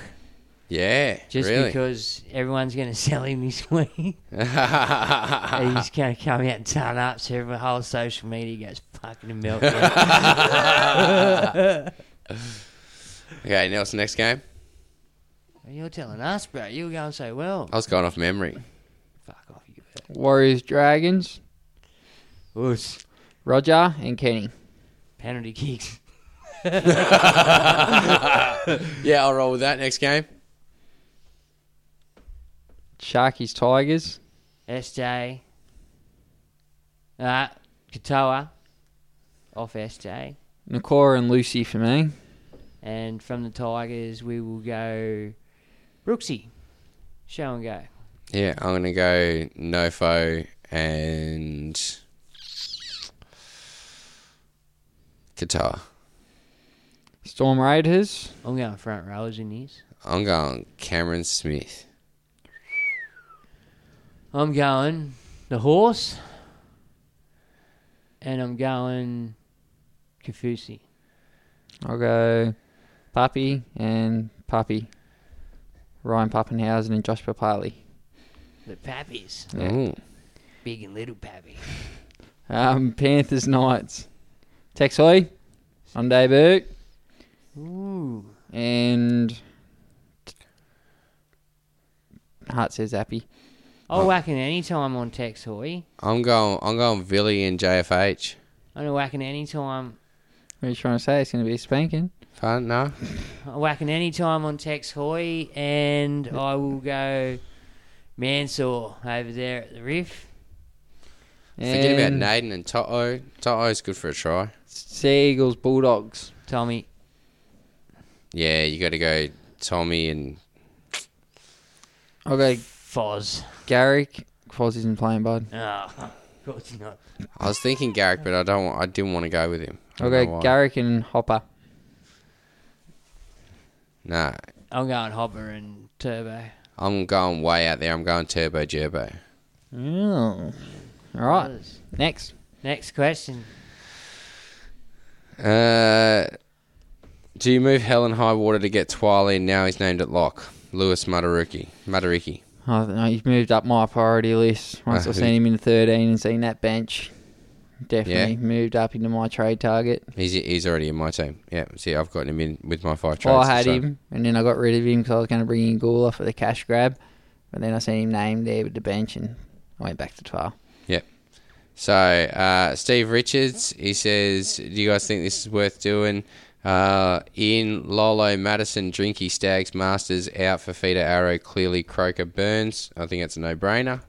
S4: yeah,
S7: Just
S4: really.
S7: because everyone's going to sell him this week. And he's going to come out and turn up so every whole social media goes fucking milk.
S4: okay, now it's the next game.
S7: You're telling us, bro. You were going so well.
S4: I was going off memory.
S7: Fuck off, you.
S8: Warriors Dragons.
S7: Wuss.
S8: Roger and Kenny.
S7: Penalty kicks.
S4: Yeah, I'll roll with that. Next game.
S8: Sharkies Tigers.
S7: SJ. Uh, Katoa. Off SJ.
S8: Nakora and Lucy for me.
S7: And from the Tigers, we will go Brooksy. Show and go.
S4: Yeah, I'm going to go Nofo and Qatar.
S8: Storm Raiders.
S7: I'm going front rowers in this.
S4: I'm going Cameron Smith.
S7: I'm going the horse. And I'm going Kafusi.
S8: I'll go Puppy and Puppy. Ryan Pappenhausen and Josh Papali.
S7: The pappies.
S4: Ooh.
S7: Big and little pappy.
S8: Um, Panthers Knights. Tex Hoy. Sunday Burke.
S7: Ooh.
S8: And Hart says happy.
S7: I'll whack in any time on Tex Hoy.
S4: I'm going. I'm going Villy and JFH.
S7: I'm gonna whack in any time
S8: What are you trying to say? It's going to be a spanking.
S4: Fun, no.
S7: whacking any time on Tex Hoy, and I will go Mansour over there at the Riff.
S4: Forget about
S8: And
S4: Naden and Toto. Toto's good for a try.
S8: Seagulls Bulldogs.
S7: Tommy,
S4: Yeah, you got to go Tommy and
S8: I'll go
S7: Foz.
S8: Garrick. Foz isn't playing, bud.
S7: Oh, of course not.
S4: I was thinking Garrick, but I don't. want- I didn't want to go with him. I
S8: I'll
S4: don't know
S8: go
S4: why.
S8: Garrick and Hopper.
S4: Nah,
S7: I'm going Hopper and Turbo.
S4: I'm going way out there. I'm going Turbo Gerbo.
S8: Oh. All right. Next.
S7: Next question.
S4: Uh, do you move hell and high water to get Twiley? and Now he's named at lock. Lewis Mataruki. Mataruki.
S8: Oh, no, you've moved up my priority list. Once
S4: Uh,
S8: I've
S4: who-
S8: seen him in 13 and seen that bench, definitely
S4: Yeah.
S8: moved up into my trade target.
S4: He's he's already in my team. Yeah. See, I've gotten him in with my five trades.
S8: Oh, I had
S4: so-
S8: him, and then I got rid of him because I was going to bring in Gula for the cash grab. But then I seen him named there with the bench, and I went back to 12.
S4: Yep. So uh, Steve Richards, he says, "Do you guys think this is worth doing?" Uh, in Lolo, Madison, Drinky, Stags, Masters out for Feeder Arrow. Clearly, Croker Burns. I think it's a no-brainer.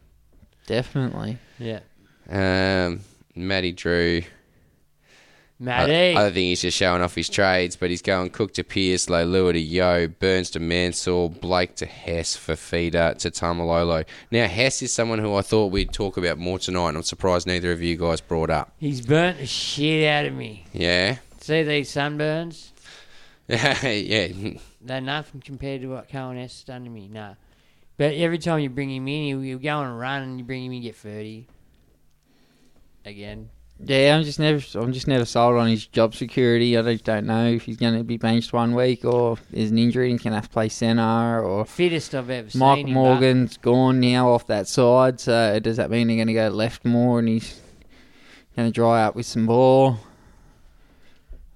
S8: Definitely.
S7: Yeah.
S4: Um, Matty Drew.
S7: Matty.
S4: I, I think he's just showing off his trades, but he's going Cook to Pierce, Leilua to Yo, Burns to Mansell, Blake to Hess, Fafida to Tamalolo. Now, Hess is someone who I thought we'd talk about more tonight, and I'm surprised neither of you guys brought up.
S7: He's burnt the shit out of me.
S4: Yeah?
S7: See these sunburns?
S4: yeah.
S7: They're nothing compared to what Cohen S has done to me. Nah. But every time you bring him in, you- you go on a run and you bring him in, you get 30. Again.
S8: Yeah, I'm just never, I'm just never sold on his job security. I just don't know if he's going to be benched one week or there's an injury and he's going to have to play centre or
S7: Fittest I've ever
S8: Mike
S7: seen. him,
S8: Morgan's gone now off that side, so does that mean they're going to go left more and he's going to dry up with some ball?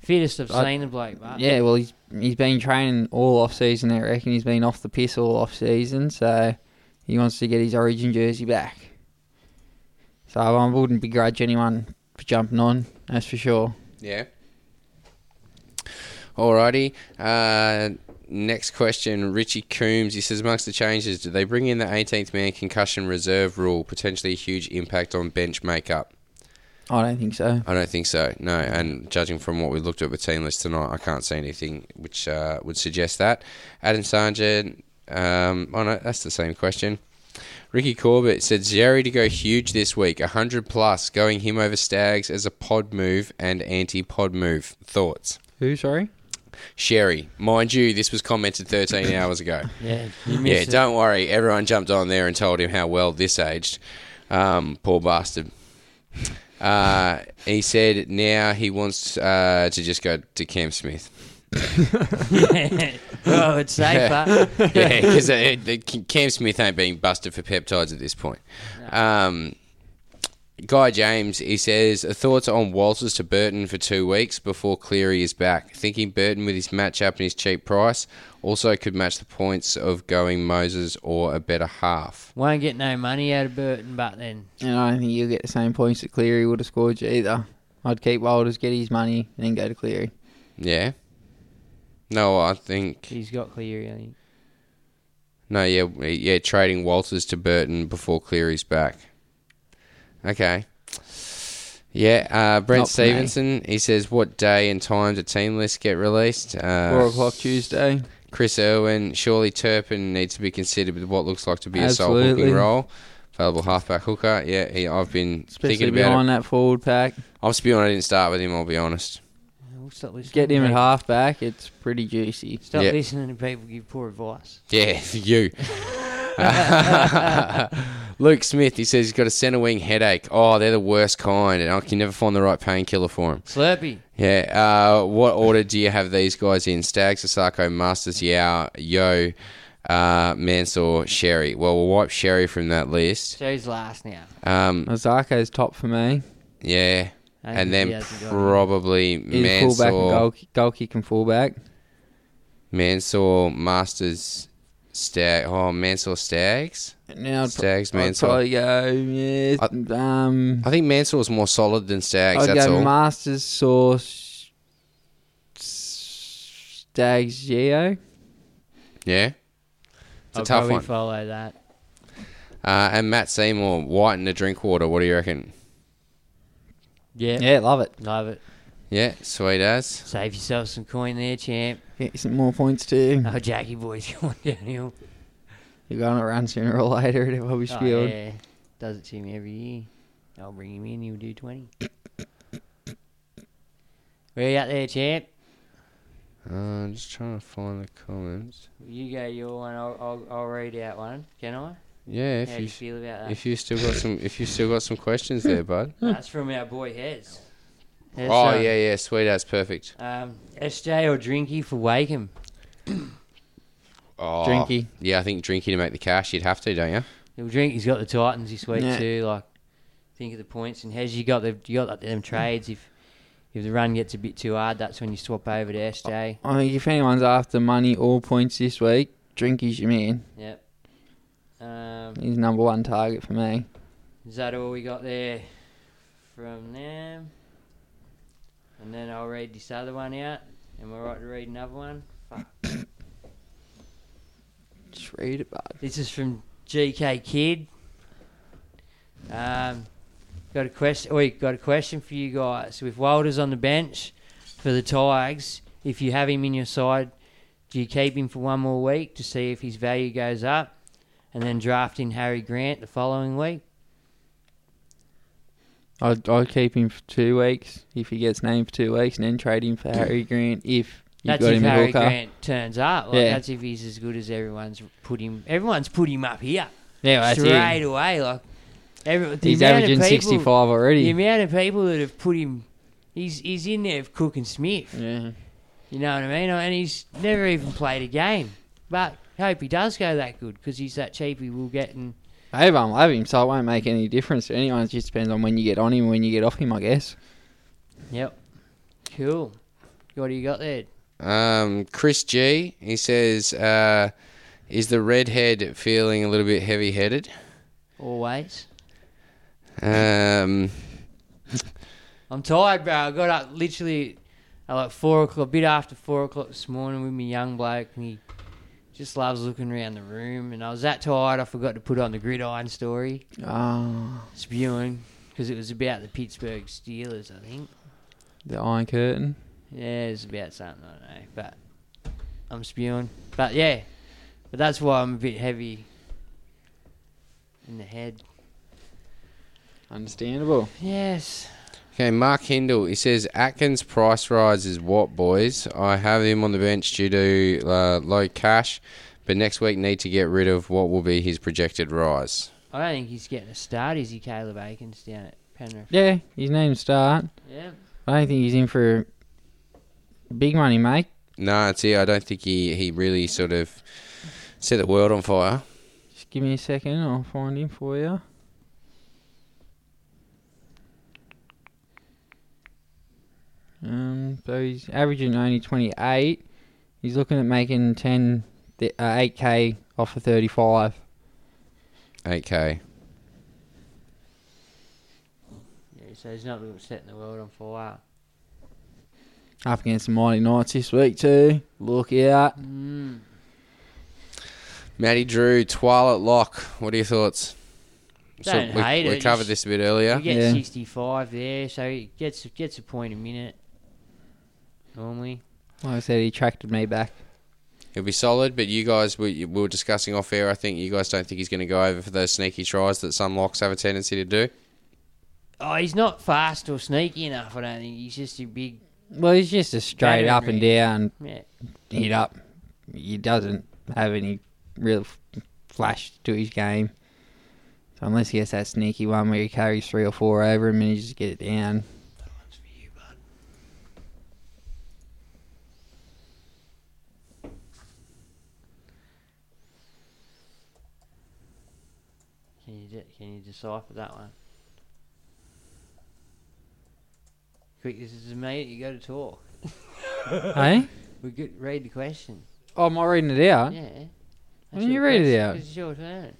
S7: but Fittest I've
S8: I-
S7: seen the bloke, but.
S8: Yeah, well, he's he's been training all off season. I reckon he's been off the piss all off season, so he wants to get his Origin jersey back. So I wouldn't begrudge anyone for jumping on, that's for sure.
S4: Yeah. Alrighty. Uh, next question. Richie Coombs. He says, amongst the changes, do they bring in the 18th man concussion reserve rule? Potentially a huge impact on bench makeup.
S8: I don't think so.
S4: I don't think so. No, and judging from what we looked at with team list tonight, I can't see anything which uh, would suggest that. Adam Sargent, um, oh no, that's the same question. Ricky Corbett said Jerry to go huge this week, hundred plus, going him over Stags as a pod move and anti-pod move. Thoughts?
S8: Who? Sorry.
S4: Sherry, mind you, this was commented 13 hours ago.
S7: Yeah. You
S4: Yeah,
S7: missed it.
S4: don't worry. Everyone jumped on there and told him how well this aged. Um, poor bastard. Uh, he said now he wants uh, to just go to Cam Smith.
S7: oh, it's safer.
S4: yeah, uh, because Cam Smith ain't being busted for peptides at this point. Um, Guy James, he says, thoughts on Walters to Burton for two weeks before Cleary is back. Thinking Burton with his matchup and his cheap price also could match the points of going Moses or a better half.
S7: Won't get no money out of Burton, but then.
S8: And I don't think you'll get the same points that Cleary would have scored you either. I'd keep Wilders, get his money, and then go to Cleary.
S4: Yeah. No, I think
S7: He's got Cleary, I think.
S4: no. Yeah, yeah. Trading Walters to Burton before Cleary's back. Okay. Yeah, uh, Brent
S8: Not for me.
S4: Stevenson. He says, "What day and time do team lists get released?" Uh,
S8: Four o'clock Tuesday.
S4: Chris Irwin. Surely Turpin needs to be considered with what looks like to be a sole
S8: Absolutely.
S4: hooking role. Available halfback hooker. Yeah, he, I've been
S8: Especially
S4: thinking about
S8: behind
S4: it.
S8: that forward pack.
S4: I'll just be honest. I didn't start with him. I'll be honest.
S7: We'll stop listening.
S8: Get him
S7: to
S8: at
S7: people.
S8: half back, it's pretty juicy.
S7: Stop
S4: Yeah.
S7: listening to people give poor advice.
S4: Yeah, you. Luke Smith, he says he's got a centre wing headache. Oh, they're the worst kind, and I can never find the right painkiller for him.
S7: Slurpee.
S4: Yeah. Uh, what order do you have these guys in? Stags, Asako, Masters, Yao, Yo, uh, Mansour, Sherry. Well, we'll wipe Sherry from that list.
S7: So he's last now.
S4: Um,
S8: Ozako's top for me.
S4: yeah.
S7: I
S4: And
S7: think he
S4: then
S7: hasn't got him.
S4: probably
S8: He's fullback and
S4: Mansour,
S8: goal, goal kick and fullback.
S4: Mansour, Masters, Stag. Oh, Mansour, Stags.
S8: Now I'd, pro-
S4: Stags,
S8: I'd
S4: Mansour.
S8: probably go, yeah, um,
S4: I think Mansour's more solid than Stags.
S8: I'd
S4: that's
S8: go
S4: all.
S8: Masters, Source, Stags, Geo.
S4: yeah, it's a
S7: I'll
S4: tough
S7: probably
S4: one.
S7: follow that.
S4: Uh, and Matt Seymour, White and the drink water. What do you reckon?
S7: Yeah.
S8: Yeah, love it.
S7: Love it.
S4: Yeah, sweet as.
S7: Save yourself some coin there, champ.
S8: Get some more points too.
S7: Oh, Jackie boy's going downhill.
S8: You're going to run sooner or later. It will be
S7: Oh,
S8: spewed.
S7: yeah. Does it to me every year. I'll bring him in, he'll do 20. Where you out there, champ?
S4: Uh, just trying to find the comments.
S7: You go your one, I'll, I'll, I'll read out one. Can I?
S4: Yeah, if
S7: How
S4: you, uh,
S7: do you
S4: s-
S7: feel about that?
S4: if you still got some if you still got some questions there, bud.
S7: That's from our boy Hez. Hez,
S4: oh
S7: uh,
S4: yeah, yeah, sweet as perfect.
S7: Um, SJ or Drinky for Wakeham?
S4: Oh,
S7: Drinky.
S4: Yeah, I think drinky to make the cash. You'd have to, don't you?
S7: Well, Drinky's got the Titans this week
S4: Yeah.
S7: too. Like, think of the points and Hez. You got the you got like them trades. If if the run gets a bit too hard, that's when you swap over to SJ.
S8: I think if anyone's after money or points this week, Drinky's your man.
S7: Yep. Um,
S8: He's number one target for me.
S7: Is that all we got there from them? And then I'll read this other one out, and we're right to read another one. Fuck.
S8: Just read it, bud.
S7: This is from GK Kid. Um, got a question. We got a question for you guys. With Wilders on the bench for the Tigers, if you have him in your side, do you keep him for one more week to see if his value goes up, and then draft in Harry Grant the following week?
S8: I'd, I'd keep him for two weeks if he gets named for two weeks, and then trade him for Harry Grant if you
S7: That's
S8: got
S7: if
S8: him a
S7: Harry
S8: hooker.
S7: Grant turns up. Like,
S8: Yeah.
S7: That's if he's as good as everyone's put him. Everyone's put him up here.
S8: Yeah, well, that's it.
S7: straight away. Like every, the
S8: He's
S7: amount of
S8: averaging
S7: people-
S8: 65 already.
S7: The amount of people that have put him, he's he's in there with Cook and Smith.
S8: Yeah,
S7: you know what I mean. And he's never even played a game. But I hope he does go that good because he's that cheap. He will get and
S8: Everyone love him, so it won't make any difference to anyone. It just depends on when you get on him and when you get off him, I guess.
S7: yep, cool. What do you got there?
S4: Um, Chris G. He says, uh, "Is the redhead feeling a little bit heavy-headed?"
S7: Always.
S4: Um,
S7: I'm tired, bro. I got up literally at like four o'clock, a bit after four o'clock this morning with my young bloke, and he just loves looking around the room. And I was that tired, I forgot to put on the gridiron story
S8: Ah,
S7: spewing because it was about the Pittsburgh Steelers, I think.
S8: the Iron Curtain.
S7: Yeah, it's about something I know, but I'm spewing. But yeah, but that's why I'm a bit heavy in the head.
S8: Understandable.
S7: Yes.
S4: okay, Mark Hindle. He says, "Atkins price rise is what, boys? I have him on the bench due to uh, low cash, but next week need to get rid of what will be his projected rise."
S7: I don't think he's getting a start, is he, Caleb Aikens down at Penrith?
S8: Yeah, his name's Start.
S7: Yeah.
S8: I don't think he's in for big money, mate.
S4: No, see, I don't think he, he really sort of set the world on fire.
S8: Just give me a second, I'll find him for you. Um, so he's averaging only 28. He's looking at making 10, th- uh, 8k off of 35.
S4: 8K.
S7: Yeah, so he's not really setting the world on fire.
S8: Up against the Mighty Knights this week too. Look out.
S7: Mm.
S4: Matty Drew, Twilight Lock. What are your thoughts?
S7: Don't
S4: we,
S7: hate
S4: we
S7: it.
S4: covered
S7: It's-
S4: this a bit earlier.
S7: You get 65 there, so he gets gets a point a minute normally.
S8: Like I said, he attracted me back.
S4: It'll be solid, but you guys, we, we were discussing off air. I think you guys don't think he's going to go over for those sneaky tries that some locks have a tendency to do.
S7: Oh, he's not fast or sneaky enough. I don't think he's just a big.
S8: Well, he's just a straight up and down
S7: Yeah.
S8: hit up. He doesn't have any real f- flash to his game. So unless he gets that sneaky one where he carries three or four over him and he just get it down.
S7: Can you de- can you decipher that one? Quick, this is a minute. You got to talk.
S8: Hey?
S7: We could read the question.
S8: Oh, am I reading it out?
S7: Yeah.
S8: Why don't you read it out?
S7: It's your turn.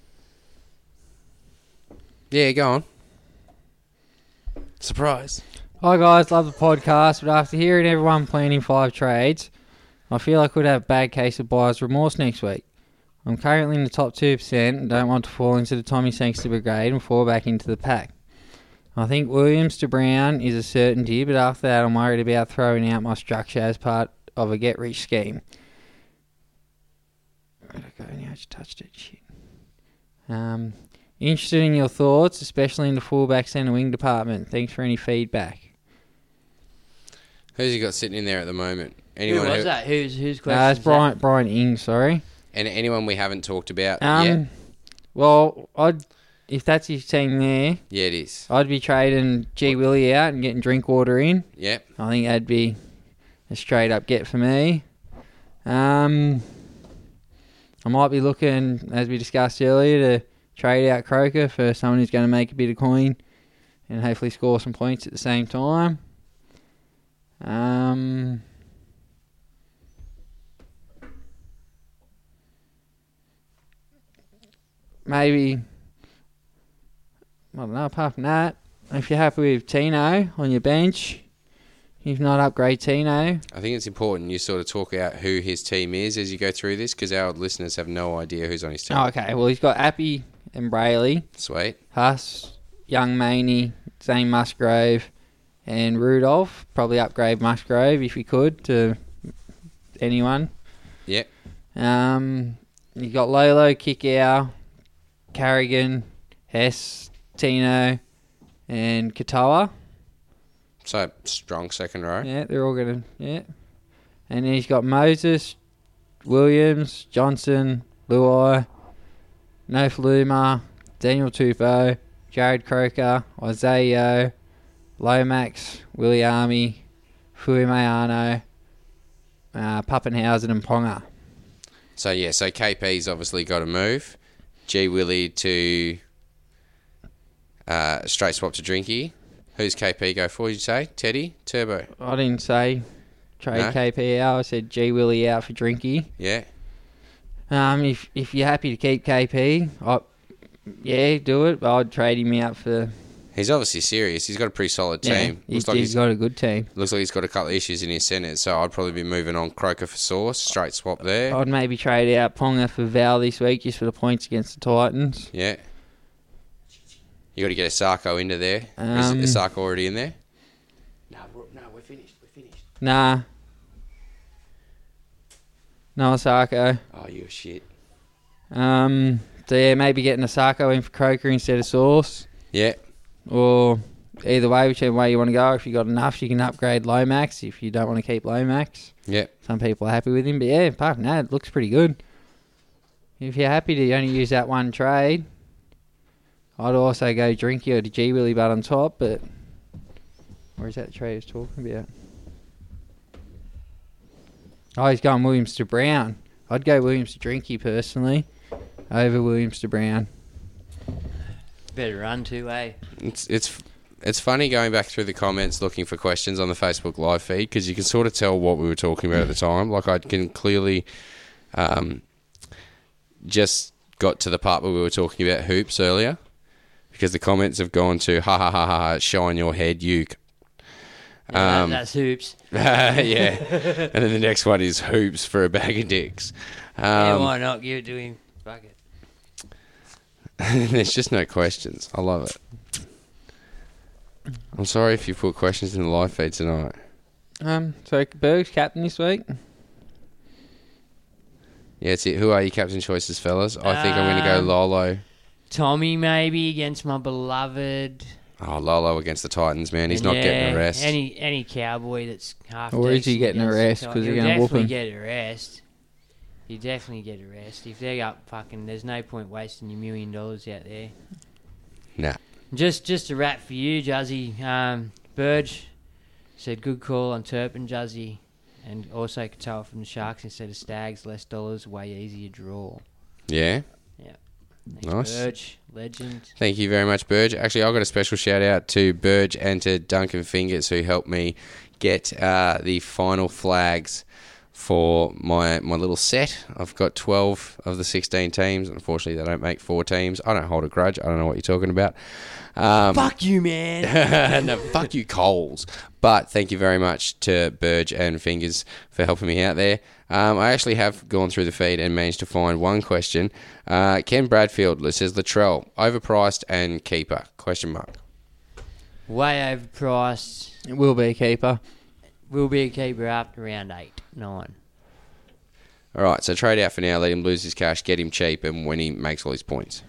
S4: Yeah, go on. Surprise.
S8: Hi guys, love the podcast, but after hearing everyone planning five trades, I feel I could have a bad case of buyer's remorse next week. I'm currently in the top 2% and don't want to fall into the Tommy Sangster brigade and fall back into the pack. I think Williams to Brown is a certainty, but after that, I'm worried about throwing out my structure as part of a get rich scheme. Where'd it go now? I just touched it. Shit. Um, interested in your thoughts, especially in the fullback centre wing department. Thanks for any feedback.
S4: Who's he got sitting in there at the moment?
S7: Who
S4: Anyone
S7: was that? Who's who's
S8: No, uh, it's Brian
S7: question?
S8: Brian Ing. Sorry.
S4: And anyone we haven't talked about
S8: Um,
S4: yet?
S8: well, I'd if that's his team there.
S4: Yeah, it is.
S8: I'd be trading G Willie out and getting Drinkwater in.
S4: Yep.
S8: I think that'd be a straight up get for me. Um, I might be looking, as we discussed earlier, to trade out Croker for someone who's going to make a bit of coin and hopefully score some points at the same time. Um, maybe I don't know. Apart from that, if you're happy with Tino on your bench, if not upgrade Tino,
S4: I think it's important you sort of talk out who his team is as you go through this because our listeners have no idea who's on his team.
S8: Oh, okay. Well, he's got Appy and Brayley,
S4: Sweet.
S8: Huss, Young Maney, Zane Musgrove, and Rudolph. Probably upgrade Musgrove if you could to anyone.
S4: Yep.
S8: Um, you got Lolo, Kickow, Carrigan, Hess, Tino, and Katoa.
S4: So strong second row.
S8: Yeah, they're all gonna. Yeah, and then he's got Moses, Williams, Johnson, Luai, No Fluma, Daniel Tupou, Jared Croker, Isaiah, Yeo, Lomax, Willie Army, Fuimayano, uh, Pappenhausen, and Ponga.
S4: So yeah, so KP's obviously got to move. G Willie to uh, straight swap to Drinky. Who's KP go for? You say Teddy Turbo.
S8: I didn't say trade
S4: No.
S8: KP out. I said G Willie out for Drinky.
S4: Yeah.
S8: Um, if if you're happy to keep KP, I, yeah, do it. But I'd trade him out for.
S4: He's obviously serious. He's got a pretty solid team.
S8: Yeah, he's, he's got a good team.
S4: Looks like he's got a couple of issues in his Senate, so I'd probably be moving on Croker for Source, straight swap there.
S8: I'd maybe trade out Ponga for Val this week just for the points against the Titans.
S4: Yeah. You got to get a Sarko into there. Is
S8: Um,
S4: is Sarko already in there?
S8: Nah. No Osako.
S4: Oh, you shit.
S8: Um, so yeah, maybe getting Osako in for Croker instead of Sauce.
S4: Yeah.
S8: Or either way, whichever way you want to go. If you got enough, you can upgrade Lomax. If you don't want to keep Lomax,
S4: Yeah.
S8: some people are happy with him. But yeah, apart from that, it looks pretty good. If you're happy to only use that one trade, I'd also go Drinky or to G Willy Butt on top, but. Or is that the trade he's talking about? Oh, he's going Williams to Brown. I'd go Williams to Drinky personally over Williams to Brown.
S7: Better run too, eh?
S4: It's it's it's funny going back through the comments looking for questions on the Facebook live feed because you can sort of tell what we were talking about at the time. Like I can clearly, um, just got to the part where we were talking about hoops earlier because the comments have gone to ha ha ha ha, ha shine your head, you.
S7: Yeah, that- that's hoops.
S4: yeah, and then the next one is hoops for a bag of dicks.
S7: yeah,
S4: Um,
S7: why not give it to him? Fuck it.
S4: There's just no questions. I love it. I'm sorry if you put questions in the live feed tonight.
S8: Um, so Berg's captain this week.
S4: Yeah, that's it. Who are your captain choices, fellas? I think I'm going to go
S7: Um,
S4: Lolo.
S7: Tommy maybe against my beloved.
S4: Oh, Lolo against the Titans, man. He's not getting a
S7: Yeah,
S4: rest.
S7: Any any cowboy that's half.
S8: Or is he
S7: decent
S8: getting a
S7: against the
S8: rest
S7: Ti-
S8: 'cause they're
S7: he'll
S8: gonna whoop
S7: definitely
S8: him?
S7: Get a rest. You definitely get a rest if they got fucking. There's no point wasting your million dollars out there.
S4: nah.
S7: Just just a wrap for you, Juzzy. Um, Burge said good call on Turpin, Juzzy, and also Katoa from the Sharks instead of Stags. Less dollars, way easier draw.
S4: Yeah.
S7: Yeah.
S4: Nice.
S7: Burge, legend.
S4: Thank you very much, Burge. Actually, I got a special shout out to Burge and to Duncan Fingers who helped me get uh, the final flags for my my little set. I've got 12 of the 16 teams. Unfortunately, they don't make four teams. I don't hold a grudge. I don't know what you're talking about. Um,
S7: Fuck you, man.
S4: no, fuck you, Coles. But thank you very much to Burge and Fingers for helping me out there. Um, I actually have gone through the feed and managed to find one question. Uh, Ken Bradfield says Latrell overpriced and keeper? Question mark.
S8: Way overpriced.
S10: It will be a keeper.
S8: Will be a keeper after round eight, nine.
S4: All right, so trade out for now. Let him lose his cash, get him cheap, and when he makes all his points.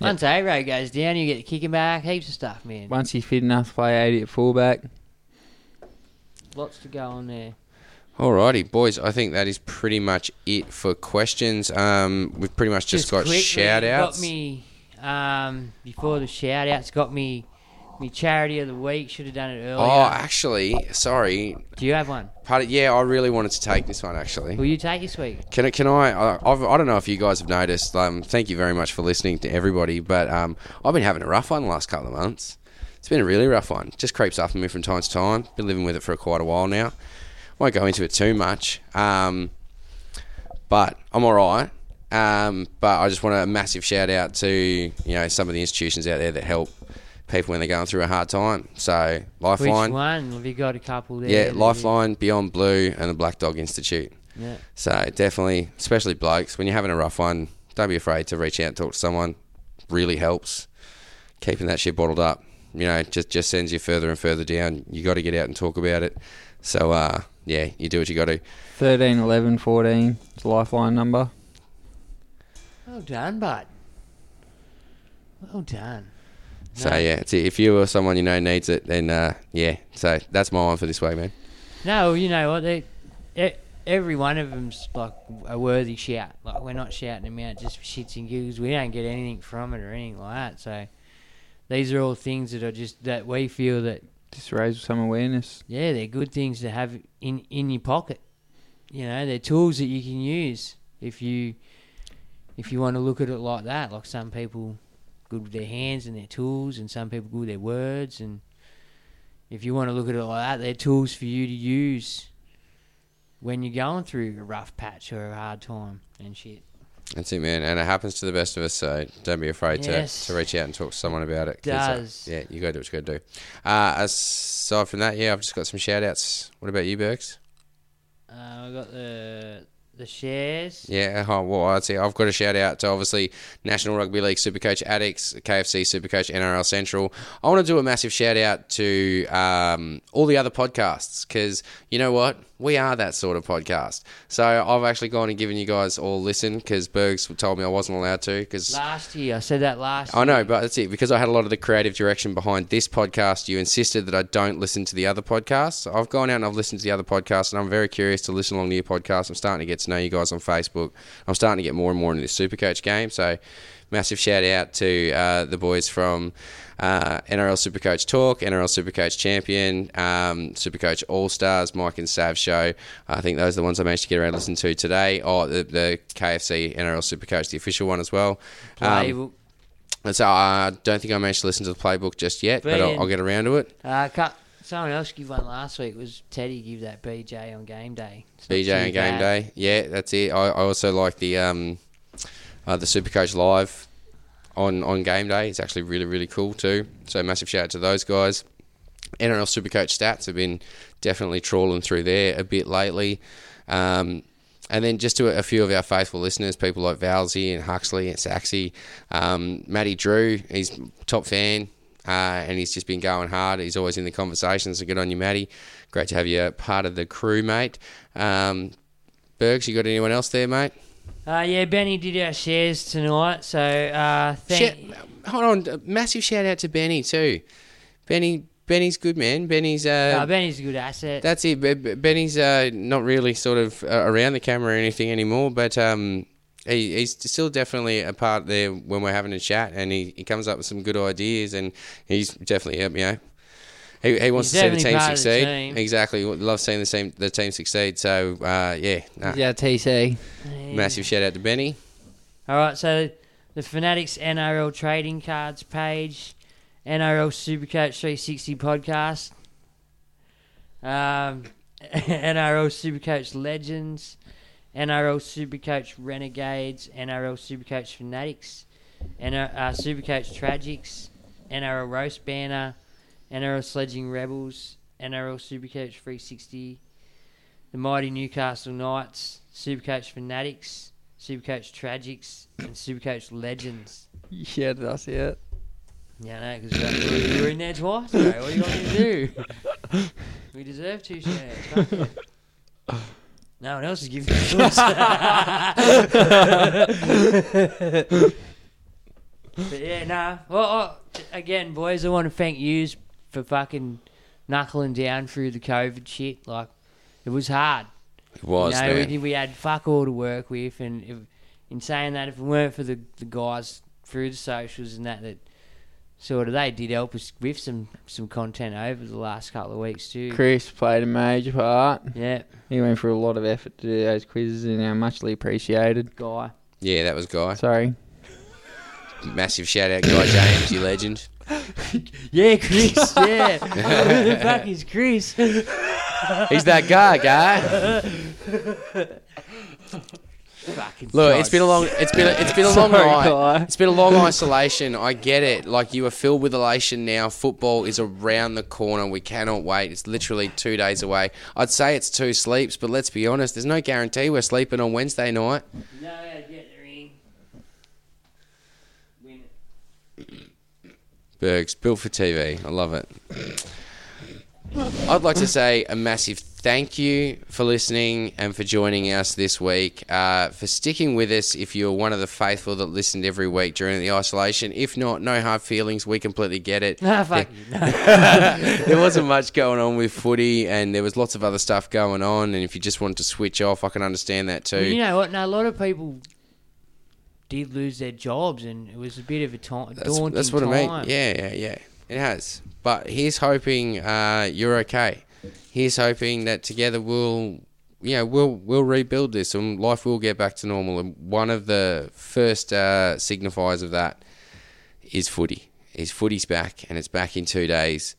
S8: Once A-Ray goes down, you get to kick him back, heaps of stuff, man.
S10: Once he's fit enough to play 80 at fullback.
S8: Lots to go on there.
S4: Alrighty, boys. I think that is pretty much it for questions. Um, we've pretty much just, got
S8: quickly,
S4: shout outs.
S8: Got me um, before the shout outs. Got me me charity of the week. Should have done it earlier.
S4: Oh, actually, sorry.
S8: Do you have one?
S4: Part of- yeah, I really wanted to take this one actually.
S8: Will you take this week?
S4: Can I? Can I? I- I've, I don't know if you guys have noticed. Um, thank you very much for listening to everybody. But um, I've been having a rough one the last couple of months. It's been a really rough one. Just creeps up on me from time to time. Been living with it for quite a while now. Won't go into it too much. Um, but I'm all right. Um, but I just want a massive shout out to you know some of the institutions out there that help people when they're going through a hard time. So Lifeline,
S8: Which one? Have you got a couple there?
S4: yeah,
S8: that you-
S4: Lifeline, Beyond Blue, and the Black Dog Institute.
S8: Yeah.
S4: So definitely, especially blokes, when you're having a rough one, don't be afraid to reach out and talk to someone. Really helps. Keeping that shit bottled up, you know, just just sends you further and further down. You got to get out and talk about it. So uh, yeah, you do what you got to.
S10: 13, 11, 14. It's a lifeline number.
S8: Well done, bud. Well done.
S4: So
S8: No.
S4: yeah, it's, if you or someone you know needs it, then uh, yeah. So that's my one for this week, man.
S8: No, you know what? They, e- every one of them's like a worthy shout. Like we're not shouting them out just for shits and giggles. We don't get anything from it or anything like that. So these are all things that are just that we feel that
S10: Just raise some awareness.
S8: yeah, they're good things to have in in your pocket. You know, they're tools that you can use if you if you want to look at it like that. Like some people good with their hands and their tools, and some people good with their words. And if you want to look at it like that, they're tools for you to use when you're going through a rough patch or a hard time and shit.
S4: That's it, man. And it happens to the best of us, so don't be afraid
S8: Yes.
S4: to, to reach out and talk to someone about it. 'cause, uh,
S8: Does.
S4: yeah, you got to do what you got to do. Uh, aside from that, yeah, I've just got some shout outs. What about you, Berks?
S8: Uh, we got the the shares.
S4: Yeah, oh, well, I'd say I've got a shout out to obviously National Rugby League Supercoach Addicts, KFC Supercoach NRL Central. I want to do a massive shout out to um, all the other podcasts because you know what? We are that sort of podcast. So I've actually gone and given you guys all a listen because Bergs told me I wasn't allowed to because
S8: Last year, I said that last.
S4: I know, but that's it. Because I had a lot of the creative direction behind this podcast, you insisted that I don't listen to the other podcasts. So I've gone out and I've listened to the other podcasts, and I'm very curious to listen along to your podcast. I'm starting to get to know you guys on Facebook. I'm starting to get more and more into this Supercoach game. So, massive shout out to uh, the boys from uh, NRL Supercoach Talk, NRL Supercoach Champion, um, Supercoach All Stars, Mike and Sav Show. I think those are the ones I managed to get around to listen to today. Oh, the, the KFC NRL Supercoach, the official one as well. Um,
S8: Playbook.
S4: and So I don't think I managed to listen to the playbook just yet, but I'll,
S8: Brilliant.
S4: I'll get around to it.
S8: Uh, cut. Someone else gave one last week. Was Teddy give that BJ on game day? It's not
S4: BJ
S8: too
S4: and game
S8: bad.
S4: day, yeah, that's it. I, I also like the um, uh, the Supercoach live on on game day. It's actually really really cool too. So massive shout out to those guys. NRL Supercoach stats have been definitely trawling through there a bit lately. Um, and then just to a, a few of our faithful listeners, people like Valsey and Huxley and Saxy, um, Matty Drew, he's top fan. Uh, and he's just been going hard. He's always in the conversations. So good on you, Matty. Great to have you part of the crew, mate. Um, Bergs, you got anyone else there, mate?
S8: Uh, yeah, Benny did our shares tonight, so uh, thank.
S4: Shit, hold on. A Massive shout out to Benny too. Benny, Benny's good man. Benny's uh,
S8: Uh, Benny's a good asset.
S4: that's it. Be- Be- Benny's uh, not really sort of uh, around the camera or anything anymore, but um, he, he's still definitely a part there when we're having a chat, and he, he comes up with some good ideas, and he's definitely helped me out. He, he wants
S8: He's
S4: to see the
S8: definitely
S4: team
S8: part of the
S4: succeed.
S8: team.
S4: Exactly, love seeing the team the team succeed. So uh, yeah, nah.
S10: Yeah, TC.
S4: massive shout out to Benny.
S8: All right, so the Fanatics NRL trading cards page, NRL Supercoach 360 podcast, um, NRL Supercoach Legends, NRL Supercoach Renegades, NRL Supercoach Fanatics, NRL, uh, Supercoach Tragics, NRL Roast Banner, NRL Sledging Rebels, NRL Supercoach 360, the mighty Newcastle Knights, Supercoach Fanatics, Supercoach Tragics, and Supercoach Legends.
S10: Yeah, did I see it?
S8: Yeah, no, because you were in there twice, bro. What do you want me to do? we deserve two shares. fuck it. No one else is giving us. but yeah, nah. Well, oh, again, boys, I want to thank yous for fucking knuckling down through the COVID shit. Like, it was hard.
S4: It was,
S8: You know,
S4: man.
S8: We, we had fuck all to work with, and if, in saying that, if it weren't for the, the guys through the socials and that, that sort of they did help us with some some content over the last couple of weeks too.
S7: Chris played a major part.
S8: Yeah.
S7: He went through a lot of effort to do those quizzes and are muchly appreciated.
S8: Guy.
S4: Yeah, that was Guy.
S7: Sorry.
S4: Massive shout out, Guy James, you legend.
S8: Yeah, Chris. Yeah. Who the fuck is Chris?
S4: He's that guy, guy.
S8: Fucking
S4: Look,
S8: Christ.
S4: it's been a long, it's been, a, it's been a long
S8: Sorry,
S4: night.
S8: Guy.
S4: It's been a long isolation. I get it. Like you are filled with elation now. Football is around the corner. We cannot wait. It's literally two days away. I'd say it's two sleeps, but let's be honest. There's no guarantee we're sleeping on Wednesday night.
S8: No, I get the ring. Win it.
S4: Bergs, built for TV. I love it. I'd like to say a massive thank you for listening and for joining us this week, uh, for sticking with us if you're one of the faithful that listened every week during the isolation. If not, no hard feelings. We completely get it.
S8: Nah, fuck
S4: there, there wasn't much going on with footy, and there was lots of other stuff going on. And if you just wanted to switch off, I can understand that too.
S8: Well, you know what? Now a lot of people did lose their jobs, and it was a bit of a ta-
S4: that's,
S8: daunting
S4: that's what
S8: time.
S4: I mean. Yeah, yeah, yeah. It has. But here's hoping uh, you're okay. Here's hoping that together we'll, you know, we'll we'll rebuild this and life will get back to normal. And one of the first uh, signifiers of that is footy. Is footy's back and it's back in two days.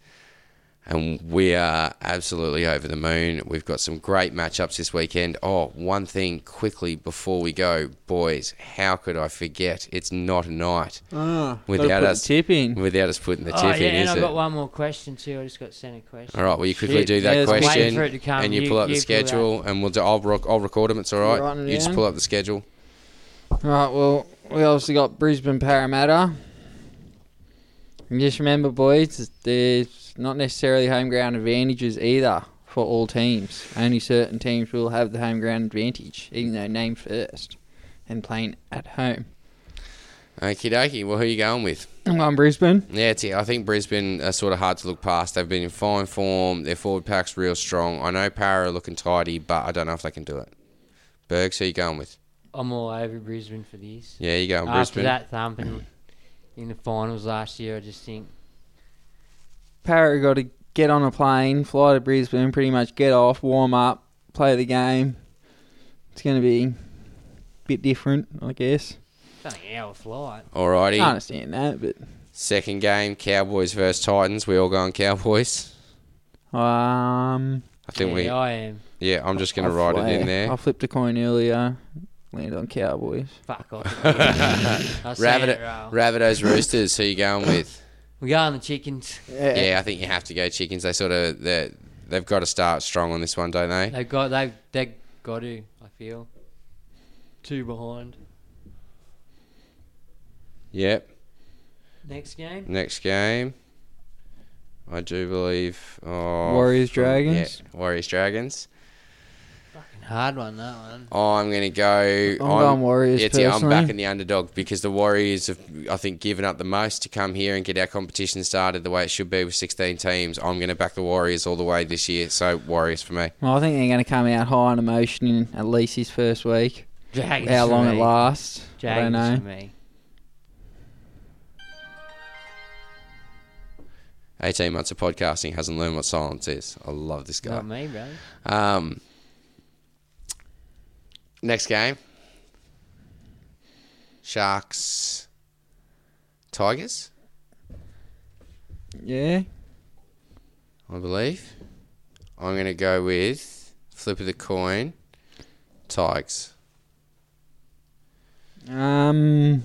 S4: And we are absolutely over the moon. We've got some great matchups this weekend. Oh, one thing quickly before we go, boys, how could I forget? It's not a night
S7: Ah, gotta
S4: without
S7: put
S4: us
S7: the tip in.
S4: Without us putting the tip
S8: oh,
S4: in,
S8: yeah, and
S4: is
S8: I've
S4: it?
S8: got one more question too. I just got sent a question.
S4: All right, well, you quickly
S7: Shit,
S4: do that
S7: yeah, it's waiting
S4: question,
S8: for it to come.
S4: and you,
S8: You-
S4: pull up the
S8: you pull it up.
S4: schedule, and we'll do. I'll, rock, I'll record them. It's all
S7: You're
S4: right.
S7: writing it
S4: You just
S7: down?
S4: pull up the schedule.
S7: Right, well, we obviously got Brisbane Parramatta. And just remember, boys, there's not necessarily home ground advantages either for all teams. Only certain teams will have the home ground advantage, even though named first and playing at home.
S4: Okie dokie. Well, who are you going with?
S7: I'm going Brisbane.
S4: Yeah, it's, I think Brisbane are sort of hard to look past. They've been in fine form. Their forward pack's real strong. I know Para are looking tidy, but I don't know if they can do it. Bergs, who you going with?
S8: I'm all over Brisbane for this.
S4: Yeah, you going
S8: After
S4: Brisbane.
S8: that thumping in the finals last year, I just think
S7: Parra got to get on a plane, fly to Brisbane, pretty much get off, warm up, play the game. It's going to be a bit different, I guess.
S8: it's only an hour flight.
S4: Alrighty.
S7: I understand that, but
S4: Second game, Cowboys versus Titans. We all going Cowboys.
S7: Um,
S4: I think
S8: yeah,
S4: we.
S8: I am.
S4: Yeah, I'm just going to
S7: I
S4: write it in
S7: fla-
S4: there.
S7: I flipped a coin earlier, landed on Cowboys.
S8: Fuck off. I'll say it,
S4: Rabbit,
S8: Raoul.
S4: Rabbitohs Roosters. Who you going with?
S8: We go on the chickens.
S4: Yeah, I think you have to go chickens. They sort of they they've got to start strong on this one, don't they?
S8: They've got they they got to. I feel two behind.
S4: Yep.
S8: Next game.
S4: Next game, I do believe. Oh,
S7: Warriors,
S4: fuck,
S7: Dragons?
S4: Yeah, Warriors Dragons.
S8: Hard one that one.
S4: I'm gonna go.
S7: I'm going Warriors
S4: It's, yeah, I'm
S7: personally.
S4: backing the underdog because the Warriors have, I think, given up the most to come here and get our competition started the way it should be with 16 teams. I'm gonna back the Warriors all the way this year. So Warriors for me.
S7: Well, I think they're going to come out high on emotion in at least his first week.
S8: Dragons.
S7: How
S8: for
S7: long
S8: me.
S7: it lasts, I don't
S8: Dragons
S7: know.
S8: for me.
S4: 18 months of podcasting hasn't learned what silence is. I love this guy.
S8: Not me, bro.
S4: Um, next game Sharks, Tigers,
S7: Yeah,
S4: I believe. I'm going to go with flip of the coin, Tigers.
S7: Um,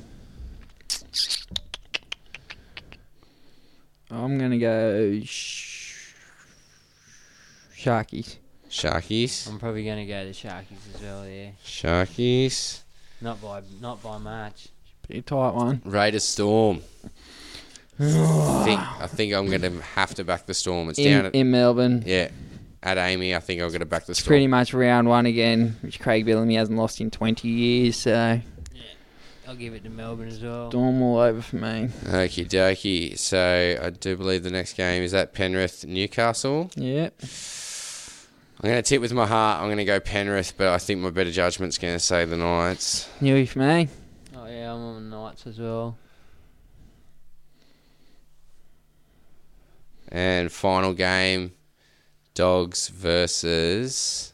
S7: I'm gonna go sh- Sharkies.
S4: Sharkies.
S8: I'm probably gonna go the Sharkies as well. Yeah,
S4: Sharkies.
S8: not by not by March.
S7: Pretty tight one.
S4: Raiders Storm. I think I think I'm gonna have to back the Storm. It's
S7: In-
S4: down at,
S7: in Melbourne.
S4: Yeah, at Amy, I think I'm gonna back the Storm.
S7: Pretty much round one again, which Craig Bellamy hasn't lost in 20 years, so
S8: I'll give it to Melbourne as well.
S7: Storm all over for me.
S4: Okie dokie. So I do believe the next game is at Penrith Newcastle.
S7: Yep.
S4: I'm going to tip with my heart. I'm going to go Penrith, but I think my better judgment's going to say the Knights.
S7: Newy for me.
S8: Oh yeah, I'm on Knights as well.
S4: And final game, Dogs versus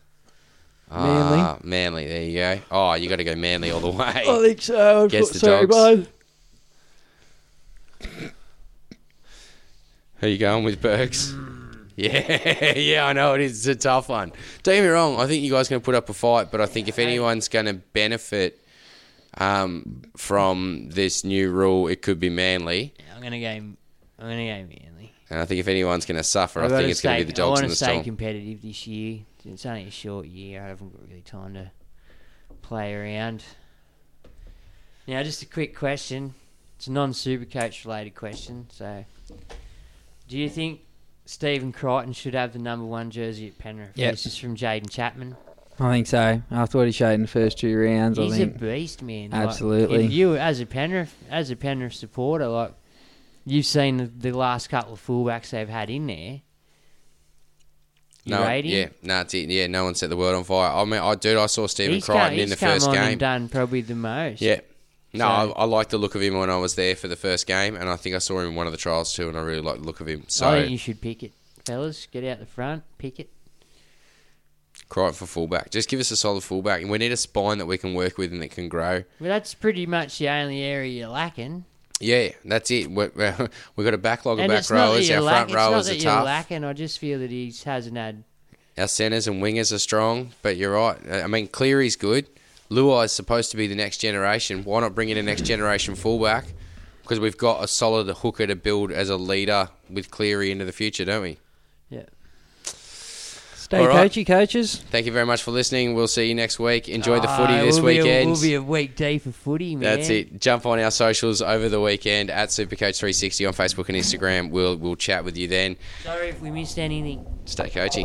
S4: Ah, Manly. There you go. Oh, you got to go Manly all the way.
S8: Oh,
S7: I think so. I've
S4: Guess
S7: got-
S4: the
S7: sorry,
S4: dogs.
S7: bud.
S4: Who you going with, Burks?
S8: Hmm.
S4: Yeah, yeah, I know it is. It's a tough one. Don't get me wrong. I think you guys are going to put up a fight, but I think if anyone's going to benefit um, from this new rule, it could be Manly.
S8: I'm gonna go. I'm gonna go Manly.
S4: And I think if anyone's going to suffer, I,
S8: I've gotta
S4: think it's going to
S8: stay-
S4: be the
S8: I
S4: Dogs
S8: wanna
S4: and the
S8: stay
S4: Storm.
S8: competitive this year. It's only a short year. I haven't got really time to play around. Now, just a quick question. It's a non-super coach related question. So, do you think Stephen Crichton should have the number one jersey at Penrith?
S7: Yep.
S8: This is from Jaden Chapman.
S7: I think so. I thought he showed in the first two rounds. I
S8: He's a
S7: think.
S8: beast, man. Like,
S7: Absolutely.
S8: if you as a Penrith as a Penrith supporter, like you've seen the, the last couple of fullbacks they've had in there. You
S4: No,
S8: rate him?
S4: yeah, no, it's, yeah. No one set the world on fire. I mean, I dude, I saw Stephen
S8: he's
S4: Crichton
S8: come,
S4: in
S8: he's
S4: the
S8: come
S4: first
S8: on
S4: game.
S8: and done probably the most.
S4: Yeah. No,
S8: So-
S4: I, I liked the look of him when I was there for the first game, and I think I saw him in one of the trials too, and I really liked the look of him. So,
S8: I think you should pick it, fellas. Get out the front, pick it.
S4: Crichton for fullback. Just give us a solid fullback, and we need a spine that we can work with and that can grow.
S8: Well, that's pretty much the only area you're lacking.
S4: Yeah, that's it. We're, we're, we've got a backlog of
S8: and
S4: back
S8: it's not that
S4: rowers.
S8: you're
S4: Our
S8: lack-
S4: front rowers
S8: it's
S4: are
S8: not that you're
S4: tough.
S8: lacking. I just feel that he hasn't had.
S4: Our centres and wingers are strong, but you're right. I mean, Cleary's good. Luai's supposed to be the next generation. Why not bring in a next generation fullback? Because we've got a solid hooker to build as a leader with Cleary into the future, don't we?
S8: Yeah.
S7: Stay
S4: All right.
S7: coachy, coaches.
S4: Thank you very much for listening. We'll see you next week. Enjoy the
S8: Ah,
S4: footy
S8: it
S4: this
S8: will be a-
S4: weekend.
S8: will be a week day for footy, man.
S4: That's it. Jump on our socials over the weekend at Supercoach360 on Facebook and Instagram. We'll we'll chat with you then.
S8: Sorry if we missed anything.
S4: Stay coachy.